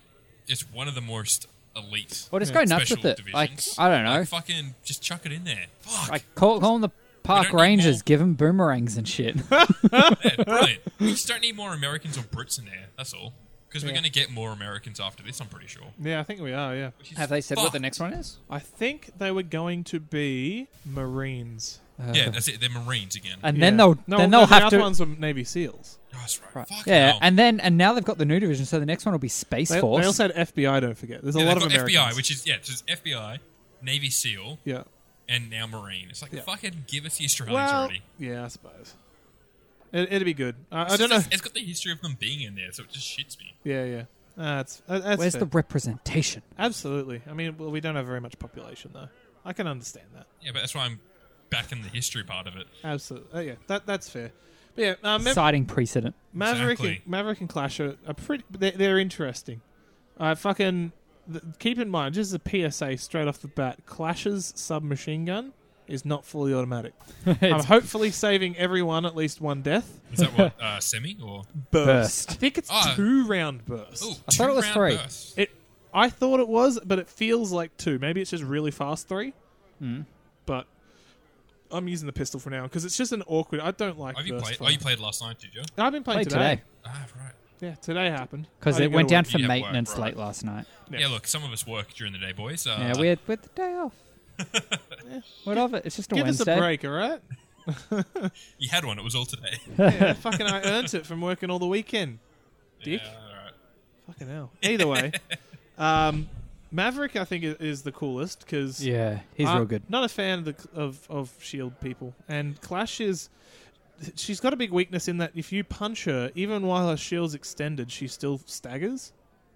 [SPEAKER 4] it's one of the most elite.
[SPEAKER 3] Or just go nuts
[SPEAKER 4] special
[SPEAKER 3] with it.
[SPEAKER 4] divisions.
[SPEAKER 3] Like I don't Oh, know.
[SPEAKER 4] Like, fucking just chuck it in there. Fuck.
[SPEAKER 3] Like call, call them the park
[SPEAKER 4] don't need
[SPEAKER 3] rangers,
[SPEAKER 4] more.
[SPEAKER 3] give them boomerangs
[SPEAKER 2] [LAUGHS]
[SPEAKER 3] and shit.
[SPEAKER 4] Yeah, brilliant. We just don't need more Americans or Brits in there. That's all. Because we're
[SPEAKER 2] Yeah.
[SPEAKER 4] going to get more Americans after this, I'm pretty sure.
[SPEAKER 2] yeah, I think we are. Yeah,
[SPEAKER 4] Which is
[SPEAKER 3] have they said what the
[SPEAKER 4] fucked.
[SPEAKER 3] next one is?
[SPEAKER 2] I think they were going to be Marines.
[SPEAKER 4] Yeah, that's it. They're Marines again.
[SPEAKER 3] And
[SPEAKER 2] Yeah.
[SPEAKER 3] then they'll
[SPEAKER 2] no,
[SPEAKER 3] then
[SPEAKER 2] no,
[SPEAKER 3] they'll
[SPEAKER 2] the
[SPEAKER 3] have
[SPEAKER 2] other
[SPEAKER 3] to.
[SPEAKER 2] ones were Navy SEALs.
[SPEAKER 4] Oh, that's right. Fuck
[SPEAKER 3] yeah,
[SPEAKER 4] hell.
[SPEAKER 3] and then and now they've got the new division, so the next one will be Space
[SPEAKER 2] They, they
[SPEAKER 3] Force.
[SPEAKER 2] also had FBI. Don't forget. There's a
[SPEAKER 4] Yeah,
[SPEAKER 2] lot
[SPEAKER 4] they've
[SPEAKER 2] of
[SPEAKER 4] got
[SPEAKER 2] Americans.
[SPEAKER 4] FBI, which is yeah, it's just FBI, Navy SEAL,
[SPEAKER 2] yeah.
[SPEAKER 4] and now Marine. It's like
[SPEAKER 2] Yeah.
[SPEAKER 4] fucking give us the Australians
[SPEAKER 2] Well,
[SPEAKER 4] already.
[SPEAKER 2] yeah, I suppose. It, it'd be good. I, I
[SPEAKER 4] It's
[SPEAKER 2] don't know.
[SPEAKER 4] just- It's got the history of them being in there, so it just shits me.
[SPEAKER 2] Yeah, yeah. Ah, That's, uh, that's
[SPEAKER 3] Where's
[SPEAKER 2] fair.
[SPEAKER 3] the representation?
[SPEAKER 2] absolutely. I mean, well, we don't have very much population though. I can understand that.
[SPEAKER 4] Yeah, but that's why I'm back in the history part of it.
[SPEAKER 2] Absolutely. Uh, yeah, that that's fair. But yeah, uh, Ma-
[SPEAKER 3] Exciting precedent.
[SPEAKER 2] Maverick
[SPEAKER 4] Exactly.
[SPEAKER 2] and Maverick and Clash are, are pretty. They're, they're interesting. I fucking th- keep in mind. Just as a PSA straight off the bat, Clash's submachine gun is not fully automatic.
[SPEAKER 3] [LAUGHS]
[SPEAKER 2] I'm
[SPEAKER 3] It's
[SPEAKER 2] hopefully saving everyone at least one death.
[SPEAKER 4] Is that what uh, semi or?
[SPEAKER 3] Burst.
[SPEAKER 2] I think it's
[SPEAKER 4] Oh.
[SPEAKER 2] two round burst.
[SPEAKER 4] Ooh,
[SPEAKER 3] I thought it was
[SPEAKER 4] two-round
[SPEAKER 3] three.
[SPEAKER 4] bursts.
[SPEAKER 2] It, I thought it
[SPEAKER 3] Hmm.
[SPEAKER 2] was, but it feels like two. Maybe it's just really fast three. But I'm using the pistol for now because it's just an awkward. I don't like.
[SPEAKER 4] Have you
[SPEAKER 2] burst
[SPEAKER 4] played?
[SPEAKER 2] fire.
[SPEAKER 4] Oh, you played last night, did you?
[SPEAKER 2] I've been playing
[SPEAKER 3] Played today
[SPEAKER 4] Ah, right.
[SPEAKER 2] Yeah, today
[SPEAKER 3] [LAUGHS]
[SPEAKER 2] happened
[SPEAKER 3] because
[SPEAKER 2] I
[SPEAKER 3] it
[SPEAKER 2] didn't go
[SPEAKER 3] went
[SPEAKER 2] to
[SPEAKER 3] down
[SPEAKER 2] work.
[SPEAKER 3] for
[SPEAKER 4] Yeah, Oh, work,
[SPEAKER 3] maintenance
[SPEAKER 4] right.
[SPEAKER 3] late last night.
[SPEAKER 2] Yeah.
[SPEAKER 4] Yeah. look, some of us work during the day, boys.
[SPEAKER 2] Oh,
[SPEAKER 4] Uh,
[SPEAKER 3] Yeah, we had with the
[SPEAKER 2] [LAUGHS]
[SPEAKER 3] day off. What of it? It's just a
[SPEAKER 2] Give
[SPEAKER 3] Wednesday.
[SPEAKER 2] us a break, all
[SPEAKER 3] [LAUGHS]
[SPEAKER 2] right?
[SPEAKER 4] You had one. It was all [LAUGHS] today.
[SPEAKER 2] yeah, fucking, I earned it from working all the weekend. Dick.
[SPEAKER 4] Yeah, all right.
[SPEAKER 2] Fucking hell. Either
[SPEAKER 3] [LAUGHS]
[SPEAKER 2] way, um, Maverick, I think, i- is the coolest because
[SPEAKER 3] Yeah, he's real good.
[SPEAKER 2] Uh, Not a fan of, the, of of Shield E people, and Clash is. She's got a big weakness in that if you punch her, even while her shield's E extended, she still staggers.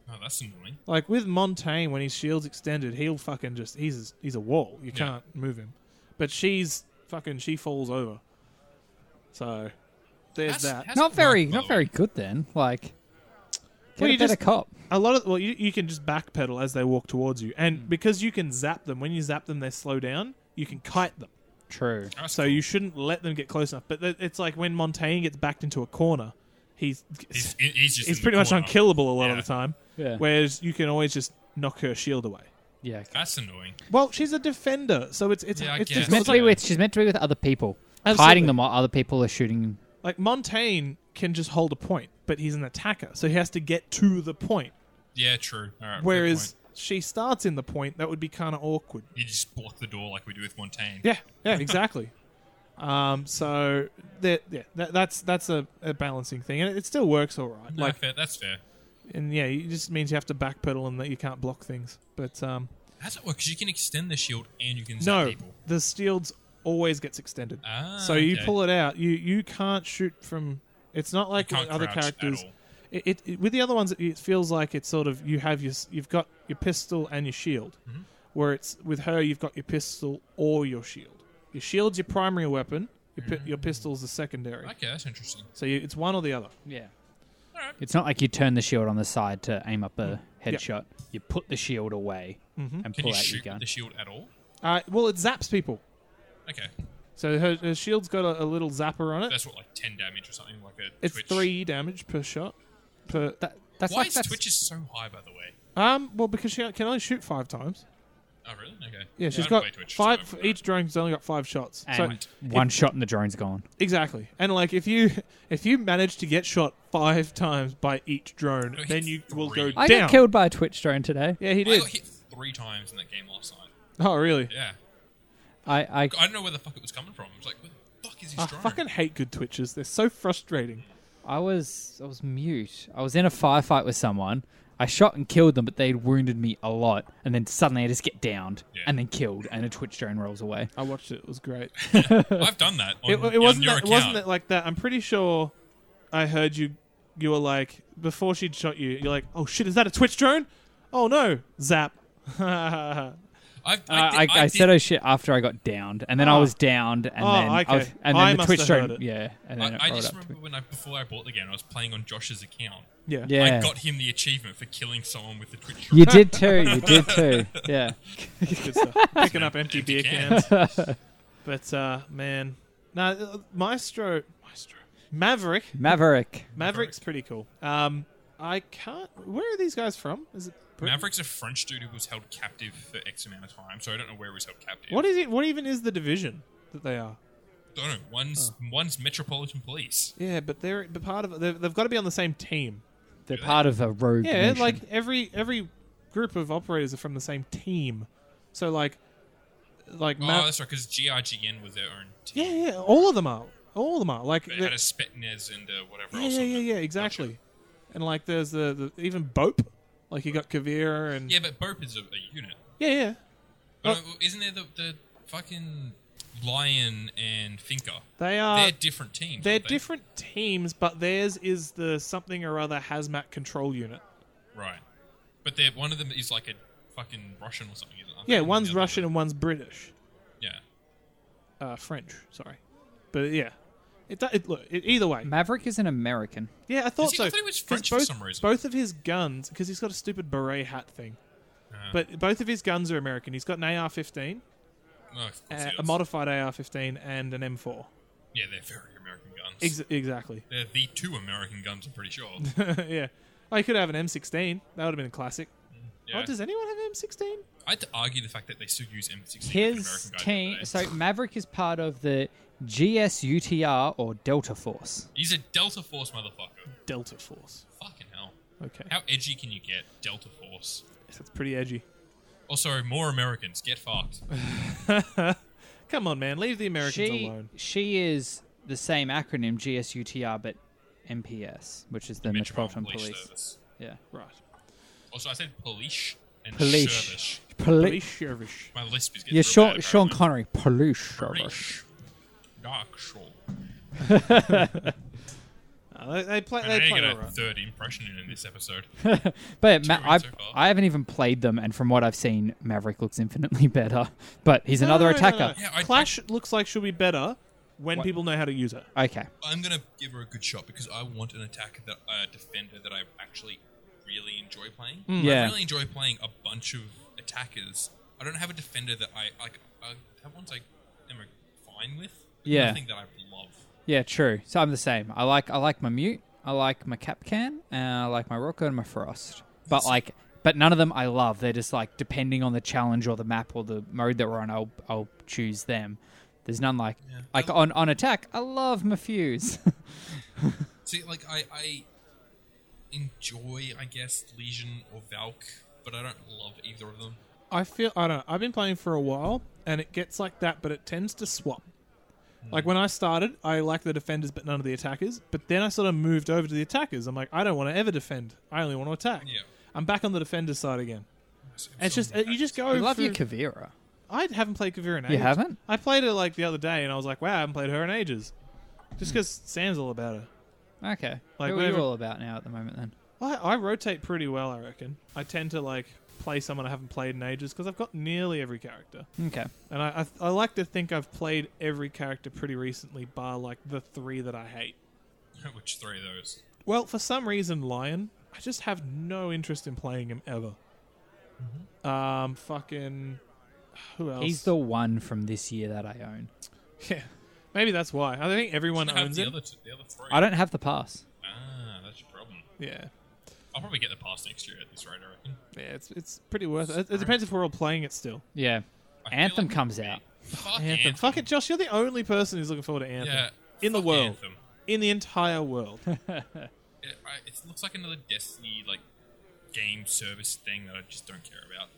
[SPEAKER 4] Oh, that's annoying.
[SPEAKER 2] Like with Montaigne, when his shield's E extended, he'll fucking just he's he's a wall. You
[SPEAKER 4] Yeah.
[SPEAKER 2] can't move him. But she's fucking she falls over. So there's
[SPEAKER 4] That's,
[SPEAKER 2] that.
[SPEAKER 4] how's
[SPEAKER 3] Not
[SPEAKER 4] it
[SPEAKER 3] very,
[SPEAKER 4] work, by
[SPEAKER 3] not
[SPEAKER 4] the
[SPEAKER 3] very
[SPEAKER 4] way?
[SPEAKER 3] good then. Like, get
[SPEAKER 2] Well,
[SPEAKER 3] a
[SPEAKER 2] you
[SPEAKER 3] better
[SPEAKER 2] just-
[SPEAKER 3] cop.
[SPEAKER 2] A lot of well, you, you can just backpedal as they walk towards you, and
[SPEAKER 3] Hmm.
[SPEAKER 2] because you can zap them, when you zap them, they slow down. You can kite them,
[SPEAKER 3] True.
[SPEAKER 4] Oh, that's
[SPEAKER 2] so
[SPEAKER 4] cool.
[SPEAKER 2] you shouldn't let them get close enough. But th- it's like when Montaigne gets backed into a corner, he's
[SPEAKER 4] He's,
[SPEAKER 2] he's,
[SPEAKER 4] he's just in the
[SPEAKER 2] pretty much
[SPEAKER 4] corner.
[SPEAKER 2] unkillable a lot
[SPEAKER 4] Yeah.
[SPEAKER 2] of the time.
[SPEAKER 3] Yeah.
[SPEAKER 2] Whereas you can always just knock her shield away.
[SPEAKER 3] yeah.
[SPEAKER 4] That's annoying.
[SPEAKER 2] Well, she's a defender, so it's it's
[SPEAKER 4] Yeah, I
[SPEAKER 2] it's
[SPEAKER 4] guess.
[SPEAKER 2] just
[SPEAKER 3] She's meant to be with. She's meant to be with other people.
[SPEAKER 2] Absolutely.
[SPEAKER 3] Hiding them while other people are shooting.
[SPEAKER 2] Like Montaigne can just hold a point, but he's an attacker, so he has to get to the point.
[SPEAKER 4] Yeah, true. All right. good
[SPEAKER 2] Whereas
[SPEAKER 4] point.
[SPEAKER 2] she starts in the point, that would be kind of awkward.
[SPEAKER 4] you just block the door like we do with Montaigne.
[SPEAKER 2] Yeah, [LAUGHS] yeah, exactly. um, so that yeah, that, that's that's a, a balancing thing, and it, it still works all right.
[SPEAKER 4] No,
[SPEAKER 2] Like,
[SPEAKER 4] fair, that's fair.
[SPEAKER 2] and yeah, it just means you have to backpedal and that you can't block things. But um,
[SPEAKER 4] How's it work? Because you can extend the shield and you can zap
[SPEAKER 2] no,
[SPEAKER 4] people.
[SPEAKER 2] the shield always gets extended.
[SPEAKER 4] Ah,
[SPEAKER 2] so you
[SPEAKER 4] okay.
[SPEAKER 2] pull it out. You you can't shoot from. It's not like
[SPEAKER 4] can't
[SPEAKER 2] other
[SPEAKER 4] crouch at
[SPEAKER 2] characters.
[SPEAKER 4] all.
[SPEAKER 2] It, it, it- with the other ones, it- it feels like it's sort of you have your s- you've got your pistol and your shield.
[SPEAKER 4] Mm-hmm.
[SPEAKER 2] Where it's with her, you've got your pistol or your shield. Your shield's your primary weapon. Your, pi-
[SPEAKER 4] Mm.
[SPEAKER 2] your pistol's the secondary.
[SPEAKER 4] Okay, that's interesting.
[SPEAKER 2] So you, it's one or the other.
[SPEAKER 3] Yeah.
[SPEAKER 4] Alright.
[SPEAKER 3] It's not like you turn the shield on the side to aim up
[SPEAKER 2] Mm.
[SPEAKER 3] a headshot. You put the shield away
[SPEAKER 2] Mm-hmm.
[SPEAKER 4] Can
[SPEAKER 3] and pull
[SPEAKER 4] you
[SPEAKER 3] out
[SPEAKER 4] shoot
[SPEAKER 3] your
[SPEAKER 4] with
[SPEAKER 3] gun.
[SPEAKER 4] the shield at all?
[SPEAKER 2] Uh, well, it zaps people.
[SPEAKER 4] Okay,
[SPEAKER 2] So her, her shield's got a, a little zapper on it.
[SPEAKER 4] that's what like ten damage or something like a.
[SPEAKER 2] It's
[SPEAKER 4] Twitch.
[SPEAKER 2] three damage per shot. Per
[SPEAKER 3] That, that's
[SPEAKER 4] Why
[SPEAKER 3] like
[SPEAKER 4] is
[SPEAKER 3] that's,
[SPEAKER 4] Twitch is so high, by the way?
[SPEAKER 2] um, well, because she can only shoot five times.
[SPEAKER 4] Oh really? Okay.
[SPEAKER 2] Yeah, she's
[SPEAKER 4] I don't
[SPEAKER 2] got
[SPEAKER 4] play Twitch, so
[SPEAKER 2] five.
[SPEAKER 4] I
[SPEAKER 2] For
[SPEAKER 4] wouldn't
[SPEAKER 2] each drone's only got five shots. So
[SPEAKER 3] and one shot and the drone's gone.
[SPEAKER 2] Exactly, and like if you if you manage to get shot five times by each drone,
[SPEAKER 4] No,
[SPEAKER 2] then
[SPEAKER 4] he's
[SPEAKER 2] you will go
[SPEAKER 4] three.
[SPEAKER 2] down.
[SPEAKER 3] I got killed by a Twitch drone today.
[SPEAKER 2] Yeah, he
[SPEAKER 4] know. I
[SPEAKER 2] did.
[SPEAKER 4] got hit three times in that game last night.
[SPEAKER 2] Oh, really?
[SPEAKER 4] Yeah,
[SPEAKER 3] I, I
[SPEAKER 4] I don't know where the fuck it was coming from. I was like, where the fuck is he
[SPEAKER 2] I
[SPEAKER 4] drone?
[SPEAKER 2] Ah, fucking hate good twitches. They're so frustrating.
[SPEAKER 3] I was I was mute. I was in a firefight with someone. I shot and killed them, but they'd wounded me a lot. And then suddenly I just get downed
[SPEAKER 4] Yeah.
[SPEAKER 3] and then killed, and a Twitch drone rolls away.
[SPEAKER 2] I watched it. It was great.
[SPEAKER 4] I've done that. On,
[SPEAKER 2] It, it
[SPEAKER 4] on
[SPEAKER 2] wasn't
[SPEAKER 4] Mm. your
[SPEAKER 2] that, it
[SPEAKER 4] account.
[SPEAKER 2] wasn't that like that. I'm pretty sure I heard you. You were like before she'd shot you. You're like, oh shit, is that a twitch drone? Oh no, zap. [LAUGHS] oh,
[SPEAKER 4] I've,
[SPEAKER 3] I, I,
[SPEAKER 4] did-
[SPEAKER 3] I, said
[SPEAKER 4] did-
[SPEAKER 3] oh shit after I got downed, and then I
[SPEAKER 2] Ah.
[SPEAKER 3] was downed, and
[SPEAKER 2] Oh,
[SPEAKER 3] then
[SPEAKER 2] okay.
[SPEAKER 3] I was, and then
[SPEAKER 2] I
[SPEAKER 3] the
[SPEAKER 2] must
[SPEAKER 3] Twitch
[SPEAKER 2] have
[SPEAKER 3] drone,
[SPEAKER 2] heard it.
[SPEAKER 3] yeah, and then it
[SPEAKER 4] I, I
[SPEAKER 3] rolled
[SPEAKER 4] just
[SPEAKER 3] up. To
[SPEAKER 4] remember
[SPEAKER 3] me.
[SPEAKER 4] when I before I bought the game, I was playing on Josh's account.
[SPEAKER 2] yeah.
[SPEAKER 4] I
[SPEAKER 3] Yeah,
[SPEAKER 4] got him the achievement for killing someone with the Twitch drone.
[SPEAKER 3] [LAUGHS] you did too. You
[SPEAKER 2] [LAUGHS]
[SPEAKER 3] did too. Yeah,
[SPEAKER 2] That's good stuff. Picking up empty
[SPEAKER 4] Empty
[SPEAKER 2] beer
[SPEAKER 4] cans.
[SPEAKER 2] cans.
[SPEAKER 4] [LAUGHS]
[SPEAKER 2] but uh, man, now Maestro, Maestro, Maverick.
[SPEAKER 3] Maverick.
[SPEAKER 2] Maverick's pretty cool. Um, I can't. Where are these guys from? Is it Britain?
[SPEAKER 4] Maverick's a French dude who was held captive for X amount of time, so I don't know where he was held captive.
[SPEAKER 2] What is it? What even is the division that they are?
[SPEAKER 4] don't know. One's
[SPEAKER 2] Uh.
[SPEAKER 4] one's Metropolitan Police.
[SPEAKER 2] Yeah, but they're but part of they've, they've got to be on the same team.
[SPEAKER 3] They're part of a rogue.
[SPEAKER 2] Yeah,
[SPEAKER 3] nation.
[SPEAKER 2] like every every group of operators are from the same team. So like, like
[SPEAKER 4] Oh,
[SPEAKER 2] Mav-
[SPEAKER 4] that's right, because GRGN was their own team.
[SPEAKER 2] yeah, yeah, all of them are. All of them are like
[SPEAKER 4] They
[SPEAKER 2] the-
[SPEAKER 4] had a Spetnez and uh, whatever
[SPEAKER 2] yeah,
[SPEAKER 4] else.
[SPEAKER 2] yeah,
[SPEAKER 4] on
[SPEAKER 2] yeah,
[SPEAKER 4] them.
[SPEAKER 2] yeah, exactly. And like, there's the, the even Bope. Like you got Kavira and
[SPEAKER 4] Yeah, but Bope is a, a unit.
[SPEAKER 2] yeah, yeah.
[SPEAKER 4] But
[SPEAKER 2] Oh.
[SPEAKER 4] uh, isn't there the, the fucking Lion and Finker?
[SPEAKER 2] They are
[SPEAKER 4] they're different teams.
[SPEAKER 2] Uh, They're
[SPEAKER 4] aren't they?
[SPEAKER 2] different teams, but theirs is the something or other hazmat control unit.
[SPEAKER 4] Right. But they're, one of them is like a fucking Russian or something, isn't it?
[SPEAKER 2] Yeah, one's Russian and one's British,
[SPEAKER 4] Yeah.
[SPEAKER 2] uh, French. Sorry, but yeah, it, do- it look it, either way.
[SPEAKER 3] Maverick is an American.
[SPEAKER 2] Yeah, I thought
[SPEAKER 4] Is he-
[SPEAKER 2] so.
[SPEAKER 4] I thought he was
[SPEAKER 2] 'cause
[SPEAKER 4] French for
[SPEAKER 2] both,
[SPEAKER 4] some reason.
[SPEAKER 2] Both of his guns, because he's got a stupid beret hat thing.
[SPEAKER 4] Ah.
[SPEAKER 2] But both of his guns are American. He's got an AR-15,
[SPEAKER 4] No, Oh, of course
[SPEAKER 2] uh,
[SPEAKER 4] he
[SPEAKER 2] a
[SPEAKER 4] is.
[SPEAKER 2] modified AR-15, and an M4.
[SPEAKER 4] Yeah, they're very American guns.
[SPEAKER 2] Ex- exactly. [LAUGHS]
[SPEAKER 4] they're the two American guns, I'm pretty sure.
[SPEAKER 2] yeah. Oh, he could have an M16. That would have been a classic.
[SPEAKER 4] Mm, Yeah.
[SPEAKER 2] Oh, does anyone have M16?
[SPEAKER 4] I'd argue the fact that they still use M16.
[SPEAKER 3] His team. So Maverick is part of the GSUTR or Delta Force.
[SPEAKER 4] he's a Delta Force motherfucker.
[SPEAKER 2] Delta Force.
[SPEAKER 4] Fucking hell.
[SPEAKER 2] Okay.
[SPEAKER 4] How edgy can you get, Delta Force?
[SPEAKER 2] That's pretty edgy.
[SPEAKER 4] Also, Oh, more Americans get fucked.
[SPEAKER 2] Come on, man. Leave the Americans
[SPEAKER 3] she
[SPEAKER 2] alone.
[SPEAKER 3] she is the same acronym GSUTR but MPS, which is the [LAUGHS] Metropolitan, Police.
[SPEAKER 4] Service.
[SPEAKER 3] Yeah.
[SPEAKER 2] Right.
[SPEAKER 4] Also, I said police and
[SPEAKER 3] Police.
[SPEAKER 4] service.
[SPEAKER 2] Police service.
[SPEAKER 4] My lisp is getting
[SPEAKER 3] Yeah,
[SPEAKER 4] real bad apparently.
[SPEAKER 3] Sean, Sean Connery, police service.
[SPEAKER 4] Police. Dark Sean.
[SPEAKER 2] Uh, they, they play.
[SPEAKER 4] And I
[SPEAKER 2] They
[SPEAKER 4] didn't
[SPEAKER 2] play
[SPEAKER 4] get a
[SPEAKER 2] all right.
[SPEAKER 4] third impression in, in this episode.
[SPEAKER 3] [LAUGHS] But Ma-
[SPEAKER 4] Two
[SPEAKER 3] I,
[SPEAKER 4] so far.
[SPEAKER 3] I haven't even played them, and from what I've seen, Maverick looks infinitely [LAUGHS] better. But he's
[SPEAKER 2] No,
[SPEAKER 3] another
[SPEAKER 2] no, no, no,
[SPEAKER 3] attacker.
[SPEAKER 2] no.
[SPEAKER 4] Yeah, I-
[SPEAKER 2] Clash looks like she'll be better when people know how to use it.
[SPEAKER 3] Okay.
[SPEAKER 4] I'm gonna give her a good shot because I want an attacker that a defender that I actually really enjoy playing.
[SPEAKER 3] Hmm. Yeah.
[SPEAKER 4] I really enjoy playing a bunch of attackers. I don't have a defender that I like. I have ones I am fine with. but
[SPEAKER 3] Yeah.
[SPEAKER 4] nothing that I love.
[SPEAKER 3] Yeah, true. So I'm the same. I like I like my mute, I like my cap can, and I like my Rocco and my frost. But like but none of them I love. They're just like depending on the challenge or the map or the mode that we're on, I'll I'll choose them. There's none like like on, on attack, I love my fuse.
[SPEAKER 4] See, like I, I enjoy, I guess, Legion or Valk, but I don't love either of them.
[SPEAKER 2] I feel I don't know. I've been playing for a while and it gets like that, but it tends to swap. Like when I started, I liked the defenders but none of the attackers. But then I sort of moved over to the attackers. I'm like, I don't want to ever defend. I only want to attack.
[SPEAKER 4] Yeah.
[SPEAKER 2] I'm back on the defender side again.
[SPEAKER 4] So-
[SPEAKER 2] It's
[SPEAKER 4] so
[SPEAKER 2] just uh, you just go.
[SPEAKER 3] I love your
[SPEAKER 2] through-
[SPEAKER 3] Kavira.
[SPEAKER 2] I haven't played Kavir in ages.
[SPEAKER 3] You haven't?
[SPEAKER 2] I played her like the other day, and I was like, wow, I haven't played her in ages. Just
[SPEAKER 3] Hmm.
[SPEAKER 2] because Sam's all about her.
[SPEAKER 3] Okay.
[SPEAKER 2] Like,
[SPEAKER 3] Who are you
[SPEAKER 2] whatever-
[SPEAKER 3] all about now at the moment then?
[SPEAKER 2] Well, I, I rotate pretty well, I reckon. I tend to like play someone I haven't played in ages because I've got nearly every character.
[SPEAKER 3] Okay.
[SPEAKER 2] And I, I, I like to think I've played every character pretty recently, bar like the three that I hate.
[SPEAKER 4] [LAUGHS] which three of
[SPEAKER 2] [LAUGHS]
[SPEAKER 4] those?
[SPEAKER 2] Well, for some reason, Lion, I just have no interest in playing him ever. Um, fucking. Who else?
[SPEAKER 3] Mm-hmm. He's the one from this year that I own.
[SPEAKER 2] [LAUGHS] Yeah. Maybe that's why. I think everyone
[SPEAKER 4] I have
[SPEAKER 2] owns
[SPEAKER 4] the
[SPEAKER 2] it.
[SPEAKER 4] other, two, the other three.
[SPEAKER 3] I don't have the pass.
[SPEAKER 4] Ah, that's your problem.
[SPEAKER 2] Yeah.
[SPEAKER 4] I'll probably get the pass next year at this rate. I reckon.
[SPEAKER 2] Yeah, it's it's pretty worth it. It, it depends if we're all playing it still.
[SPEAKER 3] Yeah.
[SPEAKER 4] I feel
[SPEAKER 3] Anthem
[SPEAKER 4] like-
[SPEAKER 3] comes out.
[SPEAKER 4] Fuck
[SPEAKER 2] Anthem. Fuck it, Josh. You're the only person who's looking forward to Anthem.
[SPEAKER 4] Yeah.
[SPEAKER 2] In the
[SPEAKER 4] fuck
[SPEAKER 2] world.
[SPEAKER 4] Anthem.
[SPEAKER 2] In the entire world.
[SPEAKER 4] It, I, it looks like another Destiny like game service thing that I just don't care about.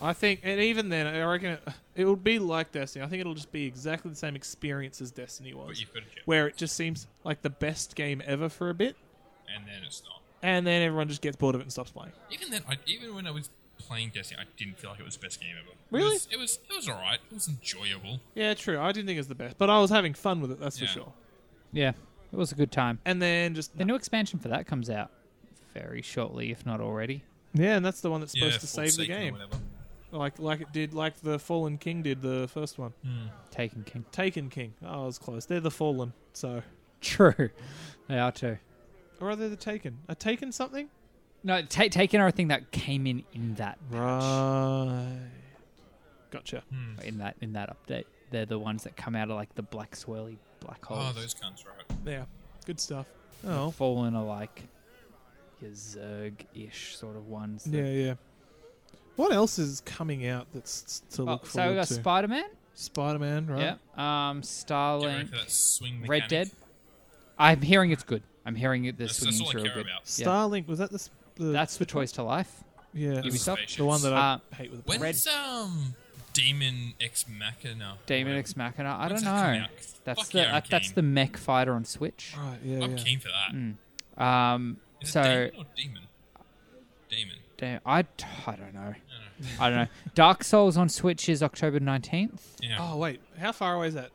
[SPEAKER 2] I think, and even then, I reckon it, it would be like Destiny. I think it'll just be exactly the same experience as Destiny
[SPEAKER 4] But
[SPEAKER 2] was,
[SPEAKER 4] you've got to get,
[SPEAKER 2] where it just seems like the best game ever for a bit,
[SPEAKER 4] and then it's not.
[SPEAKER 2] and then everyone just gets bored of it and stops playing.
[SPEAKER 4] Even then, I, even when I was playing Destiny, I didn't feel like it was the best game ever.
[SPEAKER 2] Really?
[SPEAKER 4] It was. It was, it was all right. It was enjoyable.
[SPEAKER 2] Yeah, true. I didn't think it was the best, but I was having fun with it. That's
[SPEAKER 4] Yeah.
[SPEAKER 2] for sure.
[SPEAKER 3] Yeah. It was a good time.
[SPEAKER 2] And then just
[SPEAKER 3] The new expansion for that comes out very shortly, if not already.
[SPEAKER 2] yeah, and that's the one that's supposed
[SPEAKER 4] yeah,
[SPEAKER 2] to save the
[SPEAKER 4] Forsaken or
[SPEAKER 2] game,
[SPEAKER 4] whatever.
[SPEAKER 2] like like it did, like the Fallen King did the first one.
[SPEAKER 4] Hmm.
[SPEAKER 2] [LAUGHS]
[SPEAKER 3] Taken King.
[SPEAKER 2] Taken King. Oh, I was close. They're the Fallen, so
[SPEAKER 3] True. They are too.
[SPEAKER 2] or are they the Taken? Are Taken something?
[SPEAKER 3] No, ta- Taken are a thing that came in in that
[SPEAKER 2] Right. Gotcha.
[SPEAKER 4] Hmm.
[SPEAKER 3] in that in that update. They're the ones that come out of like the black swirly black holes.
[SPEAKER 4] Oh, those cunts, right?
[SPEAKER 2] Yeah. Good stuff.
[SPEAKER 4] Hmm.
[SPEAKER 2] Oh.
[SPEAKER 3] Fallen are like your Zerg-ish sort of ones. that-
[SPEAKER 2] Yeah, yeah. What else is coming out that's to
[SPEAKER 3] Oh,
[SPEAKER 2] look
[SPEAKER 3] so we
[SPEAKER 2] forward
[SPEAKER 3] got
[SPEAKER 2] to?
[SPEAKER 3] Spider Man.
[SPEAKER 2] Spider Man, right?
[SPEAKER 3] Yeah. Um,
[SPEAKER 4] Get ready
[SPEAKER 3] Starlink.
[SPEAKER 4] for that swing
[SPEAKER 3] Red
[SPEAKER 4] mechanic.
[SPEAKER 3] Dead. I'm hearing it's good. I'm hearing it. They're
[SPEAKER 4] That's,
[SPEAKER 3] swinging
[SPEAKER 4] that's all I
[SPEAKER 3] through
[SPEAKER 4] care
[SPEAKER 3] a good.
[SPEAKER 4] about.
[SPEAKER 2] Starlink was that the, s- the
[SPEAKER 3] That's for Toys to Life.
[SPEAKER 2] yeah
[SPEAKER 4] Those
[SPEAKER 3] Ubisoft?
[SPEAKER 4] spaceships.
[SPEAKER 2] the one that I
[SPEAKER 3] Uh,
[SPEAKER 2] hate with a
[SPEAKER 4] When's
[SPEAKER 2] passion.
[SPEAKER 4] um Demon Ex Machina?
[SPEAKER 3] Demon
[SPEAKER 4] Whatever.
[SPEAKER 3] X Machina. I
[SPEAKER 4] When's
[SPEAKER 3] don't
[SPEAKER 4] that coming
[SPEAKER 3] know.
[SPEAKER 4] out?
[SPEAKER 3] That's
[SPEAKER 4] Fuck
[SPEAKER 3] the
[SPEAKER 4] yeah, I'm
[SPEAKER 3] that, that's
[SPEAKER 4] keen.
[SPEAKER 3] the mech fighter on Switch.
[SPEAKER 2] Right, yeah,
[SPEAKER 4] I'm
[SPEAKER 2] yeah.
[SPEAKER 4] keen for that.
[SPEAKER 3] Um,
[SPEAKER 4] Is
[SPEAKER 3] so
[SPEAKER 4] it Demon or Demon? Demon.
[SPEAKER 3] Damn, I, d- I don't know.
[SPEAKER 4] [LAUGHS]
[SPEAKER 3] I don't know. Dark Souls on Switch is October 19th.
[SPEAKER 4] Yeah.
[SPEAKER 2] Oh wait, how far away is that?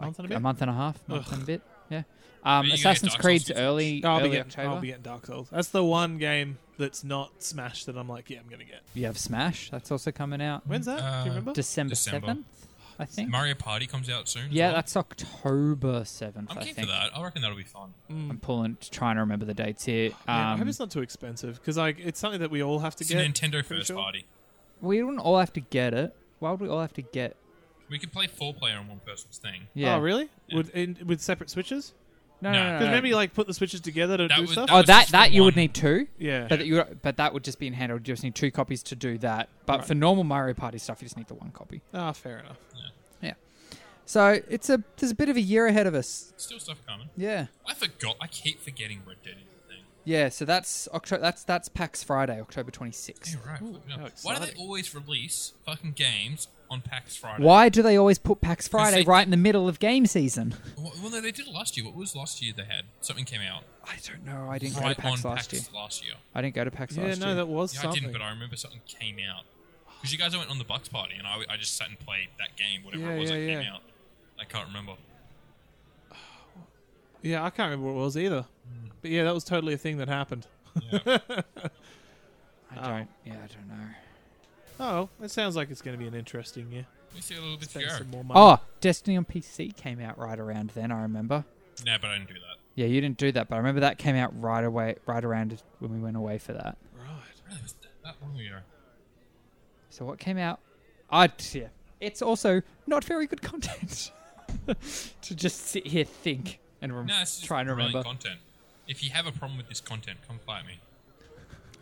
[SPEAKER 2] Month and a bit.
[SPEAKER 3] A month and a half, month
[SPEAKER 2] Ugh.
[SPEAKER 3] and a bit. Yeah. Um,
[SPEAKER 4] you gonna
[SPEAKER 3] Assassin's
[SPEAKER 4] get Dark Souls
[SPEAKER 3] Creed's
[SPEAKER 4] on Switch?
[SPEAKER 3] early,
[SPEAKER 2] Oh, I'll, be
[SPEAKER 3] early
[SPEAKER 2] getting,
[SPEAKER 3] October.
[SPEAKER 2] I'll be getting Dark Souls. That's the one game that's not Smash that I'm like, yeah, I'm gonna get.
[SPEAKER 3] You have Smash. That's also coming out
[SPEAKER 2] When's that? Do
[SPEAKER 4] Uh,
[SPEAKER 2] you remember?
[SPEAKER 3] December
[SPEAKER 4] December.
[SPEAKER 3] 7th, I think.
[SPEAKER 4] Mario Party comes out soon. as
[SPEAKER 3] yeah,
[SPEAKER 4] well.
[SPEAKER 3] that's October 7th,
[SPEAKER 4] I'm
[SPEAKER 3] I
[SPEAKER 4] keen
[SPEAKER 3] think.
[SPEAKER 4] for that. I reckon that'll be fun.
[SPEAKER 3] I'm pulling, trying to remember the dates here. Um,
[SPEAKER 2] [GASPS] Yeah, I hope it's not too expensive because like it's something that we all have to
[SPEAKER 4] It's a
[SPEAKER 2] get.
[SPEAKER 4] Nintendo
[SPEAKER 2] pretty
[SPEAKER 4] first
[SPEAKER 2] sure.
[SPEAKER 4] party.
[SPEAKER 3] we don't all have to get it. Why would we all have to get
[SPEAKER 4] We could play four player on one person's thing.
[SPEAKER 3] Yeah. Uh,
[SPEAKER 2] Oh, really? With in, with separate switches?
[SPEAKER 3] No, no,
[SPEAKER 4] No.
[SPEAKER 3] no.
[SPEAKER 2] Because
[SPEAKER 3] no.
[SPEAKER 2] maybe like put the switches together to
[SPEAKER 4] That
[SPEAKER 2] do
[SPEAKER 4] was-
[SPEAKER 2] stuff.
[SPEAKER 4] that
[SPEAKER 3] oh,
[SPEAKER 4] was
[SPEAKER 3] that
[SPEAKER 4] just the
[SPEAKER 3] that you would
[SPEAKER 4] one.
[SPEAKER 3] need two.
[SPEAKER 2] yeah.
[SPEAKER 3] But that you but that would just be in handheld. You just need two copies to do that. But for normal Mario Party stuff, you just need the one copy.
[SPEAKER 2] Ah, fair enough.
[SPEAKER 3] So it's a there's a bit of a year ahead of us.
[SPEAKER 4] Still stuff coming.
[SPEAKER 3] Yeah,
[SPEAKER 4] I forgot. I keep forgetting Red Dead is a thing.
[SPEAKER 3] yeah. So that's October. That's that's PAX Friday, October 26th.
[SPEAKER 4] You're right. fucking hell.
[SPEAKER 2] how
[SPEAKER 4] Why do they
[SPEAKER 2] exciting.
[SPEAKER 4] always release fucking games on PAX Friday?
[SPEAKER 3] Why do they always put PAX Friday
[SPEAKER 4] they-
[SPEAKER 3] right in the middle of game season?
[SPEAKER 4] Well, well, no, they did it last year. What was last year they had? Something came out
[SPEAKER 3] I don't know. I didn't go
[SPEAKER 4] right
[SPEAKER 3] to PAX
[SPEAKER 4] on
[SPEAKER 3] last
[SPEAKER 4] PAX
[SPEAKER 3] year.
[SPEAKER 4] last year.
[SPEAKER 3] I didn't go to PAX
[SPEAKER 2] Yeah,
[SPEAKER 3] last
[SPEAKER 2] no,
[SPEAKER 3] year.
[SPEAKER 2] that was
[SPEAKER 4] Yeah, I
[SPEAKER 2] something.
[SPEAKER 4] didn't, but I remember something came out. Because you guys went on the Bucks party, and I, I just sat and played that game, whatever
[SPEAKER 2] Yeah,
[SPEAKER 4] it was
[SPEAKER 2] yeah,
[SPEAKER 4] that
[SPEAKER 2] yeah.
[SPEAKER 4] came out. I can't remember.
[SPEAKER 2] yeah, I can't remember what it was either.
[SPEAKER 4] Hmm.
[SPEAKER 2] But yeah, that was totally a thing that happened.
[SPEAKER 3] I don't. Yeah, I don't know.
[SPEAKER 2] Oh, it sounds like it's going to be an interesting year.
[SPEAKER 4] We see a little bit to
[SPEAKER 2] Spend
[SPEAKER 4] go.
[SPEAKER 2] some more money.
[SPEAKER 3] Oh, Destiny on PC came out right around then. I remember.
[SPEAKER 4] No, but I didn't do that.
[SPEAKER 3] Yeah, you didn't do that, but I remember that came out right away, right around when we went away for that.
[SPEAKER 2] right.
[SPEAKER 4] Really, it was that, that long ago.
[SPEAKER 3] So what came out? I yeah. It's also not very good content [LAUGHS] to just sit here think and rem-
[SPEAKER 4] No, it's just
[SPEAKER 3] try and
[SPEAKER 4] brilliant
[SPEAKER 3] remember.
[SPEAKER 4] content. If you have a problem with this content, come fight me.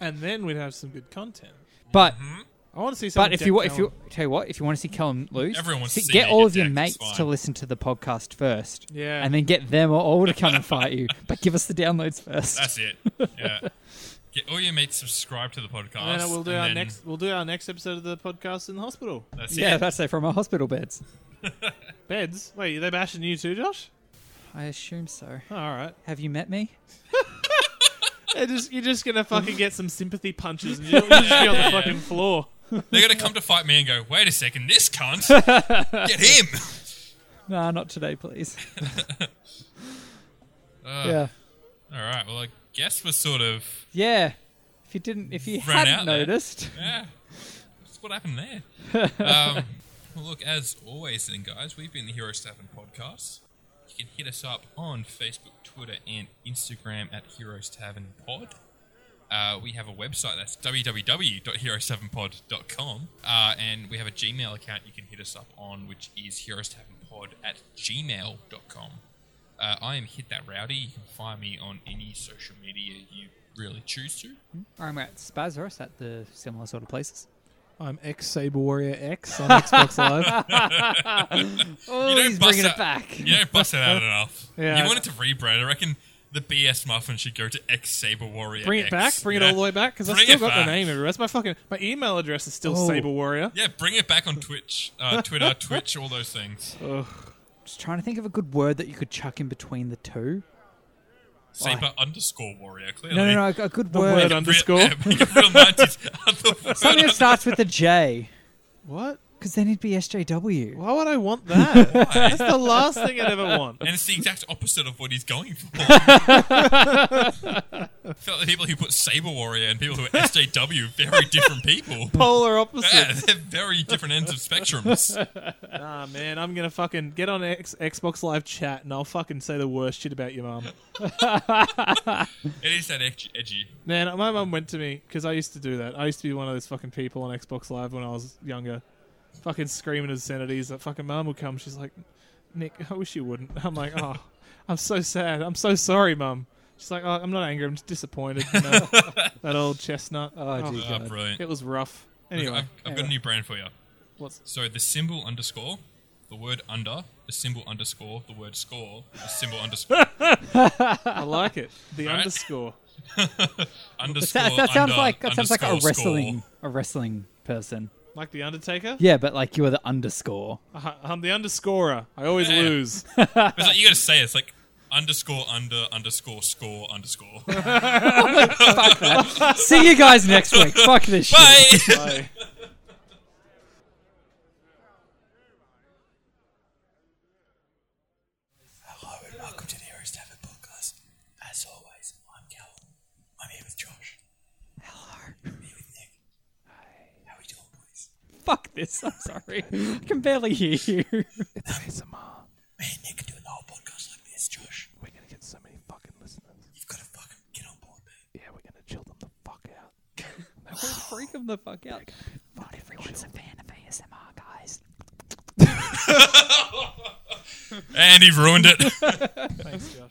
[SPEAKER 2] And then we'd have some good content.
[SPEAKER 3] But
[SPEAKER 4] Mm-hmm.
[SPEAKER 2] I want to see some.
[SPEAKER 3] but if you wa- if you tell you what if you want to see Callum lose,
[SPEAKER 4] Everyone wants
[SPEAKER 3] sit-
[SPEAKER 4] to see
[SPEAKER 3] get
[SPEAKER 4] me
[SPEAKER 3] all
[SPEAKER 4] get
[SPEAKER 3] of your
[SPEAKER 4] decked,
[SPEAKER 3] mates
[SPEAKER 4] it's
[SPEAKER 3] to
[SPEAKER 4] fine.
[SPEAKER 3] listen to the podcast first.
[SPEAKER 2] Yeah.
[SPEAKER 3] and then get them all to come and fight you. But give us the downloads first.
[SPEAKER 2] [LAUGHS]
[SPEAKER 4] That's it. Yeah. Get all your mates subscribe to the podcast.
[SPEAKER 2] and then we'll do
[SPEAKER 4] and
[SPEAKER 2] our
[SPEAKER 4] then
[SPEAKER 2] next. We'll do our next episode of the podcast in the hospital.
[SPEAKER 4] That's
[SPEAKER 3] [LAUGHS] yeah,
[SPEAKER 4] it.
[SPEAKER 3] that's it from our hospital beds.
[SPEAKER 2] Beds. Wait, are they bashing you too, Josh?
[SPEAKER 3] I assume so.
[SPEAKER 2] Oh, all right.
[SPEAKER 3] Have you met me?
[SPEAKER 2] They're just, you're just gonna fucking get some sympathy punches, and you'll, you'll just be on
[SPEAKER 4] [LAUGHS]
[SPEAKER 2] the fucking floor.
[SPEAKER 4] They're gonna come to fight me and go, wait a second, this cunt. Get him.
[SPEAKER 3] Nah, not today,
[SPEAKER 4] [LAUGHS]
[SPEAKER 3] please. [LAUGHS]
[SPEAKER 4] Uh,
[SPEAKER 3] yeah,
[SPEAKER 4] All right. Well, I guess we're sort of
[SPEAKER 3] yeah. If you didn't, if you
[SPEAKER 4] Ran
[SPEAKER 3] hadn't
[SPEAKER 4] out there.
[SPEAKER 3] noticed,
[SPEAKER 4] yeah. That's what happened there. um, well, look, as always, then, guys, we've been the Hero Staffin Podcast. You can hit us up on Facebook, Twitter, and Instagram at Heroes Tavern Pod. Uh, we have a website that's www.hero7pod.com. Uh, and we have a Gmail account you can hit us up on, which is heroestavinpod at gmail.com. Uh, I am Hit That Rowdy. You can find me on any social media you really choose to.
[SPEAKER 3] I'm at Spazros at the similar sort of places.
[SPEAKER 2] I'm X Saber Warrior X on
[SPEAKER 3] [LAUGHS]
[SPEAKER 2] Xbox Live.
[SPEAKER 3] Oh,
[SPEAKER 4] You don't
[SPEAKER 3] he's
[SPEAKER 4] bust
[SPEAKER 3] bringing it
[SPEAKER 4] that-
[SPEAKER 3] back.
[SPEAKER 4] You don't bust
[SPEAKER 2] [LAUGHS]
[SPEAKER 4] that out enough.
[SPEAKER 2] Yeah.
[SPEAKER 4] You wanted to rebrand. I reckon the BS muffin should go to X Saber Warrior.
[SPEAKER 2] Bring
[SPEAKER 4] X.
[SPEAKER 2] it back. Bring it
[SPEAKER 4] Yeah.
[SPEAKER 2] all the way back because I
[SPEAKER 4] Bring
[SPEAKER 2] still
[SPEAKER 4] it
[SPEAKER 2] got
[SPEAKER 4] back.
[SPEAKER 2] the name everywhere. That's my fucking my email address is still
[SPEAKER 3] Oh.
[SPEAKER 2] Saber Warrior.
[SPEAKER 4] Yeah, bring it back on Twitch, uh,
[SPEAKER 2] [LAUGHS]
[SPEAKER 4] Twitter, Twitch, all those things.
[SPEAKER 3] Just trying to think of a good word that you could chuck in between the two.
[SPEAKER 4] Saber underscore Warrior. Clearly,
[SPEAKER 3] No, no, no. A, a good
[SPEAKER 2] word
[SPEAKER 3] word.
[SPEAKER 2] on-
[SPEAKER 4] Real-
[SPEAKER 2] Underscore.
[SPEAKER 4] Yeah, make it real 90s.
[SPEAKER 3] Something that starts with a J,
[SPEAKER 2] What?
[SPEAKER 3] because then it'd be SJW.
[SPEAKER 2] Why would I want that? That's the last thing I'd ever
[SPEAKER 4] [LAUGHS]
[SPEAKER 2] want.
[SPEAKER 4] [LAUGHS] and it's the exact opposite of what he's
[SPEAKER 2] [LAUGHS]
[SPEAKER 4] going for. Felt the people who put Saber Warrior and people who are SJW very different people.
[SPEAKER 2] Polar
[SPEAKER 4] Yeah,
[SPEAKER 2] opposites.
[SPEAKER 4] they're very different ends of spectrums.
[SPEAKER 2] Nah, man, I'm gonna fucking get on X- Xbox Live chat and I'll fucking say the worst shit about your mum.
[SPEAKER 4] It is that edgy. edgy.
[SPEAKER 2] Man, my mum went to me because I used to do that. I used to be one of those fucking people on Xbox Live when I was younger, fucking screaming obscenities. That fucking mum would come. She's like, "Nick, I wish you wouldn't." I'm like, "Oh, I'm so sad. I'm so sorry, mum." She's like, "Oh, I'm not angry. I'm just disappointed." You know? that old chestnut.
[SPEAKER 3] Oh, dear
[SPEAKER 4] Ah,
[SPEAKER 3] God.
[SPEAKER 4] brilliant.
[SPEAKER 2] it was rough. Anyway,
[SPEAKER 4] I've, I've got a new brand for you.
[SPEAKER 2] What's-
[SPEAKER 4] So the symbol underscore, the word under, the symbol underscore, the word score, the symbol [LAUGHS] underscore,
[SPEAKER 2] I like it. The
[SPEAKER 4] Alright.
[SPEAKER 2] underscore.
[SPEAKER 4] underscore,
[SPEAKER 3] That, that sounds
[SPEAKER 4] under,
[SPEAKER 3] like that sounds like a
[SPEAKER 4] underscore,
[SPEAKER 3] wrestling
[SPEAKER 4] score.
[SPEAKER 3] a wrestling person.
[SPEAKER 2] Like the Undertaker?
[SPEAKER 3] Yeah, but like you are the underscore.
[SPEAKER 2] I- I'm the underscorer. I always
[SPEAKER 4] Yeah.
[SPEAKER 2] lose.
[SPEAKER 4] It's like, you got to say it. it's like underscore under underscore score [LAUGHS] underscore.
[SPEAKER 3] See you guys next week. Fuck this
[SPEAKER 4] [LAUGHS]
[SPEAKER 3] shit.
[SPEAKER 4] Bye.
[SPEAKER 2] I-
[SPEAKER 4] [LAUGHS] Hello and welcome to the Heroes Tavern podcast. As always, I'm Callum. I'm here with Josh. Hello. I'm here with Nick. Hi. How we doing, boys?
[SPEAKER 3] Fuck this. I'm sorry. I can barely hear you.
[SPEAKER 4] Man, Nick can do a whole podcast like this, Josh.
[SPEAKER 2] We're going to get so many fucking listeners.
[SPEAKER 4] You've got to fucking get on board, man.
[SPEAKER 2] Yeah, we're going to chill them the fuck out.
[SPEAKER 3] Freak him the fuck out.
[SPEAKER 6] Not everyone's a fan of ASMR, guys.
[SPEAKER 4] And he ruined it. [LAUGHS]
[SPEAKER 2] Thanks, Josh.